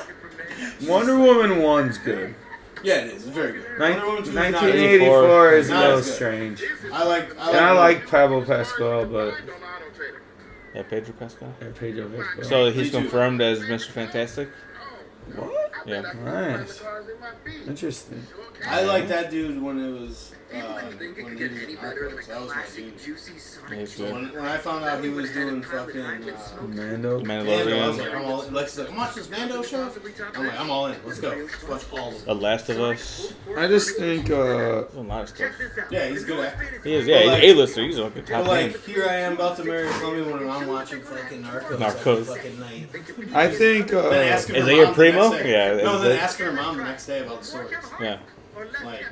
Wonder Woman one's good. Yeah, it is. It's very good. Nin- Wonder Woman 2 is not good. 1984 is Not no as good. strange. I like, I like, And I like Pablo Pascal, but yeah, Pedro Pascal. or Pedro Pascal. So he's Me too. confirmed as Mr. Fantastic. what? Yeah, Nice. Interesting. I like that dude when it was, uh, when he was in Narcos. That was my dude. yeah, he's So good. when, when I found out he was doing fucking, uh, Mando. Mando, I Mandalorian, was like, I'm all in. Lexi's like, I'm watching this Mando show. I'm like, I'm all in. Let's go. Let's watch all of The them. Last of Us. I just think uh, There's a lot of stuff. Yeah, he's a good actor. He is, yeah, he's But like- A-lister. He's like a But top ten. like, here I am about to marry Chloe when I'm watching fucking Narcos. every Narcos. Fucking night. I think Then uh, asking Is her that your mom the primo? next day. Yeah, No, is then that- asking her mom the next day about the swords. Yeah, Like,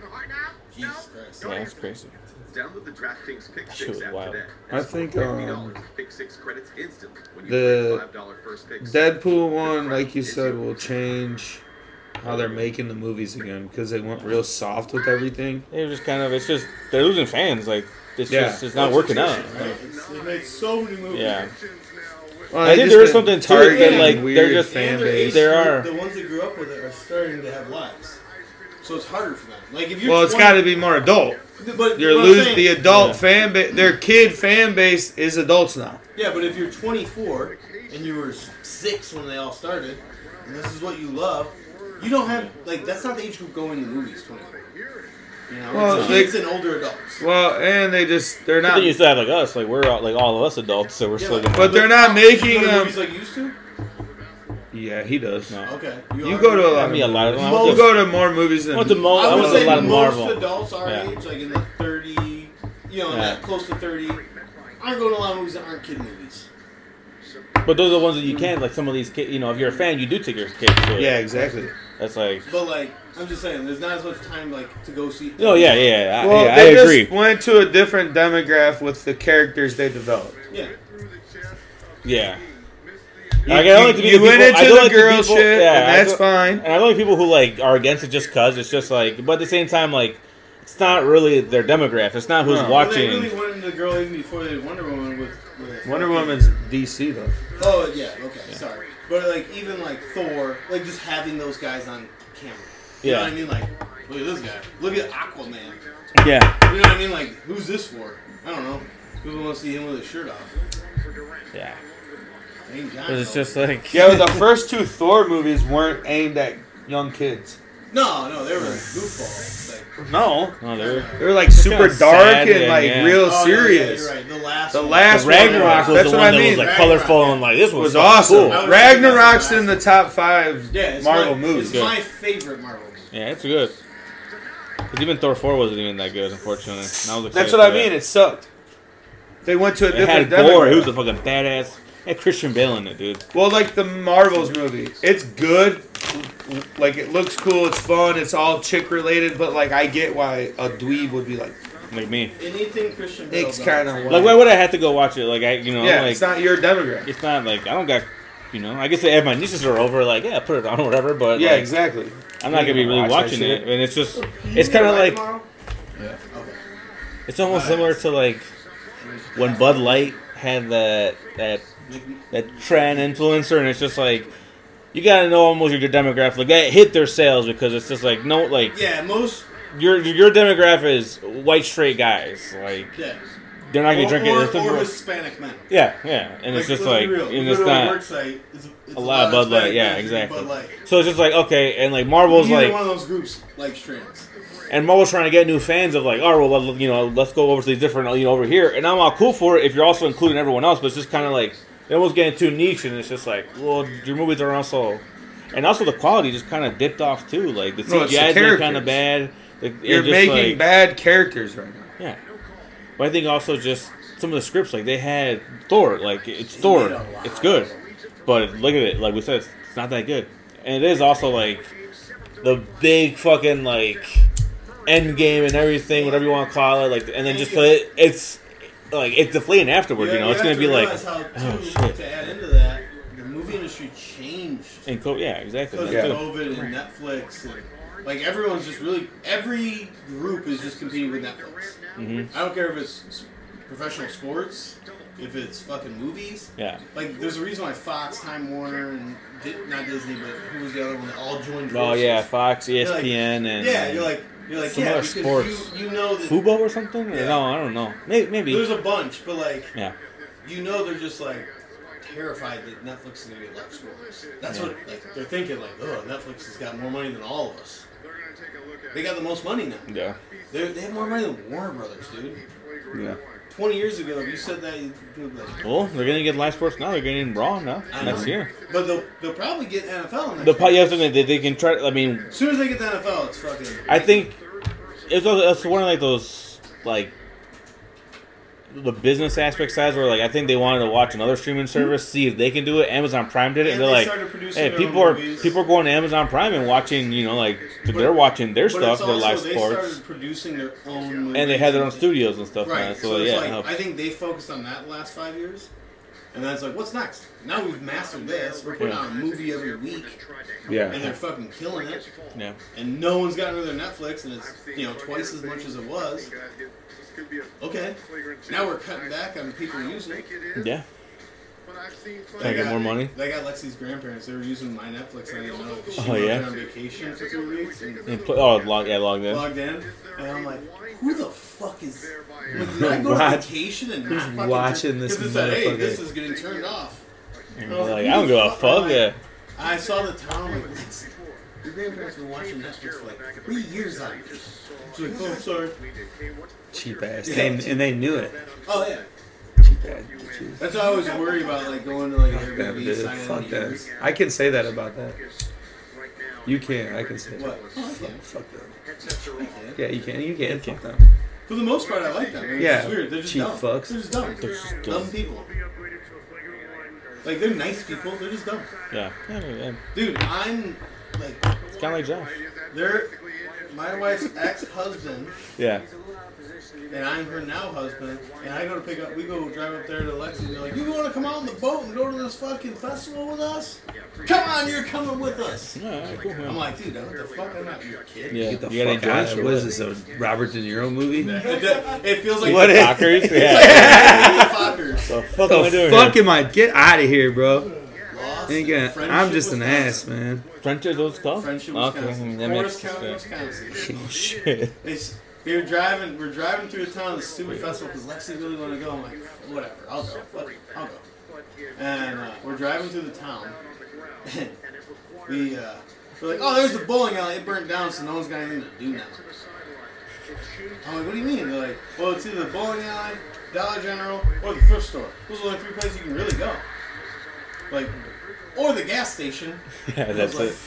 Jesus Christ. yeah, that's crazy. Download the DraftKings Pick That shit Six was app wild. today. I think, um, Pick Six credits instantly when you the play $5 first pick six. Deadpool one, like you said, will change how they're making the movies again because they went real soft with everything. It was just kind of, it's just, they're losing fans. Like, it's Yeah. just, it's not working out. Right? It's, they made so many movies. Yeah. Well, I they think just there is been something to it that, targeting like, they're weird just- fan And their base. age There group- are- The ones that grew up with it are starting to have lives. So it's harder for them. Like, if you're. Well, it's 20 got to be more adult. But You're what I'm losing saying- the adult Yeah. fan base. Their kid fan base is adults now. Yeah, but if you're 24 and you were six when they all started, and this is what you love, you don't have like that's not the age group going to movies. 24. You know, Well, it's they- kids and older adults. Well, and they just they're But not. then you still have, like, us. Like, we're all, like, all of us adults, so we're Yeah, still like- gonna. But they're not You making. go to Um, movies like you used to. yeah, he does. No. Okay, You are- go to uh, a I lot. mean, a lot of them. I You went go to, to more movies I than. went to, Mo- I I would went to say Oh, a lot of most Marvel. adults our Yeah. age, like in the 30, you know, Yeah. that close to 30, aren't going to a lot of movies that aren't kid movies. But those are the ones that you can, like, some of these kids, you know, if you're a fan, you do take your kids to it. yeah, exactly. That's like, But like, I'm just saying, there's not as much time like to go see. oh, yeah, yeah, I, Well, yeah, I they just agree. went to a different demographic with the characters they developed. yeah. Yeah. You, Like, I don't like to be you the went people- I into don't the like to girl people- shit, yeah, I and that's don't- fine. And I don't like people who like are against it just cause it's just like, but at the same time, like it's not really their demographic. It's not who's No. Well, they watching. really wanted the girl even before they did Wonder Woman with, with Wonder Woman's DC though. Oh yeah, okay, sorry. But like even like Thor, like just having those guys on camera. You know Yeah. what I mean? Like, look at this guy. Look at Aquaman. yeah, You know what I mean? Like, who's this for? I don't know. People want to see him with his shirt off. yeah. Ain't John. But it's though. just like Yeah, but the first two Thor movies weren't aimed at young kids. no, no, they were goofballs. Oh, Like, No, no, they're- they were like super kinda dark sad and and, like yeah. real oh, yeah, serious. Yeah, you're right. The last. The one. last the Ragnarok Ragnarok, was that's the what one I that was mean. like Ragnarok, colorful yeah. and like this It was was fucking awesome. Cool. was- Ragnarok's in the top five Yeah, it's Marvel my, movies. It's my favorite Marvel. movie. Yeah, it's good. Cause even Thor four wasn't even that good, unfortunately. And I was excited That's what I for mean. That. It sucked. They went to a It had different Gore. demographic. He was a fucking badass. Had Christian Bale in it, dude. Well, like the Marvels movie, it's good. Like it looks cool, it's fun, it's all chick related, but like I get why a dweeb would be like, Like me. Anything Christian Bale. it's kind does. of Like why would I have to go watch it? Like I, you know, yeah, like it's not your demographic. it's not like I don't got, you know. I guess if my nieces are over, like yeah, put it on or whatever. But Yeah, like, exactly. I'm not gonna be really Watch that watching shit. it, and it's just it's kind of like Tomorrow? it's almost similar to like when Bud Light had that that that trend influencer, and it's just like you gotta know almost your demographic. Like that hit their sales because it's just like no, like Yeah, most. your your demographic is white straight guys. Like Yeah. they're not gonna drink it. or, It's or, not- or Hispanic men. yeah, yeah, and it's just let's like be real. and You it's go to a not. work site, it's, it's a lot of Bud Light. Hispanic Yeah, guys who drink exactly. Bud Light. So it's just like okay, and like Marvel's Neither like, one of those groups likes trans. and Marvel's trying to get new fans of like, oh well, let, you know, let's go over to these different, you know, over here, and I'm all cool for it if you're also including everyone else, but it's just kind of like it almost getting too niche, and it's just like, well, your movies are also, and also the quality just kind of dipped off too, like the No, it's the CGI is kind characters. of bad. Like, it You're just, making like- bad characters right now. Yeah. But I think also just some of the scripts, like they had Thor, like it's Thor, made a lot. it's good, but look at it, like we said, it's, it's not that good, and it is also like the big fucking like end game and everything, whatever you want to call it, like, and then just it, it's like it's deflating afterwards, you know, it's gonna be like, oh, oh shit. shit, To add into that, the movie industry changed and co- yeah, exactly, because that of too. COVID and Netflix. And, like everyone's just really, every group is just competing with Netflix. Mhm. I don't care if it's s- professional sports, if it's fucking movies. yeah, Like, there's a reason why Fox, Time Warner, and Di- not Disney, but who was the other one? They all joined. Forces. oh yeah, Fox, You're like- ESPN, and yeah, you're like you're like some yeah, other because sports. You, you know that Fubo or something, Yeah. no, I don't know, maybe, there's maybe, a bunch, but like yeah. you know they're just like terrified that Netflix is gonna get left scores. That's what like they're thinking like, oh, Netflix has got more money than all of us. They got the most money now. Yeah. They're, they have more money than Warner Brothers, dude. Yeah. Twenty years ago, if you said that, you'd be like, Well, they're gonna get live sports now. They're getting raw now I next know. year. But they'll, they'll probably get NFL next. The year. podcast thing that they can try. I mean, As soon as they get the NFL, it's fucking. I think it's, also- it's one of like those like the business aspect sides where like I think they wanted to watch another streaming service see if they can do it. Amazon Prime did it, and, And they're they like, started producing hey, their people own are movies." people are going to Amazon Prime and watching. You know, like they're watching their But stuff, it's their also, live they sports, started producing their own. and they movies had their own studios and stuff. now, Right. Uh, So, So, it's yeah, like, it helped. I think they focused on that last five years, and then it's like, what's next? Now we've mastered this. We're putting Yeah. out a movie every week, and Yeah. they're fucking killing it. yeah. And no one's gotten rid of their Netflix, and it's you know twice as much as it was. Okay, now we're cutting back on people using it. Yeah, They I get got- more money? They got Lexi's grandparents. They were using my Netflix. And I didn't know. She Oh, went yeah? On vacation for two weeks and and pl- oh, log, yeah, logged in. logged in, and I'm like, who the fuck is? Like, did I go on Watch- vacation and not fucking watching this 'cause it said, hey, motherfucker. this is getting turned off. And I was like, I don't Oh, give a fuck. Yeah. I saw the town like "Lex, Your grandparents been watching Netflix for like three years on it. She's like, oh, sorry. Cheap ass. They, and they knew it. Oh, yeah. Cheap ass. bitches. That's what I always worry about, like, going to, like, Fuck them, Airbnb, dude. signing Fuck them. years. I can say that about that. You can't. I can say that. What? Oh, yeah. Fuck them. Yeah. Yeah, you can. You can. Fuck them. For the most part, I like them. It's Yeah, just weird. They're just cheap dumb. fucks. They're just dumb. They're just dumb. dumb people. Like, they're nice people. They're just dumb. Yeah. Yeah. yeah. Dude, I'm, like, It's kind of like Josh. they're my wife's ex-husband. Yeah. and I'm her now husband, and I go to pick up, we go drive up there to Lexington. They're like, you want to come out on the boat and go to this fucking festival with us? Come on, you're coming with us. Yeah, alright, cool, I'm yeah. like, dude, what the fuck? I'm not your kid. Yeah, Get the you fuck out of gotta enjoy here. it. What is this? A Robert De Niro movie? It, do- it feels like What the is- *laughs* *laughs* Dockers, yeah. fuckers. the fuck am I The doing fuck here? am I? Get out of here, bro. Lost Ain't in gonna, friendship, I'm just an Wisconsin. ass, man. French are those called? Friendship, okay, Wisconsin. that Forest makes County, sense. Wisconsin. *laughs* Oh, shit. It's, we were driving, we're driving through the town, this stupid festival, because Lexi really wanted to go. I'm like, whatever, I'll go, fuck it, I'll go. And uh, we're driving through the town. *laughs* we, uh, we're like, oh, there's the bowling alley. It burnt down, so no one's got anything to do now. I'm like, what do you mean? They're like, well, it's either the bowling alley, Dollar General, or the thrift store. Those are the only three places you can really go. Like, or the gas station. *laughs* Yeah, that's Like, it.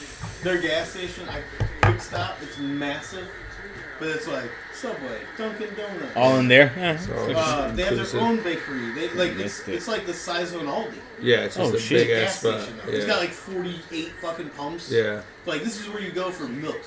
Their gas station, I quick stop. It's massive. But it's like Subway, Dunkin' Donuts. All in there. Yeah. So- uh, they have Inclusive. their own bakery. They like it's, missed it. it's like the size of an Aldi. Yeah, it's just Oh, a shit. big Big ass gas spot. station. though. It's got Yeah. like 48 fucking pumps. Yeah. Like this is where you go for milk.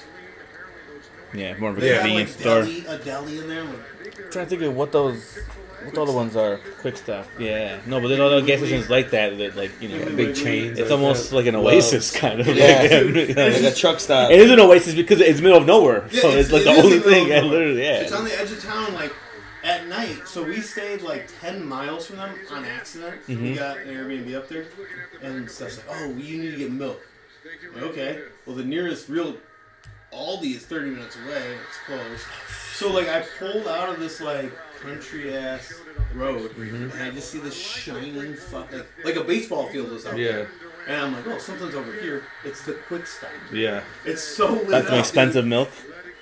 yeah, more of a They have convenience like store. deli, a deli in there. Like, trying to think of what those, what the other ones are. Quick stuff. Yeah. No, but there's other gas stations like that that like you know. Yeah, Big chains. like It's almost that. like an Well, oasis kind of. *laughs* Yeah. Like, Like a truck stop. It is an oasis because it's middle of nowhere, Yeah, so it's, like it the is only in middle thing. of Yeah, nowhere. literally, It's on yeah. the edge of town, like at night. So we stayed like 10 miles from them on accident. Mm-hmm. We got an Airbnb up there, and stuff's like, oh, you need to get milk. I'm like, okay. Well, the nearest real Aldi is 30 minutes away. It's closed. So like I pulled out of this like country ass road, Mm-hmm. and I just see this shining fuck like, like a baseball field was out Yeah. there. And I'm like, oh, something's over here. It's the quick stop. Yeah. It's so lit That's up, some dude. expensive milk.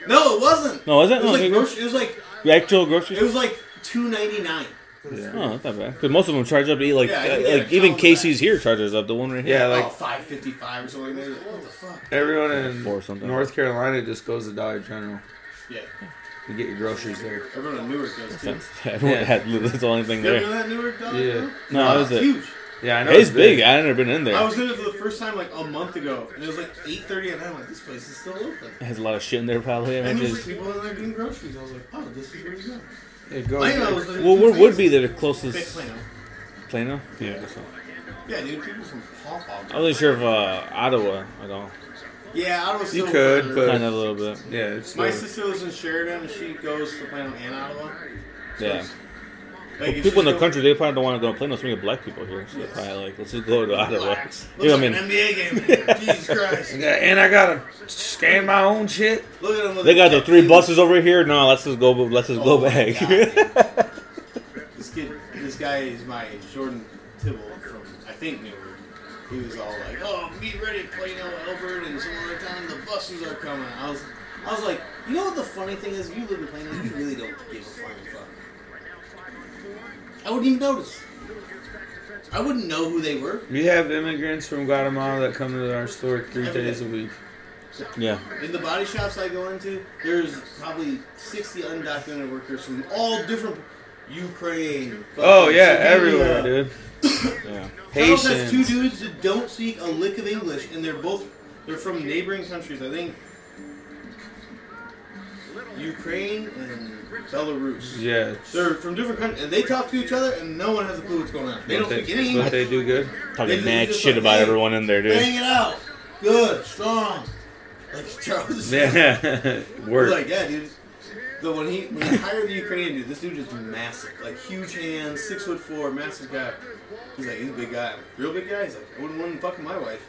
No, it wasn't. No, was it? It was No, like it- grocery, it was like The actual grocery. it Store? was like two ninety nine. Oh, that's not bad. Because most of them charge up to eat like, Yeah, I uh, think they like have even tons of that. Casey's here charges up the one right here. Yeah, Like like oh, five fifty five or something. Like, that. what the fuck? everyone Four something. in North Carolina just goes to Dollar General. Yeah, You get your groceries there. everyone in Newark *laughs* goes too. Everyone Yeah. had that's the only thing You ever there. been to that Newark dog? Yeah. No, that was it's it. huge. Yeah, I know. It's big. I never been in there. I was in it for the first time like a month ago, and it was like eight thirty, and I'm like, this place is still open. It has a lot of shit in there probably. I mean, And there's like, just, people in there getting groceries. I was like, oh, this is where you go. It goes. I know. it was, like, well, two where would be things. the Big closest Plano. Plano? Yeah. I guess so. Yeah, dude, people from Paw Paw. I wasn't sure if uh, Ottawa at all. Yeah, I was. You still could, further. but- Kind of a little bit. Yeah, it's my like, sister lives in Sheridan, and she goes to Plano and Ottawa. Yeah. Like, if People in the she goes- country, they probably don't want to go to Plano. So many black people here. So they're Yes. probably like, let's just go to Ottawa. Relax. You know Looks what I like an mean? NBA game. *laughs* in here. Jesus Christ. Yeah, and I gotta scan my own shit. Look at them. with They got the three tattoos. buses over here. No, let's just go. Let's just Oh go my back. God. This kid, this guy is my Jordan Tibble from I think Newark. He was all like, "Oh, be ready to play now, Albert," and some other time the buses are coming. I was, I was like, you know what the funny thing is? If you live in Plano, you really don't give a flying fuck. I wouldn't even notice. I wouldn't know who they were. We have immigrants from Guatemala that come to our store three Every days day. a week. *laughs* yeah. In the body shops I go into, there's probably 60 undocumented workers from all different Ukraine. Oh yeah, fucking everywhere, Slovenia. dude. Yeah. Charles has two Haitians. dudes that don't speak a lick of English, and they're both they're from neighboring countries. I think Ukraine and Belarus. uh, Yeah, They're from different countries, and they talk to each other, and no one has a clue what's going on. They what don't they, speak any what English. they do good. Talking They- mad just shit like, about hey, everyone in there, dude. Bang it out, good, strong. Like Charles is Yeah, *laughs* work. Like yeah, dude. The when he when they hired the Ukrainian dude, this dude is massive, like huge hands, six foot four, massive guy. He's like he's a big guy, real big guy. He's like I wouldn't want him fucking *laughs* my wife.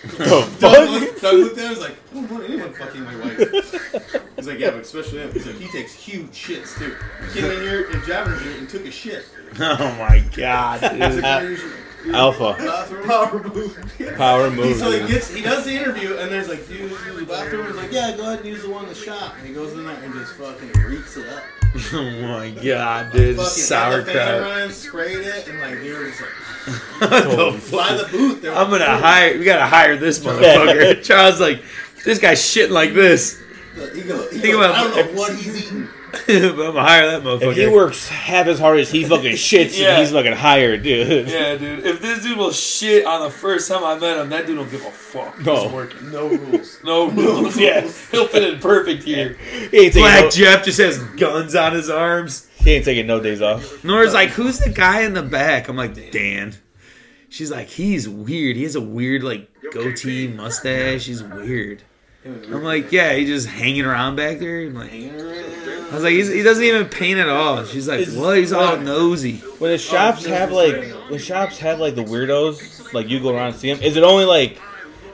*laughs* Doug looked, Doug looked at him, he's like, I don't want anyone fucking my wife. He's like, yeah, but especially him. He's like, he takes huge shits too. He came in here and jabbed him and took a shit. *laughs* Oh my *laughs* god, He's like, dude. "Here's your- here's Alpha. your bathroom." Power move. Power He- So he move. gets, he does the interview, and there's like, dude, use the bathroom. He's like, yeah, go ahead and use the one in the shop. And he goes in there and just fucking reeks it up. oh my god, dude, Fucking had the *laughs* fan sauerkraut. running, sprayed it, and like, they were just like, *laughs* The fuck? by the booth. they were I'm like, gonna hire. We gotta *laughs* hire this motherfucker. *laughs* Charles like, this guy's shitting like this. *laughs* He goes, he Think goes, about- I don't know what he's eating. but I'm gonna hire that motherfucker. If he works half as hard as he *laughs* fucking shits, Yeah. and he's fucking hired, dude. Yeah, dude. If this dude will shit on the first time I met him, that dude don't give a fuck. No. He's working. No rules. No *laughs* *laughs* rules. Yeah, he'll fit in perfect here. He ain't, taking Black no, Jeff just has guns on his arms. he ain't taking no days off. Nora's like, who's the guy in the back? I'm like, Dan. She's like, he's weird. He has a weird like goatee mustache. He's weird. I'm like, yeah, he's just hanging around back there. I'm like, I was like, he's, he doesn't even paint at all. She's like, well, he's all nosy. When the shops Oh, have like, when shops have like the weirdos, like you go around and see them. Is it only like,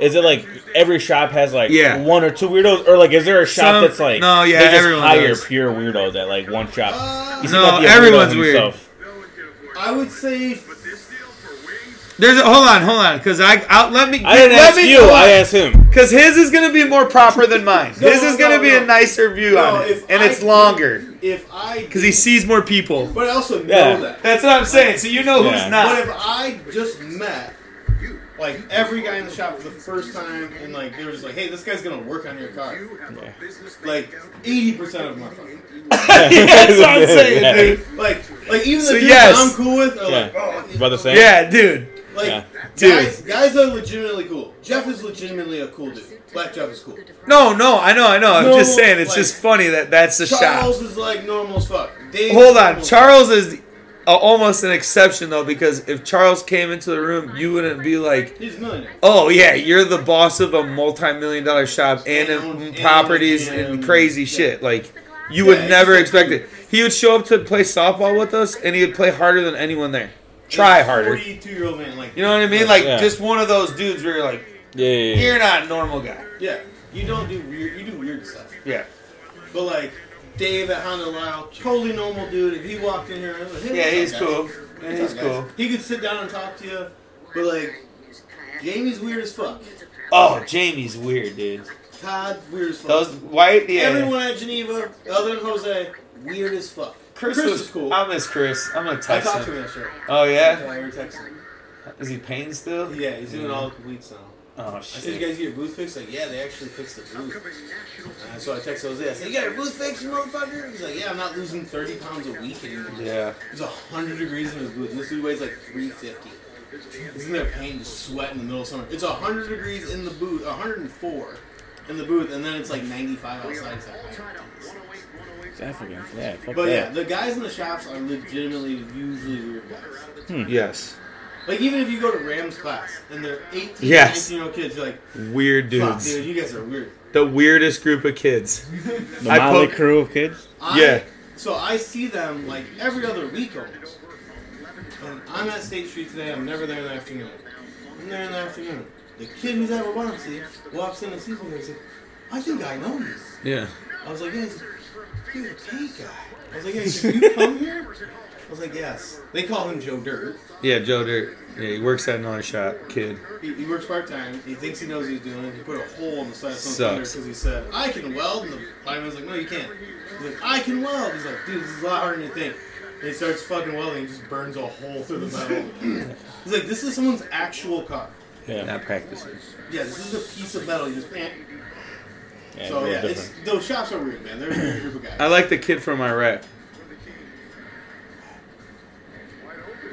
is it like every shop has like Yeah. one or two weirdos, or like is there a shop Some- that's like no, yeah, they just everyone hire does. pure weirdos at like one shop? He seems No, like the everyone's weirdo weird. himself. I would say There's a hold on, hold on, because I I'll, let me I didn't let ask me you. I asked him. because his is gonna be more proper than mine. No, his is gonna no, be no. a nicer view No, on it, if and I it's did- longer if I because he sees more people. But I also know Yeah. *laughs* that. That's what I'm saying. So you know who's Yeah. not. But if I just met like every guy in the shop for the first time, and like they were just like, "Hey, this guy's gonna work on your car." Like eighty percent of my fucking That's what I'm saying, dude. like like even the So, dudes yes. I'm cool with are Yeah. like, "Oh, About the same. Yeah, dude. like Yeah. guys, guys are legitimately cool. Jeff is legitimately a cool dude. Black Jeff is cool. No, no, I know, I know. I'm No, just saying, it's like- just funny that that's the Charles shop. is like normal as fuck. Dave is Hold on, normal as fuck. Charles is uh, almost an exception though, because if Charles came into the room, you wouldn't be like, He's a millionaire. "Oh yeah, you're the boss of a multi-million dollar shop and, And- um, and- properties and, and- crazy yeah. shit." Like, you would Yeah, never exactly. expect it. He would show up to play softball with us, and he would play harder than anyone there. Try harder. Forty-two year old man, like You know what I mean? Like Yeah. just one of those dudes where you're like, Yeah, yeah, yeah. "You're not a normal guy." yeah, you don't do weird. You do weird stuff. Yeah. But like Dave at Honda Lyle, totally normal dude. If he walked in here, I'd be like, "Hey, Yeah, what's he's up, guys?" cool. What's Yeah, he's up, guys? cool. He could sit down and talk to you, but like Jamie's weird as fuck. Oh, Jamie's weird, dude. Todd weird as fuck. Those white, yeah. Everyone at Geneva, other than Jose, weird as fuck. Chris, was is cool. I miss Chris. I'm gonna I text talked to him. him yesterday. Oh yeah, Yeah, we were texting. is he paying still? Yeah, he's doing all the completes now. Oh I said, shit. you guys get your booth fixed? Like, yeah, they actually fixed the booth. Uh, so I texted Jose. I said, you got your booth fixed, you motherfucker? He's like, yeah, I'm not losing 30 pounds a week anymore. Yeah. It's 100 degrees in his booth. and This dude weighs like 350. Isn't there pain to sweat in the middle of summer? It's 100 degrees in the booth, 104 in the booth, and then it's like 95 outside. It's like, "Man." It's African. Yeah, fuck But yeah, that. the guys in the shops are legitimately usually weird guys. Yes. Like, even if you go to Rams class and they're 18, Yes. 19 year old kids, you're like, Weird fuck, dudes. dude, you guys are weird. The weirdest group of kids. The I Molly poke- crew of kids. I, Yeah. So I see them like every other week almost. And I'm at State Street today. I'm never there in the afternoon. I'm there in the afternoon. The kid who's at Wabanasi walks in and sees me and says, I think I know you. Yeah. I was like, yeah. He's like, You're a tank guy. I was like, yeah. He's like, you come here? I was like, yes. They call him Joe Dirt. Yeah, Joe Dirt. Yeah, he works at another shop. Kid. He, he works part time. He thinks he knows what he's doing. He put a hole in the side of someone's Sucks. because he said, I can weld. And the lineman's like, no, you can't. He's like, I can weld. He's like, dude, this is a lot harder than you think. And he starts fucking welding and just burns a hole through the *clears throat* metal. he's like, this is someone's actual car. Yeah. Not practicing. Yeah, this is a piece of metal. You just, eh. yeah So real yeah, different. it's, those shops are weird, man. They're a weird group of guys. I like the kid from Iraq.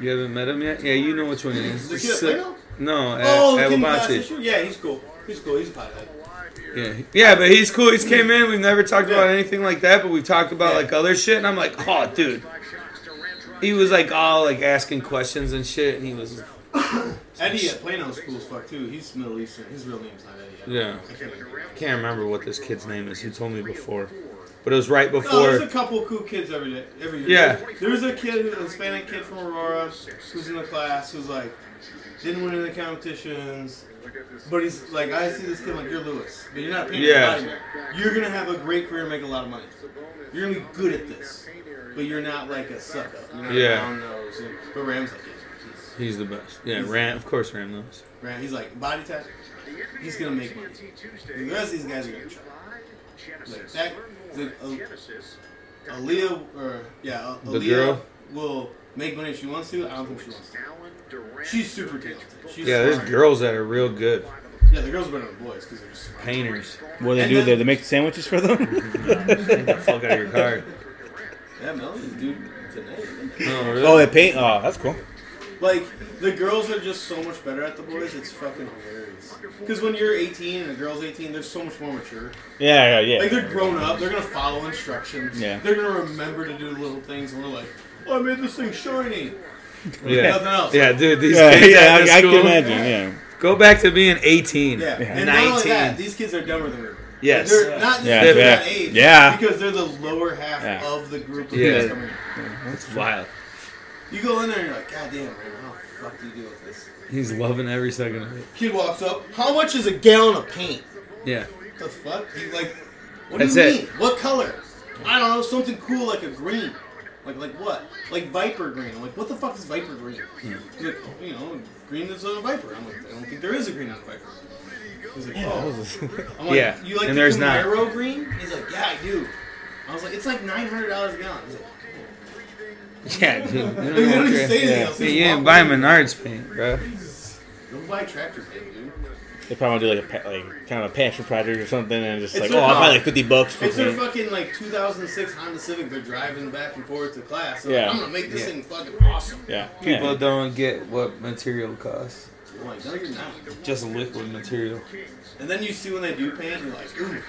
You haven't met him yet? Yeah, you know which one it is. The kid at Si- Plano? No, uh, at, oh, at the Kim Wabansie. Kardashian? Yeah, he's cool. He's cool. He's a pothead. Yeah, yeah, but he's cool. He's came in. We've never talked about Yeah. anything like that, but we've talked about Yeah. like other shit. And I'm like, oh, dude. He was like all like asking questions and shit, and he was Eddie at Plano's cool as fuck too. He's Middle Eastern. His real name's not Eddie. yeah. I can't remember. I can't remember what this kid's name is. He told me before, but it was right No, there's a before. couple cool kids every day, every year. Yeah. There's a kid, a Hispanic kid from Aurora, who's in the class, who's like, didn't win any competitions, but he's like, I see this kid, like, you're Lewis, but you're not paying Yeah. yeah. You're gonna have a great career, and make a lot of money. You're gonna be good at this, but you're not like a suck up. You're not Yeah. down nose. And- But Ram's like, yeah, he's, He's the best. Yeah, Ram. Of course, Ram knows. Ram, he's like body type. He's gonna make money. The rest of these guys are gonna try. Like that, the, Aaliyah, or yeah, Al- The Aaliyah girl? will make money if she wants to. I don't think she wants to. She's super talented. She's Yeah, there's smart. girls that are real good Yeah, the girls are better than the boys because they're just smart. painters. What do they And do? then- They, they make sandwiches for them. Fuck out of your *laughs* car. Yeah, Melody's dude today. *laughs* No, oh, really. they paint. Oh, that's cool. Like the girls are just so much better at the boys. It's fucking hilarious. Because when you're 18 and a girl's 18, they're so much more mature. Yeah, yeah, Like yeah. they're grown up. They're gonna follow instructions. Yeah. They're gonna remember to do little things. And we're like, oh, I made this thing shiny. Nothing Yeah, else. yeah, dude. *laughs* These Yeah, kids yeah, at I, this I can school- imagine. Yeah, Go back to being 18. Yeah. And not only 19. that, these kids are dumber than we were. Yes. They're not just Yeah, they're yeah. that age. Yeah. Because they're the lower half Yeah. of the group of Yeah. kids coming in. That's wild. You go in there and you're like, God damn, Raymond, how the fuck do you deal with this? He's loving every second of it. Kid walks up, how much is a gallon of paint? Yeah. What the fuck? He's like, what That's do you it. mean? What color? I don't know, something cool like a green. Like like what? Like viper green. I'm like, what the fuck is viper green? He's like, "Oh, you know, green is on a viper. I'm like, I don't think there is a green on a viper. He's like, oh. *laughs* I'm like, Yeah, you like and the there's not. Camaro green? He's like, yeah, I do. I was like, it's like nine hundred dollars a gallon. He's *laughs* like, Yeah, dude. You They don't even say anything yeah. else. Yeah, you They just didn't walk buy away. Menards paint, bro. Go buy a tractor pig, dude. They probably do like a pa- like kind of a passion project or something, and just It's like, their oh, I'll buy car. like fifty bucks for It's their me. fucking like 2006 Honda Civic. They're driving back and forth to class. Yeah. yeah. I'm gonna make this Yeah. thing fucking awesome. Yeah, People yeah. don't get what material costs. I'm like, no, you're not. Just liquid material. And then you see when they do paint, you're like, ooh.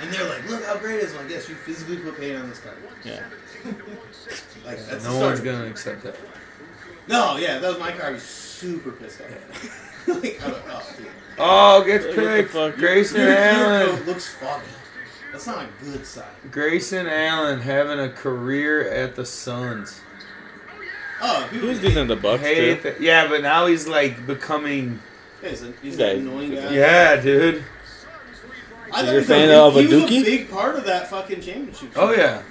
And they're like, look how great it is. I'm like, yes, you physically put paint on this car. yeah. Like, that's No the one's start. gonna accept that. No, yeah, if that was my car. I was super pissed off. *laughs* like, I was like, oh, dude. Oh, gets What the picked. fuck? Grayson Your clear Allen. coat looks foggy. That's not a good sign. *laughs* Grayson Allen having a career at the Suns. Oh, He was dude. decent at the Bucks Hate too. that. Yeah, but now he's like becoming. He's, a, he's Yeah. an annoying guy. Yeah, dude. I You're thought he a was fan big- of a he was Dookie? a big part of that fucking championship. Oh yeah.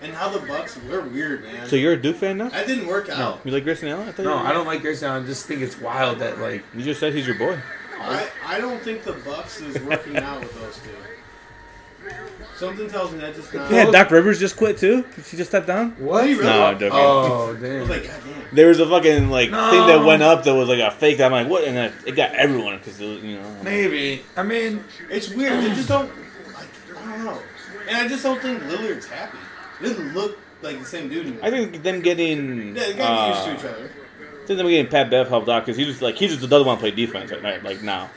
And how the Bucks were weird, man. So you're a Duke fan now? that didn't work out. You like Grayson Allen? I thought No, you were- I don't like Grayson Allen. I just think it's wild that like You just said he's your boy. I, I don't think the Bucks is working out with those two. Something tells me that just not. Yeah, Doc Rivers just quit too. She just stepped down. what? He really- No, I'm joking. Oh I damn. was like, God damn. There was a fucking like No. thing that went up that was like a fake. I'm like, what? And that, it got everyone because you know. Maybe. I mean, It's weird. They just don't. Like, I don't know. And I just don't think Lillard's happy. He doesn't look like the same dude. I think them getting Yeah, they uh, got used to each other. I think them getting Pat Bev helped out because he just like he just doesn't want to play defense right now. Like now,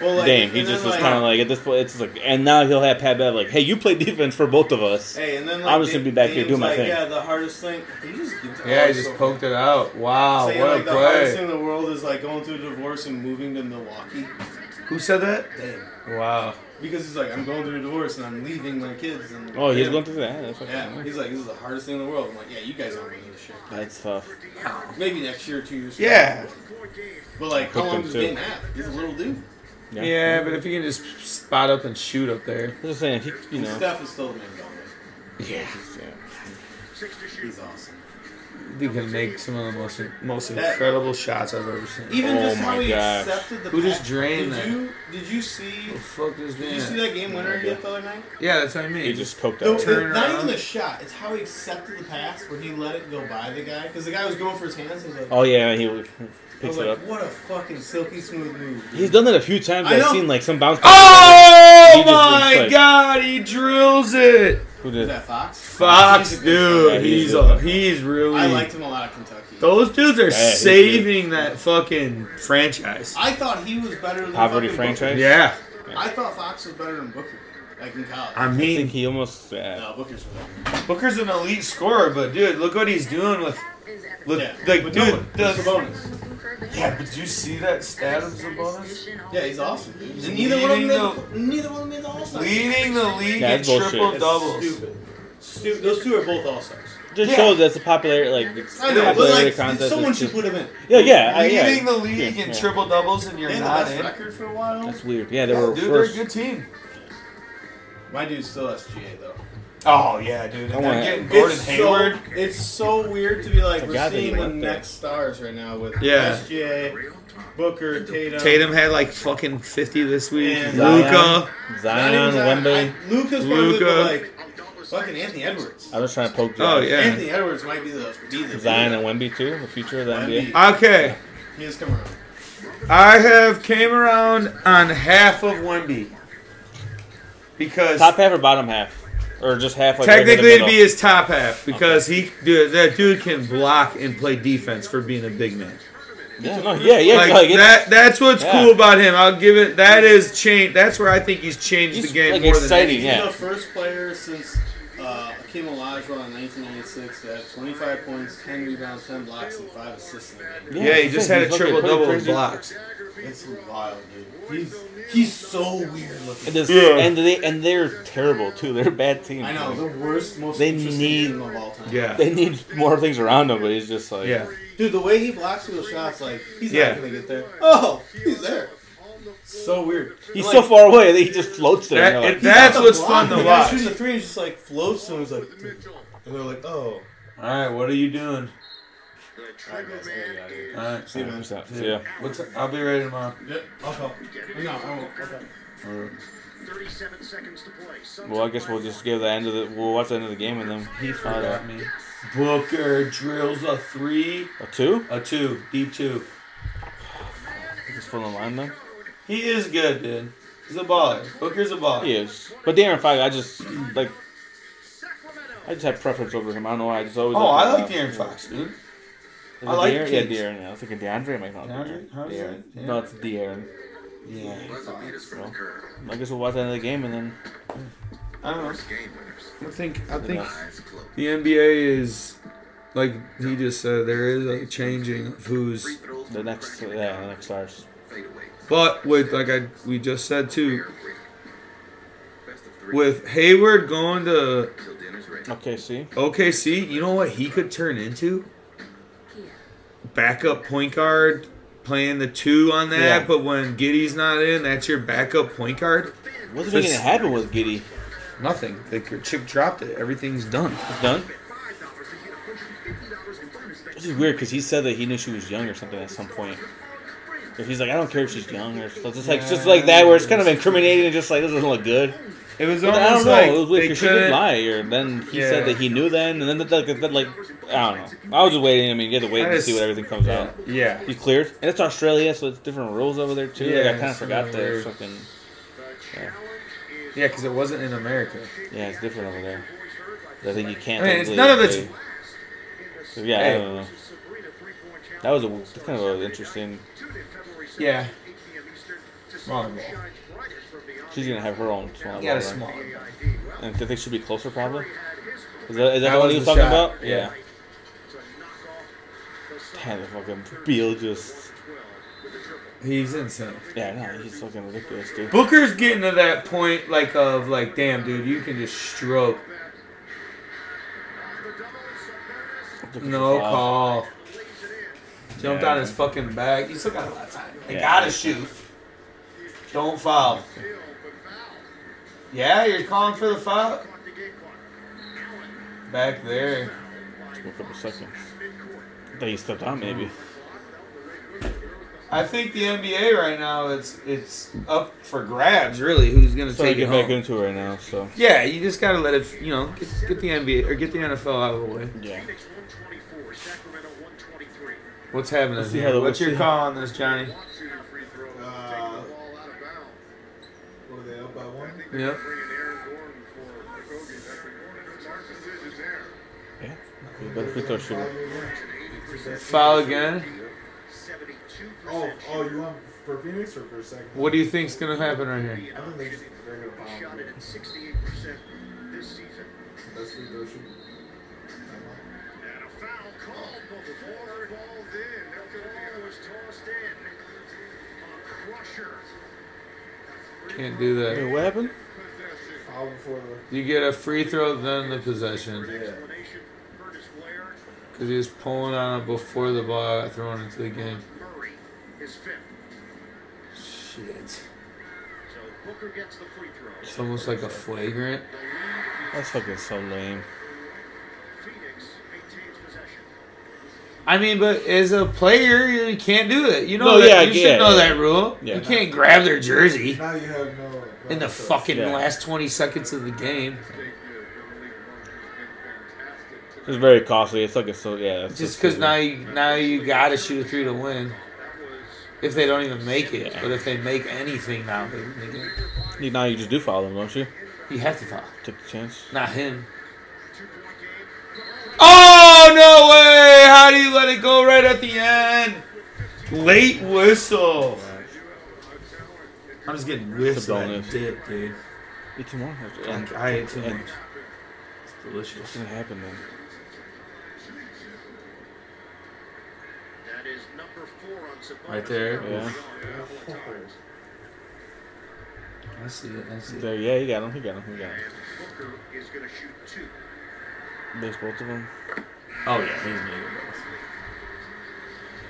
Well, like, Dame, and he then, just was kind of like at this point, it's like, and now he'll have Pat Bev like, hey, you play defense for both of us. Hey, and then like, I'm just gonna be back here Dame's doing my like, thing. Yeah, the hardest thing. He just gives- yeah, oh, he it's just so- poked it out. Wow, Saying what a like the hardest play. thing in the world is like going through a divorce and moving to Milwaukee. Who said that? Damn. Wow. Because he's like, I'm going through a divorce and I'm leaving my kids. And Oh, he's Yeah. going through that. That's fucking Yeah, weird. he's like, this is the hardest thing in the world. I'm like, yeah, you guys aren't winning this shit. That's tough. Maybe next year, or two years. from Yeah. now. But like, how Hooked long him does too. Dame have? He's a little dude. Yeah. Yeah. but if you can just spot up and shoot up there. I'm just saying, he, you And know. Steph is still the man. down there. Yeah. yeah. He's awesome. They can make some of the most most That- incredible shots I've ever seen. Even Oh just how my he gosh. accepted the. Who just pack- drained did that? You, did you see? The fuck is Did you see that? that game winner he hit the other night? Yeah, that's what I mean. He just coked No, out. it- Turn not around. even the shot. It's how he accepted the pass where he let it go by the guy because the guy was going for his hands. I was like, Oh yeah, he picks I was it up. like what a fucking silky smooth move. dude. He's done that a few times. I I've know. Oh! seen like some bounce. He Oh just my looks like- god, he drills it. Who Is did? that Fox? Fox, He's a good Yeah, dude, player. he's he's good. a, he's really. I liked him a lot at Kentucky. Those dudes are he's saving that fucking franchise. I thought he was better than Poverty fucking franchise. Yeah, Booker. I thought Fox was better than Booker, like in college. I I think mean he almost. Uh, no, Booker's better. Booker's an elite scorer, but dude, look what he's doing with look Yeah, like but dude. no one. It's a the, bonus. yeah, but did you see that stat of Sabonis Yeah, he's awesome. Dude. And neither one of them, made, neither one of them made the All Star. leading the league Yeah, in that's bullshit. triple That's doubles? Stupid. Stupid. Those two are both All Stars. just Yeah. shows that's a popular like. it's I know, but popularity like, contest. someone It's should just- put him in. Yeah, yeah, Uh, I, yeah. Leading the league Yeah, in yeah. triple doubles, and you're They had the not best in. record for a while. That's weird. Yeah, they were Dude, they're a first. good team. My dude's still SGA though. Oh yeah, dude. I And wanna- they're getting Gordon it's Hayward. So, it's so weird to be like I we're got that seeing he the went there. next stars right now with Yeah. SGA, Booker, Tatum. had like fucking fifty this week. And Zion, Luca. Zion, Wemby. Luca's Luka. probably like fucking Anthony Edwards. I was trying to poke. Oh, Zion. yeah. Anthony Edwards might be the be the Zion dude. and Wemby too. The future of the Wemby. NBA. uh, Okay, He has come around. I have came around on half of Wemby because Top half or bottom half, or just half. Like technically right in it'd the be middle? his top half because he dude, that dude can block and play defense for being a big man. Yeah, no, yeah, yeah. *laughs* like, like, it's- that that's what's yeah. cool about him. I'll give it. That is change. That's where I think he's changed He's, the game like, more exciting, than yeah. He's the first player since uh, Akeem Olajuwon in 1996 to have 25 points, 10 rebounds, 10 blocks, and five assists in a game. anything. Yeah, he he's just like- had a he's looking triple double pretty with crazy. blocks. It's wild, dude. He's he's so weird And looking. this, Yeah. and they and they're terrible too. They're a bad team. I know the worst, most They interesting need- team of all time. *laughs* Yeah, They need more things around them, but he's just like yeah. Dude, the way he blocks those shots, like he's Yeah. not gonna get there. Oh, he's there. So weird. He's Like, so far away that he just floats there. That, and you're it- like, that's the what's block, fun and to the guy watch. Shooting the three and just like floats and he's like, "Dude." and they're like, oh. All right, what are you doing? All right, guys, I gotta get out of here. All right, See you, man. "What's up?" So, yeah. what's, I'll be ready tomorrow. Yep, I'll call. No, I won't. I'll call. Well, I guess we'll just give the end of the. We'll watch the end of the game and then He I don't forgot me. Booker drills a three, know. a two. a two, deep two. He's full of line then. He is good, dude. He's a baller. Hooker's a baller. He is, but Darren Fox, I just like. I just have preference over him. I don't know why. I just always. Oh, I like uh, Darren Fox, dude. Is I it like De'Aaron? kids. Yeah, De'Aaron. Yeah. I was thinking DeAndre might not. be DeAndre? How is De'Aaron. that? No, it's De'Aaron. Yeah. Let's beat us from the curve. I guess we'll watch the end of the game and then. I don't know. First game winners. I think I think Eyes closed. the NBA is like he just said. There is a changing of Free who's, throws. The next, yeah, the next stars. Fade away. but with like I we just said too, Fair break. Best of three. with Hayward going to Till dinner's ready. Okay, see. OKC, you know what he could turn into? Backup point guard playing the two on that, Yeah. but when Giddy's not in, that's your backup point guard. What's going to This- happen with Giddy? Nothing. Like your chick dropped it. Everything's done. He's done. Five dollars to get $150 in bonus bets. This is weird because he said that he knew she was young or something at some point. If he's like, I don't care if she's young or so it's just like it's just like that where it's kind of incriminating and just like doesn't look good. It was But almost I don't know. like it was weird they 'cause she did couldn't- lie, or then he said Yeah. that he knew then, and then the, the, the, like I don't know. I was just waiting. I mean, you have to wait I and just- see what everything comes out. Yeah. He cleared, and it's Australia, so it's different rules over there too. like, I Yeah, kind of it's forgot really that weird. fucking Yeah, because it wasn't in America. yeah, it's different over there. I think you can't. I mean, it's legally none of it's- play. So, yeah, I Hey. don't know. That was a kind of an interesting. Yeah. She's gonna have her own small. Yeah, ball, it's right? small. And I think she'll be closer probably. Is that, is that, That the one was he was the talking shot, about? yeah. Damn, the fucking Beal just. He's insane. Yeah, no, he's fucking ridiculous, dude. Booker's getting to that point, like of like, damn, dude, you can just stroke. No call. Jumped Yeah. on his fucking back. He's still got a lot of time. They Yeah. gotta shoot. Don't foul. Yeah, you're calling for the foul. Back there. For a couple seconds. Then he stepped out, maybe. I think the NBA right now it's it's up for grabs. Really, who's gonna So they take it get back home? into it right now, so. Yeah, you just gotta let it. You know, get, get the NBA or get the NFL out of the way. Yeah. What's happening? Let's see here? how the- What's your let's see call on this, Johnny? Uh, what are they up by one? Yeah. Yeah. He's a better free throw shooter. Foul again. Oh, oh, you want for Phoenix or for a second? What do you think's gonna happen right here? I think they just, they're gonna foul him. That's free throw shooting. Can't do that. Wait, what happened? Foul before the. You get a free throw, then the possession, Yeah. because he was pulling on it before the ball got thrown into the game. Shit. It's almost like a flagrant. That's fucking so lame. I mean, but as a player, you can't do that. You No, know, that, yeah, you yeah, should know yeah. that rule. Yeah. you can't grab their jersey Now you have no. in the fucking Yeah. last 20 seconds of the game. It's very costly. It's fucking so, yeah. That's Just so because stupid. now you now you gotta shoot a three to win. If they don't even make it, but if they make anything now, they, they get, You- Now you just do follow him, don't you? you have to foul. Take the chance. Not him. Oh no way! How do you let it go right at the end? Late whistle. I'm just getting It's a whistled bonus. dip, dude. Eat some more. And, Like, I ate too and- much. It's What's delicious. going to happen then? Right there. Yeah. I see it. I see it. There, yeah, he got him. He got him. He got him. Makes both of them. Oh yeah, he's making those.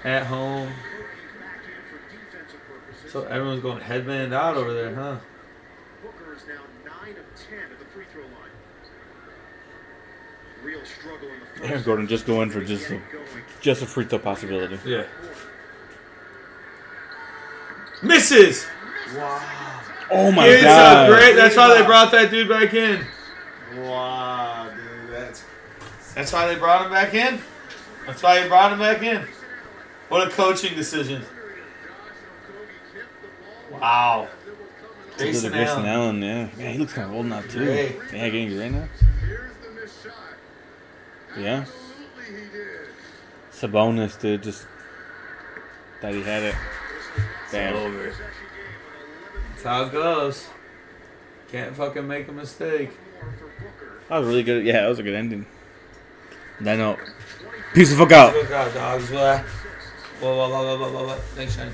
At home. So everyone's going headband out over there, huh? Booker is now 9 of 10 at the free throw line. Real struggle in the first Aaron Gordon just go in for just a, just a free throw possibility. Yeah. Misses. Wow. Oh my it's god! a great. That's why they brought that dude back in. Wow, dude, that's. That's why they brought him back in. That's why they brought him back in. What a coaching decision. Wow. Jason, Jason Jason Allen. Allen. yeah. Yeah, he looks kind of old now, too. Gray. Yeah, getting gray now. Yeah. Sabonis, dude, just thought he had it. Damn. Over. That's how it goes. Can't fucking make a mistake. That was really good. Yeah, that was a good ending. That note. Peace the fuck out. Look out, dogs. Blah, blah, blah, blah, blah, blah, blah. Thanks, Shane.